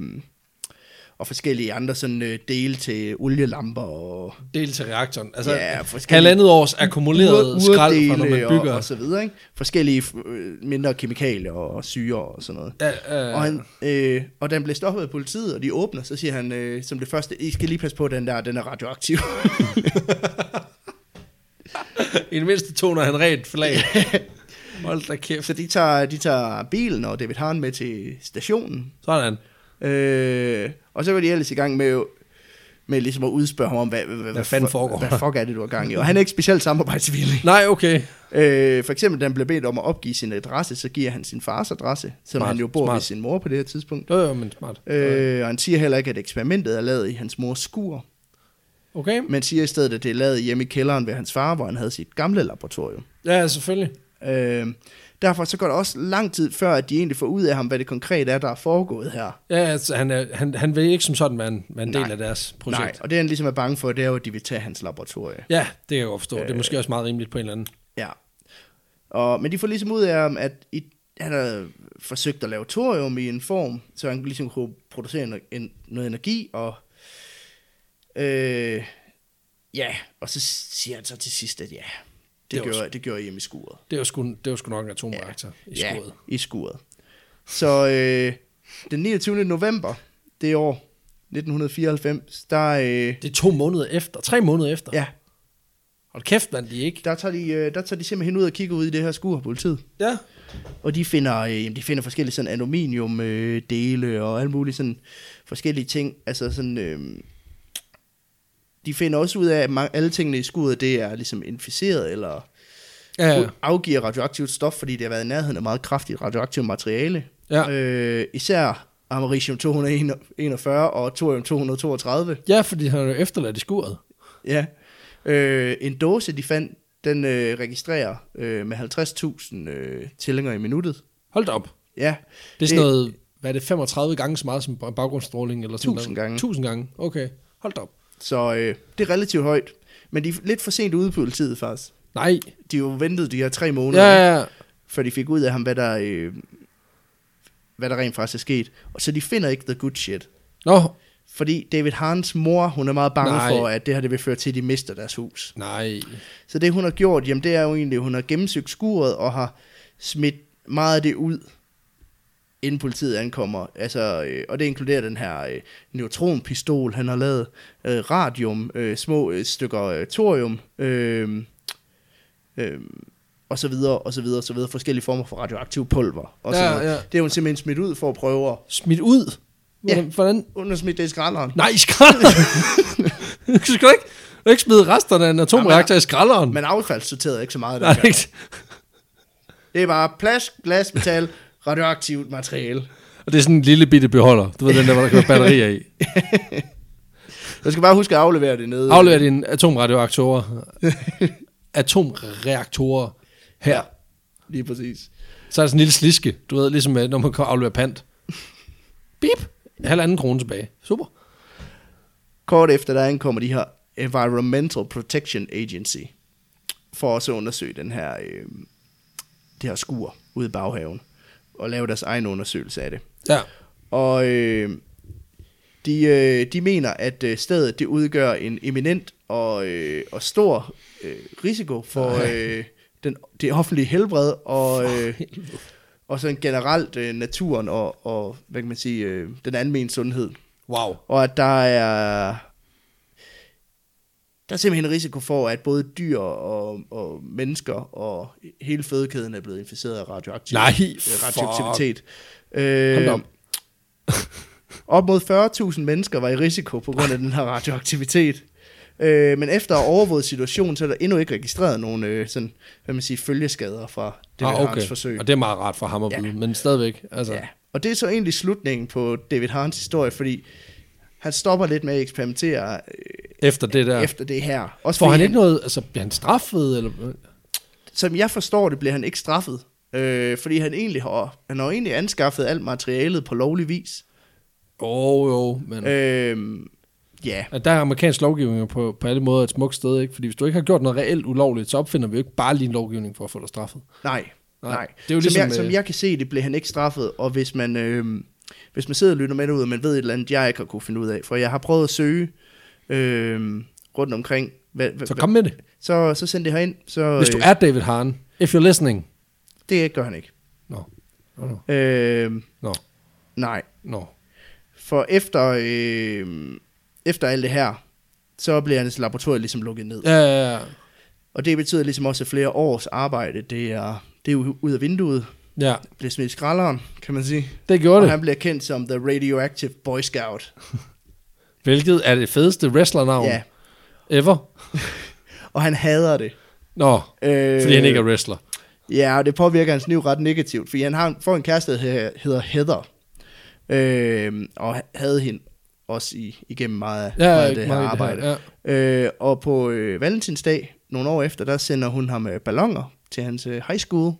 Speaker 1: og forskellige andre sådan, øh, dele til olielamper og
Speaker 2: Del til reaktoren. Altså,
Speaker 1: Ja,
Speaker 2: ja,
Speaker 1: forskellige-
Speaker 2: halvandet års akkumuleret
Speaker 1: ur-
Speaker 2: skrald, fra når
Speaker 1: urdele
Speaker 2: man bygger.
Speaker 1: og, og så videre. Ikke? Forskellige øh, mindre kemikalier og syre og sådan noget.
Speaker 2: ja, ja,
Speaker 1: Og, han, øh, og den bliver stoppet af politiet, og de åbner, så siger han øh, som det første, I skal lige passe på den der, den er radioaktiv.
Speaker 2: I det mindste toner han rent
Speaker 1: *laughs*
Speaker 2: flag. Hold da kæft.
Speaker 1: så de tager, de tager bilen og David Hahn med til stationen,
Speaker 2: Sådan.
Speaker 1: øh, og så går de ellers i gang med, jo- med ligesom at udspørge ham om, hvad, hvad,
Speaker 2: Hvad fanden
Speaker 1: fu-
Speaker 2: foregår
Speaker 1: Hvad
Speaker 2: der?
Speaker 1: fuck er det, du har gang i? Og han er ikke specielt samarbejdsvillig.
Speaker 2: Nej, okay.
Speaker 1: Øh, for eksempel, da han blev bedt om at opgive sin adresse, så giver han sin fars adresse, som
Speaker 2: Smart,
Speaker 1: han jo bor
Speaker 2: smart.
Speaker 1: ved sin mor på det her tidspunkt.
Speaker 2: Det var jo men smart.
Speaker 1: Øh, og han siger heller ikke, at eksperimentet er lavet i hans mors skur.
Speaker 2: Okay.
Speaker 1: men siger i stedet, at det er lavet hjemme i kælderen ved hans far, hvor han havde sit gamle laboratorium.
Speaker 2: Ja, selvfølgelig.
Speaker 1: Øh, derfor så går der også lang tid før, at de egentlig får ud af ham, hvad det konkret er, der er foregået her.
Speaker 2: Ja, altså, han, er, han, han vil ikke som sådan være en, være en del
Speaker 1: Nej.
Speaker 2: af deres projekt.
Speaker 1: Nej, og det han ligesom er bange for, det er jo, at de vil tage hans laboratorie.
Speaker 2: Ja, det kan jeg godt forstå. Øh, det er måske også meget rimeligt på en eller anden.
Speaker 1: Ja. Og, men de får ligesom ud af ham, at i, han har forsøgt at lave thorium i en form, så han ligesom kunne producere en, en, noget energi, og øh, ja, og så siger han så til sidst, at ja,
Speaker 2: Det
Speaker 1: det,
Speaker 2: var
Speaker 1: det gjorde, det gjorde I hjemme i skuret.
Speaker 2: Det var sgu, det var sgu nok en atomreaktor ja. i skuret.
Speaker 1: Ja, i skuret. Så øh, den 29. november det år, 1994, der, øh,
Speaker 2: Det er to måneder efter. Tre måneder efter.
Speaker 1: ja,
Speaker 2: Hold kæft, mand, de er ikke.
Speaker 1: der, tager de, øh, der tager de simpelthen ud og kigger ud i det her skur, politiet.
Speaker 2: Ja.
Speaker 1: Og de finder, øh, jamen, de finder forskellige sådan aluminium øh, dele og alle mulige sådan forskellige ting. Altså sådan, øh, de finder også ud af, at mange, alle tingene i skuret, det er ligesom inficeret eller
Speaker 2: Ja, ja.
Speaker 1: ja. afgiver radioaktivt stof, fordi det har været i nærheden af meget kraftigt radioaktivt materiale.
Speaker 2: Ja.
Speaker 1: Øh, især americium 241 og thorium 232.
Speaker 2: ja, fordi han er jo efterladt i skuret.
Speaker 1: Ja. Øh, en dåse, de fandt, den øh, registrerer øh, med 50.000 øh, tællinger i minuttet.
Speaker 2: Hold da op.
Speaker 1: Ja,
Speaker 2: Det er sådan noget, hvad er det, 35 gange så meget som baggrundsstråling? Eller sådan
Speaker 1: 1000
Speaker 2: noget.
Speaker 1: gange.
Speaker 2: 1000 gange, okay. Hold da op.
Speaker 1: så øh, det er relativt højt. Men de er lidt for sent ude på politiet, faktisk.
Speaker 2: Nej.
Speaker 1: De har jo ventet de her tre måneder,
Speaker 2: Ja,
Speaker 1: ikke?
Speaker 2: ja, ja.
Speaker 1: før de fik ud af ham, hvad der, øh, hvad der rent faktisk er sket. Og så de finder ikke the good shit.
Speaker 2: Nå,
Speaker 1: Fordi David Harns mor, hun er meget bange
Speaker 2: Nej.
Speaker 1: Nej. for, at det her det vil føre til, at de mister deres hus.
Speaker 2: nej.
Speaker 1: Så det hun har gjort, jamen det er jo egentlig, at hun har gennemsøgt skuret og har smidt meget af det ud, inden politiet ankommer. Altså, øh, og det inkluderer den her øh, neutronpistol, han har lavet, øh, radium, øh, små øh, stykker øh, thorium, øh, øh, og så videre, og så videre, og så videre, forskellige former for radioaktiv pulver. Og
Speaker 2: Ja,
Speaker 1: ja,
Speaker 2: ja.
Speaker 1: ja. Det er hun simpelthen smidt ud for at prøve at
Speaker 2: Smidt ud? Hvordan? Ja. hvordan?
Speaker 1: hun har smidt det i skralderen.
Speaker 2: Nej, i skralderen! *laughs* du skal da ikke, du kan ikke smide resterne af en atomreaktor i skralderen.
Speaker 1: Men affaldssorterede ikke så
Speaker 2: *laughs*
Speaker 1: meget.
Speaker 2: nej,
Speaker 1: Der.
Speaker 2: ikke.
Speaker 1: Det er bare plast, glas, metal, radioaktivt materiale.
Speaker 2: Og det er sådan en lille bitte beholder. Du ved den der, hvor der kan være *laughs* batterier i.
Speaker 1: Du skal bare huske at aflevere det nede.
Speaker 2: Aflever dine *laughs* atomradioaktorer. atomreaktorer her.
Speaker 1: Lige præcis.
Speaker 2: Så er der sådan en lille sliske. Du ved, ligesom øh, når man kan aflevere pant. Bip! Halvanden krone tilbage. Super.
Speaker 1: Kort efter, der ankommer de her Environmental Protection Agency, for også at undersøge den her, øh, det her skur ude i baghaven, og lave deres egen undersøgelse af det.
Speaker 2: Ja.
Speaker 1: Og øh, de, øh, de mener, at øh, stedet det udgør en eminent og, øh, og stor øh, risiko for øh, den, det offentlige helbred og, øh, og sådan generelt øh, naturen og, og hvad kan man sige, øh, den almindelige sundhed.
Speaker 2: Wow.
Speaker 1: Og at der er... Der er simpelthen en risiko for, at både dyr og, og mennesker og hele fødekæden er blevet inficeret af radioaktiv,
Speaker 2: Nej,
Speaker 1: øh,
Speaker 2: fuck.
Speaker 1: radioaktivitet.
Speaker 2: Hold da
Speaker 1: Øh,
Speaker 2: op.
Speaker 1: op mod 40.000 mennesker var i risiko på grund af den her radioaktivitet. Øh, men efter at have overvåget situationen, så er der endnu ikke registreret nogen øh, sådan, hvad man siger, følgeskader fra det ah, okay. forsøg.
Speaker 2: Og det er meget rart for ham at
Speaker 1: Ja.
Speaker 2: vide, men stadigvæk. Altså,
Speaker 1: Ja. Og det er så egentlig slutningen på David Harns historie, fordi han stopper lidt med at eksperimentere øh,
Speaker 2: Efter det der.
Speaker 1: ja. efter det her. Også
Speaker 2: Får
Speaker 1: fordi
Speaker 2: han ikke noget, altså bliver han straffet? Eller?
Speaker 1: Som jeg forstår det, bliver han ikke straffet. Øh, fordi han egentlig har, han har egentlig anskaffet alt materialet på lovlig vis.
Speaker 2: Jo, oh, jo, men... Øh.
Speaker 1: Øh, ja,
Speaker 2: At der er amerikansk lovgivning jo på, på alle måder et smukt sted, ikke? Fordi hvis du ikke har gjort noget reelt ulovligt, så opfinder vi jo ikke bare lige en lovgivning for at få dig straffet.
Speaker 1: nej,
Speaker 2: Nej,
Speaker 1: nej. nej.
Speaker 2: det er jo
Speaker 1: som,
Speaker 2: ligesom,
Speaker 1: jeg, som
Speaker 2: øh,
Speaker 1: jeg kan se det, bliver han ikke straffet. Og hvis man, øh, hvis man sidder og lytter med derude, og man ved et eller andet, jeg ikke har kunne finde ud af. For jeg har prøvet at søge øh, rundt omkring. Hvad, hvad,
Speaker 2: Så kom med det.
Speaker 1: så, så send det herind. Så,
Speaker 2: Hvis du
Speaker 1: øh,
Speaker 2: er David Hahn, if you're listening.
Speaker 1: Det gør han ikke.
Speaker 2: Nå, no. no.
Speaker 1: Øh,
Speaker 2: no.
Speaker 1: nej,
Speaker 2: no.
Speaker 1: for efter, øh, efter alt det her, så bliver hans laboratorium ligesom lukket ned.
Speaker 2: Ja, ja, ja.
Speaker 1: Og det betyder ligesom også, at flere års arbejde, det er, det er u- ud af vinduet,
Speaker 2: ja.
Speaker 1: bliver smidt i skralderen, kan man sige.
Speaker 2: Det gjorde
Speaker 1: Og
Speaker 2: det.
Speaker 1: han bliver kendt som The Radioactive Boy Scout.
Speaker 2: Hvilket er det fedeste wrestlernavn
Speaker 1: Ja,
Speaker 2: ever.
Speaker 1: og han hader det.
Speaker 2: Nå,
Speaker 1: Øh,
Speaker 2: fordi han ikke er wrestler.
Speaker 1: Ja, og det påvirker hans liv ret negativt, fordi han har, får en kæreste, der he- hedder Heather, øh, og havde hende også i, igennem meget,
Speaker 2: Ja,
Speaker 1: meget af
Speaker 2: ikke
Speaker 1: det her
Speaker 2: meget i det
Speaker 1: arbejde.
Speaker 2: her,
Speaker 1: Øh, og på øh, valentinsdag, nogle år efter, der sender hun ham øh, ballonger til hans øh, high school,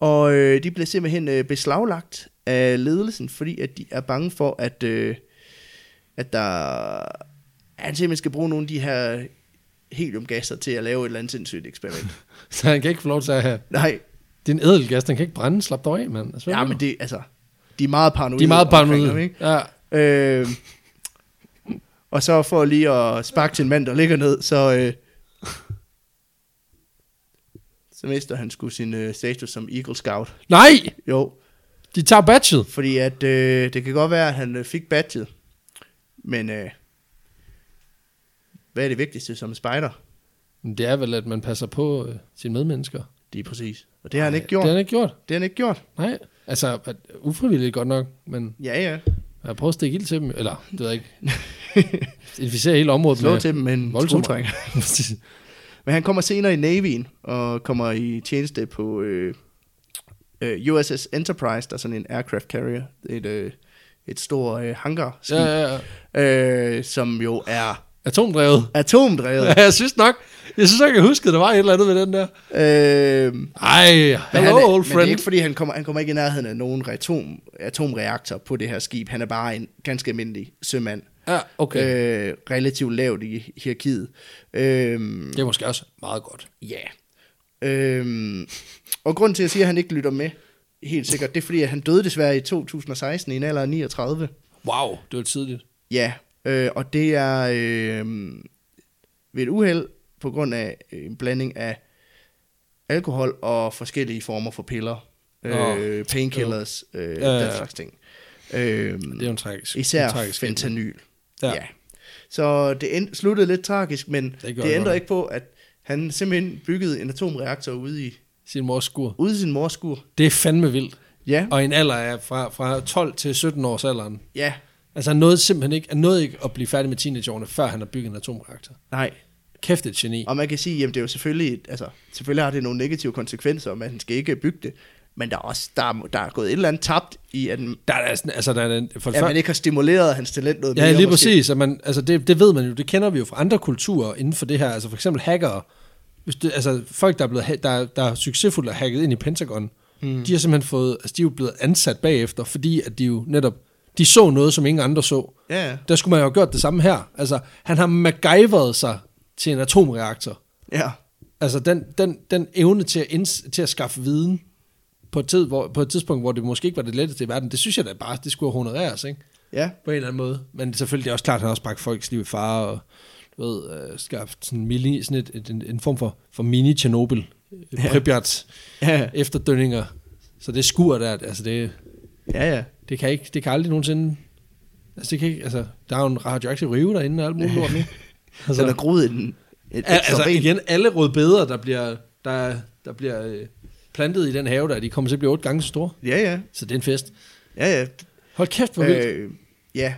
Speaker 1: og øh, de bliver simpelthen øh, beslaglagt af ledelsen, fordi at de er bange for, at, øh, at der at han simpelthen skal bruge nogle af de her heliumgasser til at lave et eller andet
Speaker 2: *laughs*
Speaker 1: sindssygt eksperiment.
Speaker 2: Så han kan ikke få lov til at have...
Speaker 1: Nej,
Speaker 2: Det er en edelgas, den kan ikke brænde. Slap dig af, mand. Altså, hvad
Speaker 1: Ja,
Speaker 2: mener
Speaker 1: men
Speaker 2: du?
Speaker 1: det, altså, de er meget paranoide.
Speaker 2: de er meget
Speaker 1: omkring
Speaker 2: paranoide.
Speaker 1: ham, ikke?
Speaker 2: Ja.
Speaker 1: Øh, og så for lige at sparke til en mand, der ligger ned, så, øh, så mister han sgu sin øh, status som Eagle Scout.
Speaker 2: Nej!
Speaker 1: Jo,
Speaker 2: De tager batchet.
Speaker 1: fordi at, øh, det kan godt være, at han øh, fik badget, men øh, hvad er det vigtigste som spider?
Speaker 2: Men Det er vel, at man passer på øh, sine medmennesker.
Speaker 1: Lige præcis. Og det har han ikke
Speaker 2: Det
Speaker 1: gjort.
Speaker 2: har han ikke gjort.
Speaker 1: Det har han ikke gjort.
Speaker 2: Nej. Altså, at- ufrivilligt godt nok, men
Speaker 1: Ja, ja.
Speaker 2: jeg prøver at stikke ild til dem. Eller, det ved jeg
Speaker 1: *laughs*
Speaker 2: ikke. Inficere hele området
Speaker 1: Slå
Speaker 2: med...
Speaker 1: til dem med en
Speaker 2: voldsommere.
Speaker 1: skruetrækker.
Speaker 2: *laughs*
Speaker 1: Men han kommer senere i Navy'en og kommer i tjeneste på øh, øh, USS Enterprise, der er sådan en aircraft carrier, et, øh, et stort øh, hangarskib,
Speaker 2: ja, ja, ja.
Speaker 1: øh, som jo er
Speaker 2: Atomdrevet.
Speaker 1: Atomdrevet.
Speaker 2: Ja, jeg synes nok. Jeg synes, jeg kan huske, at der var et eller andet ved den der.
Speaker 1: øhm,
Speaker 2: Ej,
Speaker 1: Men
Speaker 2: hello
Speaker 1: han er,
Speaker 2: old
Speaker 1: Men det
Speaker 2: friend.
Speaker 1: er ikke, fordi han kommer, han kommer ikke i nærheden af nogen atom, atomreaktor på det her skib. Han er bare en ganske almindelig sømand.
Speaker 2: Ja, okay. Øh.
Speaker 1: Øh, relativt lavt i hierarkiet. Øhm,
Speaker 2: Det er måske også meget godt.
Speaker 1: ja. Øhm, og grund til, at jeg siger, at han ikke lytter med, helt sikkert, det er, fordi at han døde desværre i 2016 i en alder af 39.
Speaker 2: Wow, det var tidligt.
Speaker 1: Ja, øh, og det er øh, ved et uheld på grund af en blanding af alkohol og forskellige former for piller,
Speaker 2: Åh,
Speaker 1: øh, painkillers, øh,
Speaker 2: Ja, ja,
Speaker 1: den
Speaker 2: ja.
Speaker 1: slags ting. Øh,
Speaker 2: Det er jo en tragisk. en
Speaker 1: især
Speaker 2: tragisk skæbne.
Speaker 1: fentanyl.
Speaker 2: Ja.
Speaker 1: Ja. ja. Så det end, sluttede lidt tragisk, men
Speaker 2: Det
Speaker 1: det,
Speaker 2: gjorde det
Speaker 1: det ændrer
Speaker 2: godt.
Speaker 1: ikke på, at han simpelthen byggede en atomreaktor ude i,
Speaker 2: Sin mors skur.
Speaker 1: ude i sin mors skur.
Speaker 2: Det er fandme vildt.
Speaker 1: Ja,
Speaker 2: Og i en alder af fra, fra 12 til 17 års alderen.
Speaker 1: ja,
Speaker 2: Altså han nåede simpelthen ikke, han nåede ikke at blive færdig med teenageårene, før han har bygget en atomreaktor.
Speaker 1: nej.
Speaker 2: Kæft det er et geni.
Speaker 1: Og man kan sige, jamen det er jo selvfølgelig, et- altså, selvfølgelig har det nogle negative konsekvenser, og man skal ikke bygge det. Men der er også, der er, der er gået et eller andet tabt i, at, den-
Speaker 2: Der er sådan, altså der er den, for det
Speaker 1: at man
Speaker 2: første,
Speaker 1: ikke har stimuleret hans talent noget
Speaker 2: ja
Speaker 1: mere.
Speaker 2: lige
Speaker 1: måske.
Speaker 2: præcis, at man, altså det, det ved man jo, det kender vi jo fra andre kulturer inden for det her, altså for eksempel hackere, Hvis det, altså folk, der er, blevet, ha- der, der er succesfuldt er hacket ind i Pentagon,
Speaker 1: Hmm.
Speaker 2: mm. de har simpelthen fået, altså de er jo blevet ansat bagefter, fordi at de jo netop, de så noget, som ingen andre så.
Speaker 1: Ja, ja.
Speaker 2: Der skulle man jo have gjort det samme her. Altså, han har MacGyveret sig til en atomreaktor.
Speaker 1: ja.
Speaker 2: Altså den, den, den evne til at, inds- til at skaffe viden på et, tid, hvor, på et tidspunkt, hvor det måske ikke var det letteste i verden, det synes jeg da bare, det skulle honoreres, ikke?
Speaker 1: Ja,
Speaker 2: På en eller anden måde. Men selvfølgelig det er også klart, at han også bragt folks liv i fare og du ved, øh, skabt sådan, mini, sådan et, et, en, en form for, for mini Tjernobyl, ja. Pripyat,
Speaker 1: *laughs* ja,
Speaker 2: efterdønninger. Så det skur der, altså det,
Speaker 1: ja, ja.
Speaker 2: det kan ikke, det kan aldrig nogensinde, altså det kan ikke, altså der er jo en radioaktiv rive derinde og alt muligt
Speaker 1: *laughs*
Speaker 2: lort nu.
Speaker 1: Så der er groet en, et
Speaker 2: Al-
Speaker 1: ekstra
Speaker 2: altså
Speaker 1: ben.
Speaker 2: igen, alle rødbeder, der bliver, der, der bliver øh, plantet i den have der, de kommer til at blive otte gange så store.
Speaker 1: Ja, ja,
Speaker 2: Så det er en fest.
Speaker 1: ja, ja.
Speaker 2: Hold kæft, hvor vildt.
Speaker 1: Øh, ja.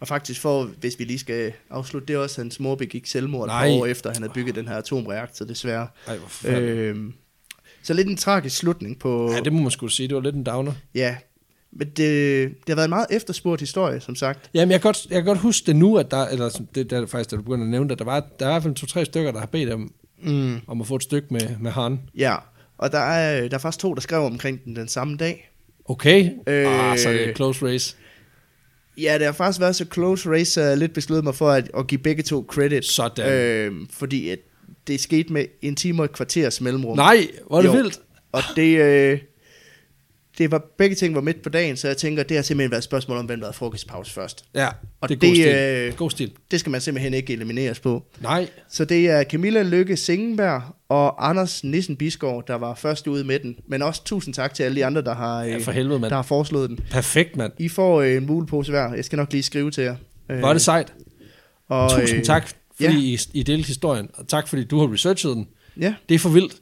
Speaker 1: Og faktisk for, hvis vi lige skal afslutte det også, hans mor begik selvmord et
Speaker 2: Nej.
Speaker 1: par år efter, han havde bygget den her atomreaktor, desværre.
Speaker 2: Ej, hvor forfærdeligt.
Speaker 1: Øh, så lidt en tragisk slutning på...
Speaker 2: Ja, det må man skulle sige, det var lidt en downer.
Speaker 1: Ja, men det, det har været en meget efterspurgt historie, som sagt.
Speaker 2: Jamen, jeg kan godt, jeg kan godt huske det nu, at der, eller sådan, det, der faktisk, da du begyndte at nævne det, der var, der er i hvert fald to-tre stykker, der har bedt om,
Speaker 1: Mm.
Speaker 2: om at få et stykke med, med han.
Speaker 1: Ja, og der er, der er faktisk to, der skrev omkring den den samme dag.
Speaker 2: Okay, øh, ah,
Speaker 1: Øh.
Speaker 2: så er det et close race.
Speaker 1: Ja, det har faktisk været så close race, at jeg lidt besluttet mig for at, at give begge to credit.
Speaker 2: Sådan.
Speaker 1: Øh, fordi at det skete med en time og et kvarters mellemrum.
Speaker 2: Nej, hvor er det
Speaker 1: Jo.
Speaker 2: vildt.
Speaker 1: Og det, øh, det var, begge ting var midt på dagen, så jeg tænker, det har simpelthen været et spørgsmål om, hvem der havde frokostpause først.
Speaker 2: Ja,
Speaker 1: Og
Speaker 2: det er
Speaker 1: det,
Speaker 2: god stil.
Speaker 1: øh,
Speaker 2: God stil.
Speaker 1: Det skal man simpelthen ikke elimineres på.
Speaker 2: Nej,
Speaker 1: Så det er Camilla Lykke Singenberg og Anders Nissen Biskov, der var først ude med den. Men også tusind tak til alle de andre, der har, øh,
Speaker 2: ja, for helvede, mand.
Speaker 1: der har foreslået den.
Speaker 2: Perfekt, mand.
Speaker 1: I får øh, en mulepose hver. Jeg skal nok lige skrive til jer. Øh,
Speaker 2: Var det sejt.
Speaker 1: og,
Speaker 2: Tusind
Speaker 1: øh,
Speaker 2: tak, fordi
Speaker 1: ja.
Speaker 2: I, I delte historien, og tak, fordi du har researchet den.
Speaker 1: Ja,
Speaker 2: Det er for vildt.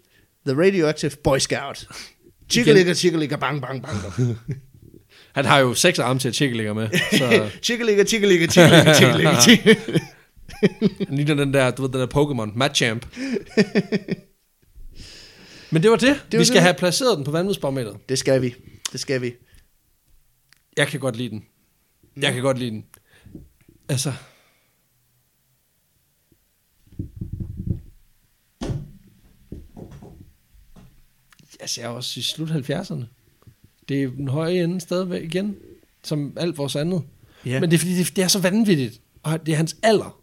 Speaker 1: The Radioactive Boy Scout. Chickalicka, chickalicka, bang, bang, bang.
Speaker 2: Han har jo seks arme til at tjekke med, *laughs*
Speaker 1: *laughs*
Speaker 2: så
Speaker 1: Chickalicka, chickalicka, chickalicka, chickalicka, chickalicka.
Speaker 2: han ligner den der, du ved, den der Pokémon,
Speaker 1: *laughs*
Speaker 2: Machamp. Men det var det. det
Speaker 1: var
Speaker 2: var vi skal
Speaker 1: det.
Speaker 2: det. have placeret den på vanvidsbarometeret.
Speaker 1: Det skal vi. Det skal vi.
Speaker 2: Jeg kan godt lide den.
Speaker 1: Mm.
Speaker 2: Jeg kan godt lide den. Altså, altså jeg er også i slut 70'erne. Det er den høje ende stadigvæk igen, som alt vores andet.
Speaker 1: Ja.
Speaker 2: Men det er fordi, det, det er så vanvittigt, og det er hans alder.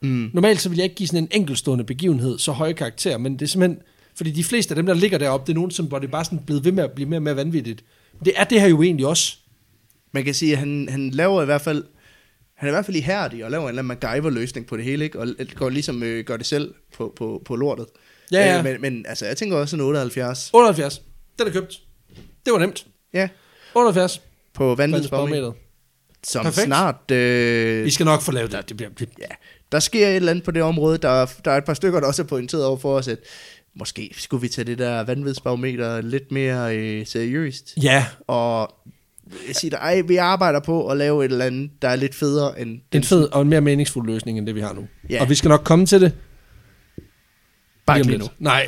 Speaker 1: Mm.
Speaker 2: Normalt så vil jeg ikke give sådan en enkeltstående begivenhed så høje karakter, men det er simpelthen, fordi de fleste af dem, der ligger deroppe, det er nogen, som, hvor det bare sådan er blevet ved med at blive mere og mere vanvittigt. Det er det her jo egentlig også.
Speaker 1: Man kan sige, at han, han laver i hvert fald... Han er i hvert fald ihærdig og laver en eller anden MacGyver-løsning på det hele, ikke? Og l- går ligesom øh, gør det selv på, på, på lortet.
Speaker 2: Ja, ja.
Speaker 1: Øh, men, men altså, jeg tænker også en 78.
Speaker 2: 78. Den er købt. Det var nemt.
Speaker 1: Ja,
Speaker 2: 78.
Speaker 1: på vandvidsbarometer.
Speaker 2: Vandelsbarometeret.
Speaker 1: Som
Speaker 2: Perfekt.
Speaker 1: Perfekt. snart... Øh,
Speaker 2: Vi skal nok få lavet det. Det bliver, det,
Speaker 1: ja, der sker et eller andet på det område. Der, er- der er et par stykker, der også er pointeret over for os, at måske skulle vi tage det der vandvidsbarometer lidt mere øh, seriøst.
Speaker 2: ja,
Speaker 1: Og sige dig, ej, vi arbejder på at lave et eller andet, der er lidt federe end
Speaker 2: en fed og en mere meningsfuld løsning, end det vi har nu.
Speaker 1: Ja.
Speaker 2: Og vi skal nok komme til det
Speaker 1: bare
Speaker 2: lige om
Speaker 1: ikke
Speaker 2: lidt.
Speaker 1: nu.
Speaker 2: Nej.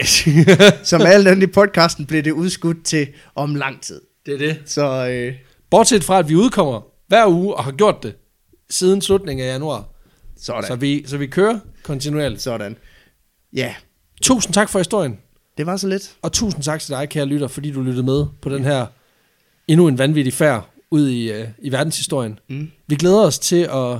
Speaker 2: *laughs*
Speaker 1: Som alt andet i podcasten blev det udskudt til om lang tid.
Speaker 2: det er det.
Speaker 1: Så øh,
Speaker 2: Bortset fra, at vi udkommer hver uge og har gjort det siden slutningen af januar.
Speaker 1: Sådan.
Speaker 2: Så vi, så vi kører kontinuerligt.
Speaker 1: Sådan. Ja,
Speaker 2: Tusind tak for historien.
Speaker 1: det var så lidt.
Speaker 2: Og tusind tak til dig, kære lytter, fordi du lyttede med på den her endnu en vanvittig færd ud i, øh, i verdenshistorien.
Speaker 1: Mm.
Speaker 2: Vi glæder os til at,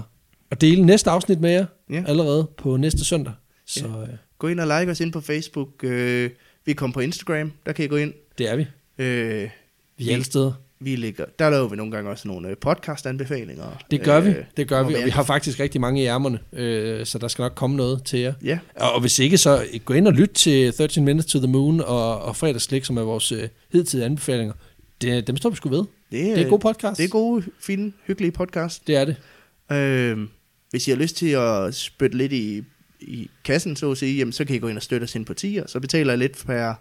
Speaker 2: at dele næste afsnit med jer
Speaker 1: Ja.
Speaker 2: allerede på næste søndag. Så øh,
Speaker 1: Gå ind og like os ind på Facebook. Øh, vi kommer på Instagram, der kan I gå ind.
Speaker 2: det er vi.
Speaker 1: Øh,
Speaker 2: Vi er alle steder.
Speaker 1: vi ligger, der laver vi nogle gange også nogle øh, podcast-anbefalinger.
Speaker 2: Det gør vi,
Speaker 1: Øh,
Speaker 2: det gør
Speaker 1: og
Speaker 2: vi, og
Speaker 1: mere.
Speaker 2: vi har faktisk rigtig mange i ærmerne, øh, så der skal nok komme noget til jer.
Speaker 1: Ja,
Speaker 2: Og hvis ikke, så gå ind og lyt til 13 Minutes to the Moon og, og Fredagslik, som er vores øh, hidtidige anbefalinger. Det, dem står vi sgu ved. Det er
Speaker 1: øh,
Speaker 2: god podcast.
Speaker 1: Det er gode, fine, hyggelige podcast.
Speaker 2: det er det.
Speaker 1: Øh, hvis I har lyst til at spytte lidt i, i kassen, så at sige, jamen, så kan I gå ind og støtte os ind på 10'er. Så betaler jeg lidt per,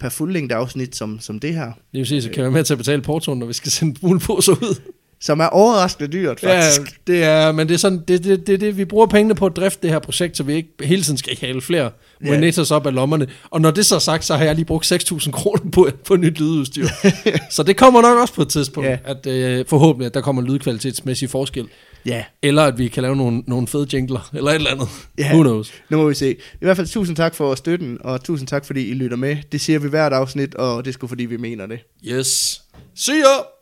Speaker 1: per fuldlængde afsnit som, som det her.
Speaker 2: Det vil sige, så kan vi være med til at betale portoen, når vi skal sende muleposer ud.
Speaker 1: Som er overraskende dyrt, *laughs* faktisk. Ja.
Speaker 2: det er, men det er sådan, det, det, det, det, vi bruger pengene på at drifte det her projekt, så vi ikke hele tiden skal hale flere
Speaker 1: Ja.
Speaker 2: monitors op af lommerne. Og når det så er sagt, så har jeg lige brugt 6.000 kroner på, på nyt
Speaker 1: *laughs*
Speaker 2: lydudstyr. så det kommer nok også på et tidspunkt,
Speaker 1: Ja.
Speaker 2: ja. at øh, forhåbentlig, at der kommer en lydkvalitetsmæssig forskel.
Speaker 1: ja,
Speaker 2: Eller at vi kan lave nogle, nogle fede jingler, eller et eller andet.
Speaker 1: Ja.
Speaker 2: Ja. Who knows?
Speaker 1: nu må vi se. I hvert fald tusind tak for støtten, og tusind tak, fordi I lytter med. Det siger vi hvert afsnit, og det er sgu fordi, vi mener det.
Speaker 2: Yes. See ya!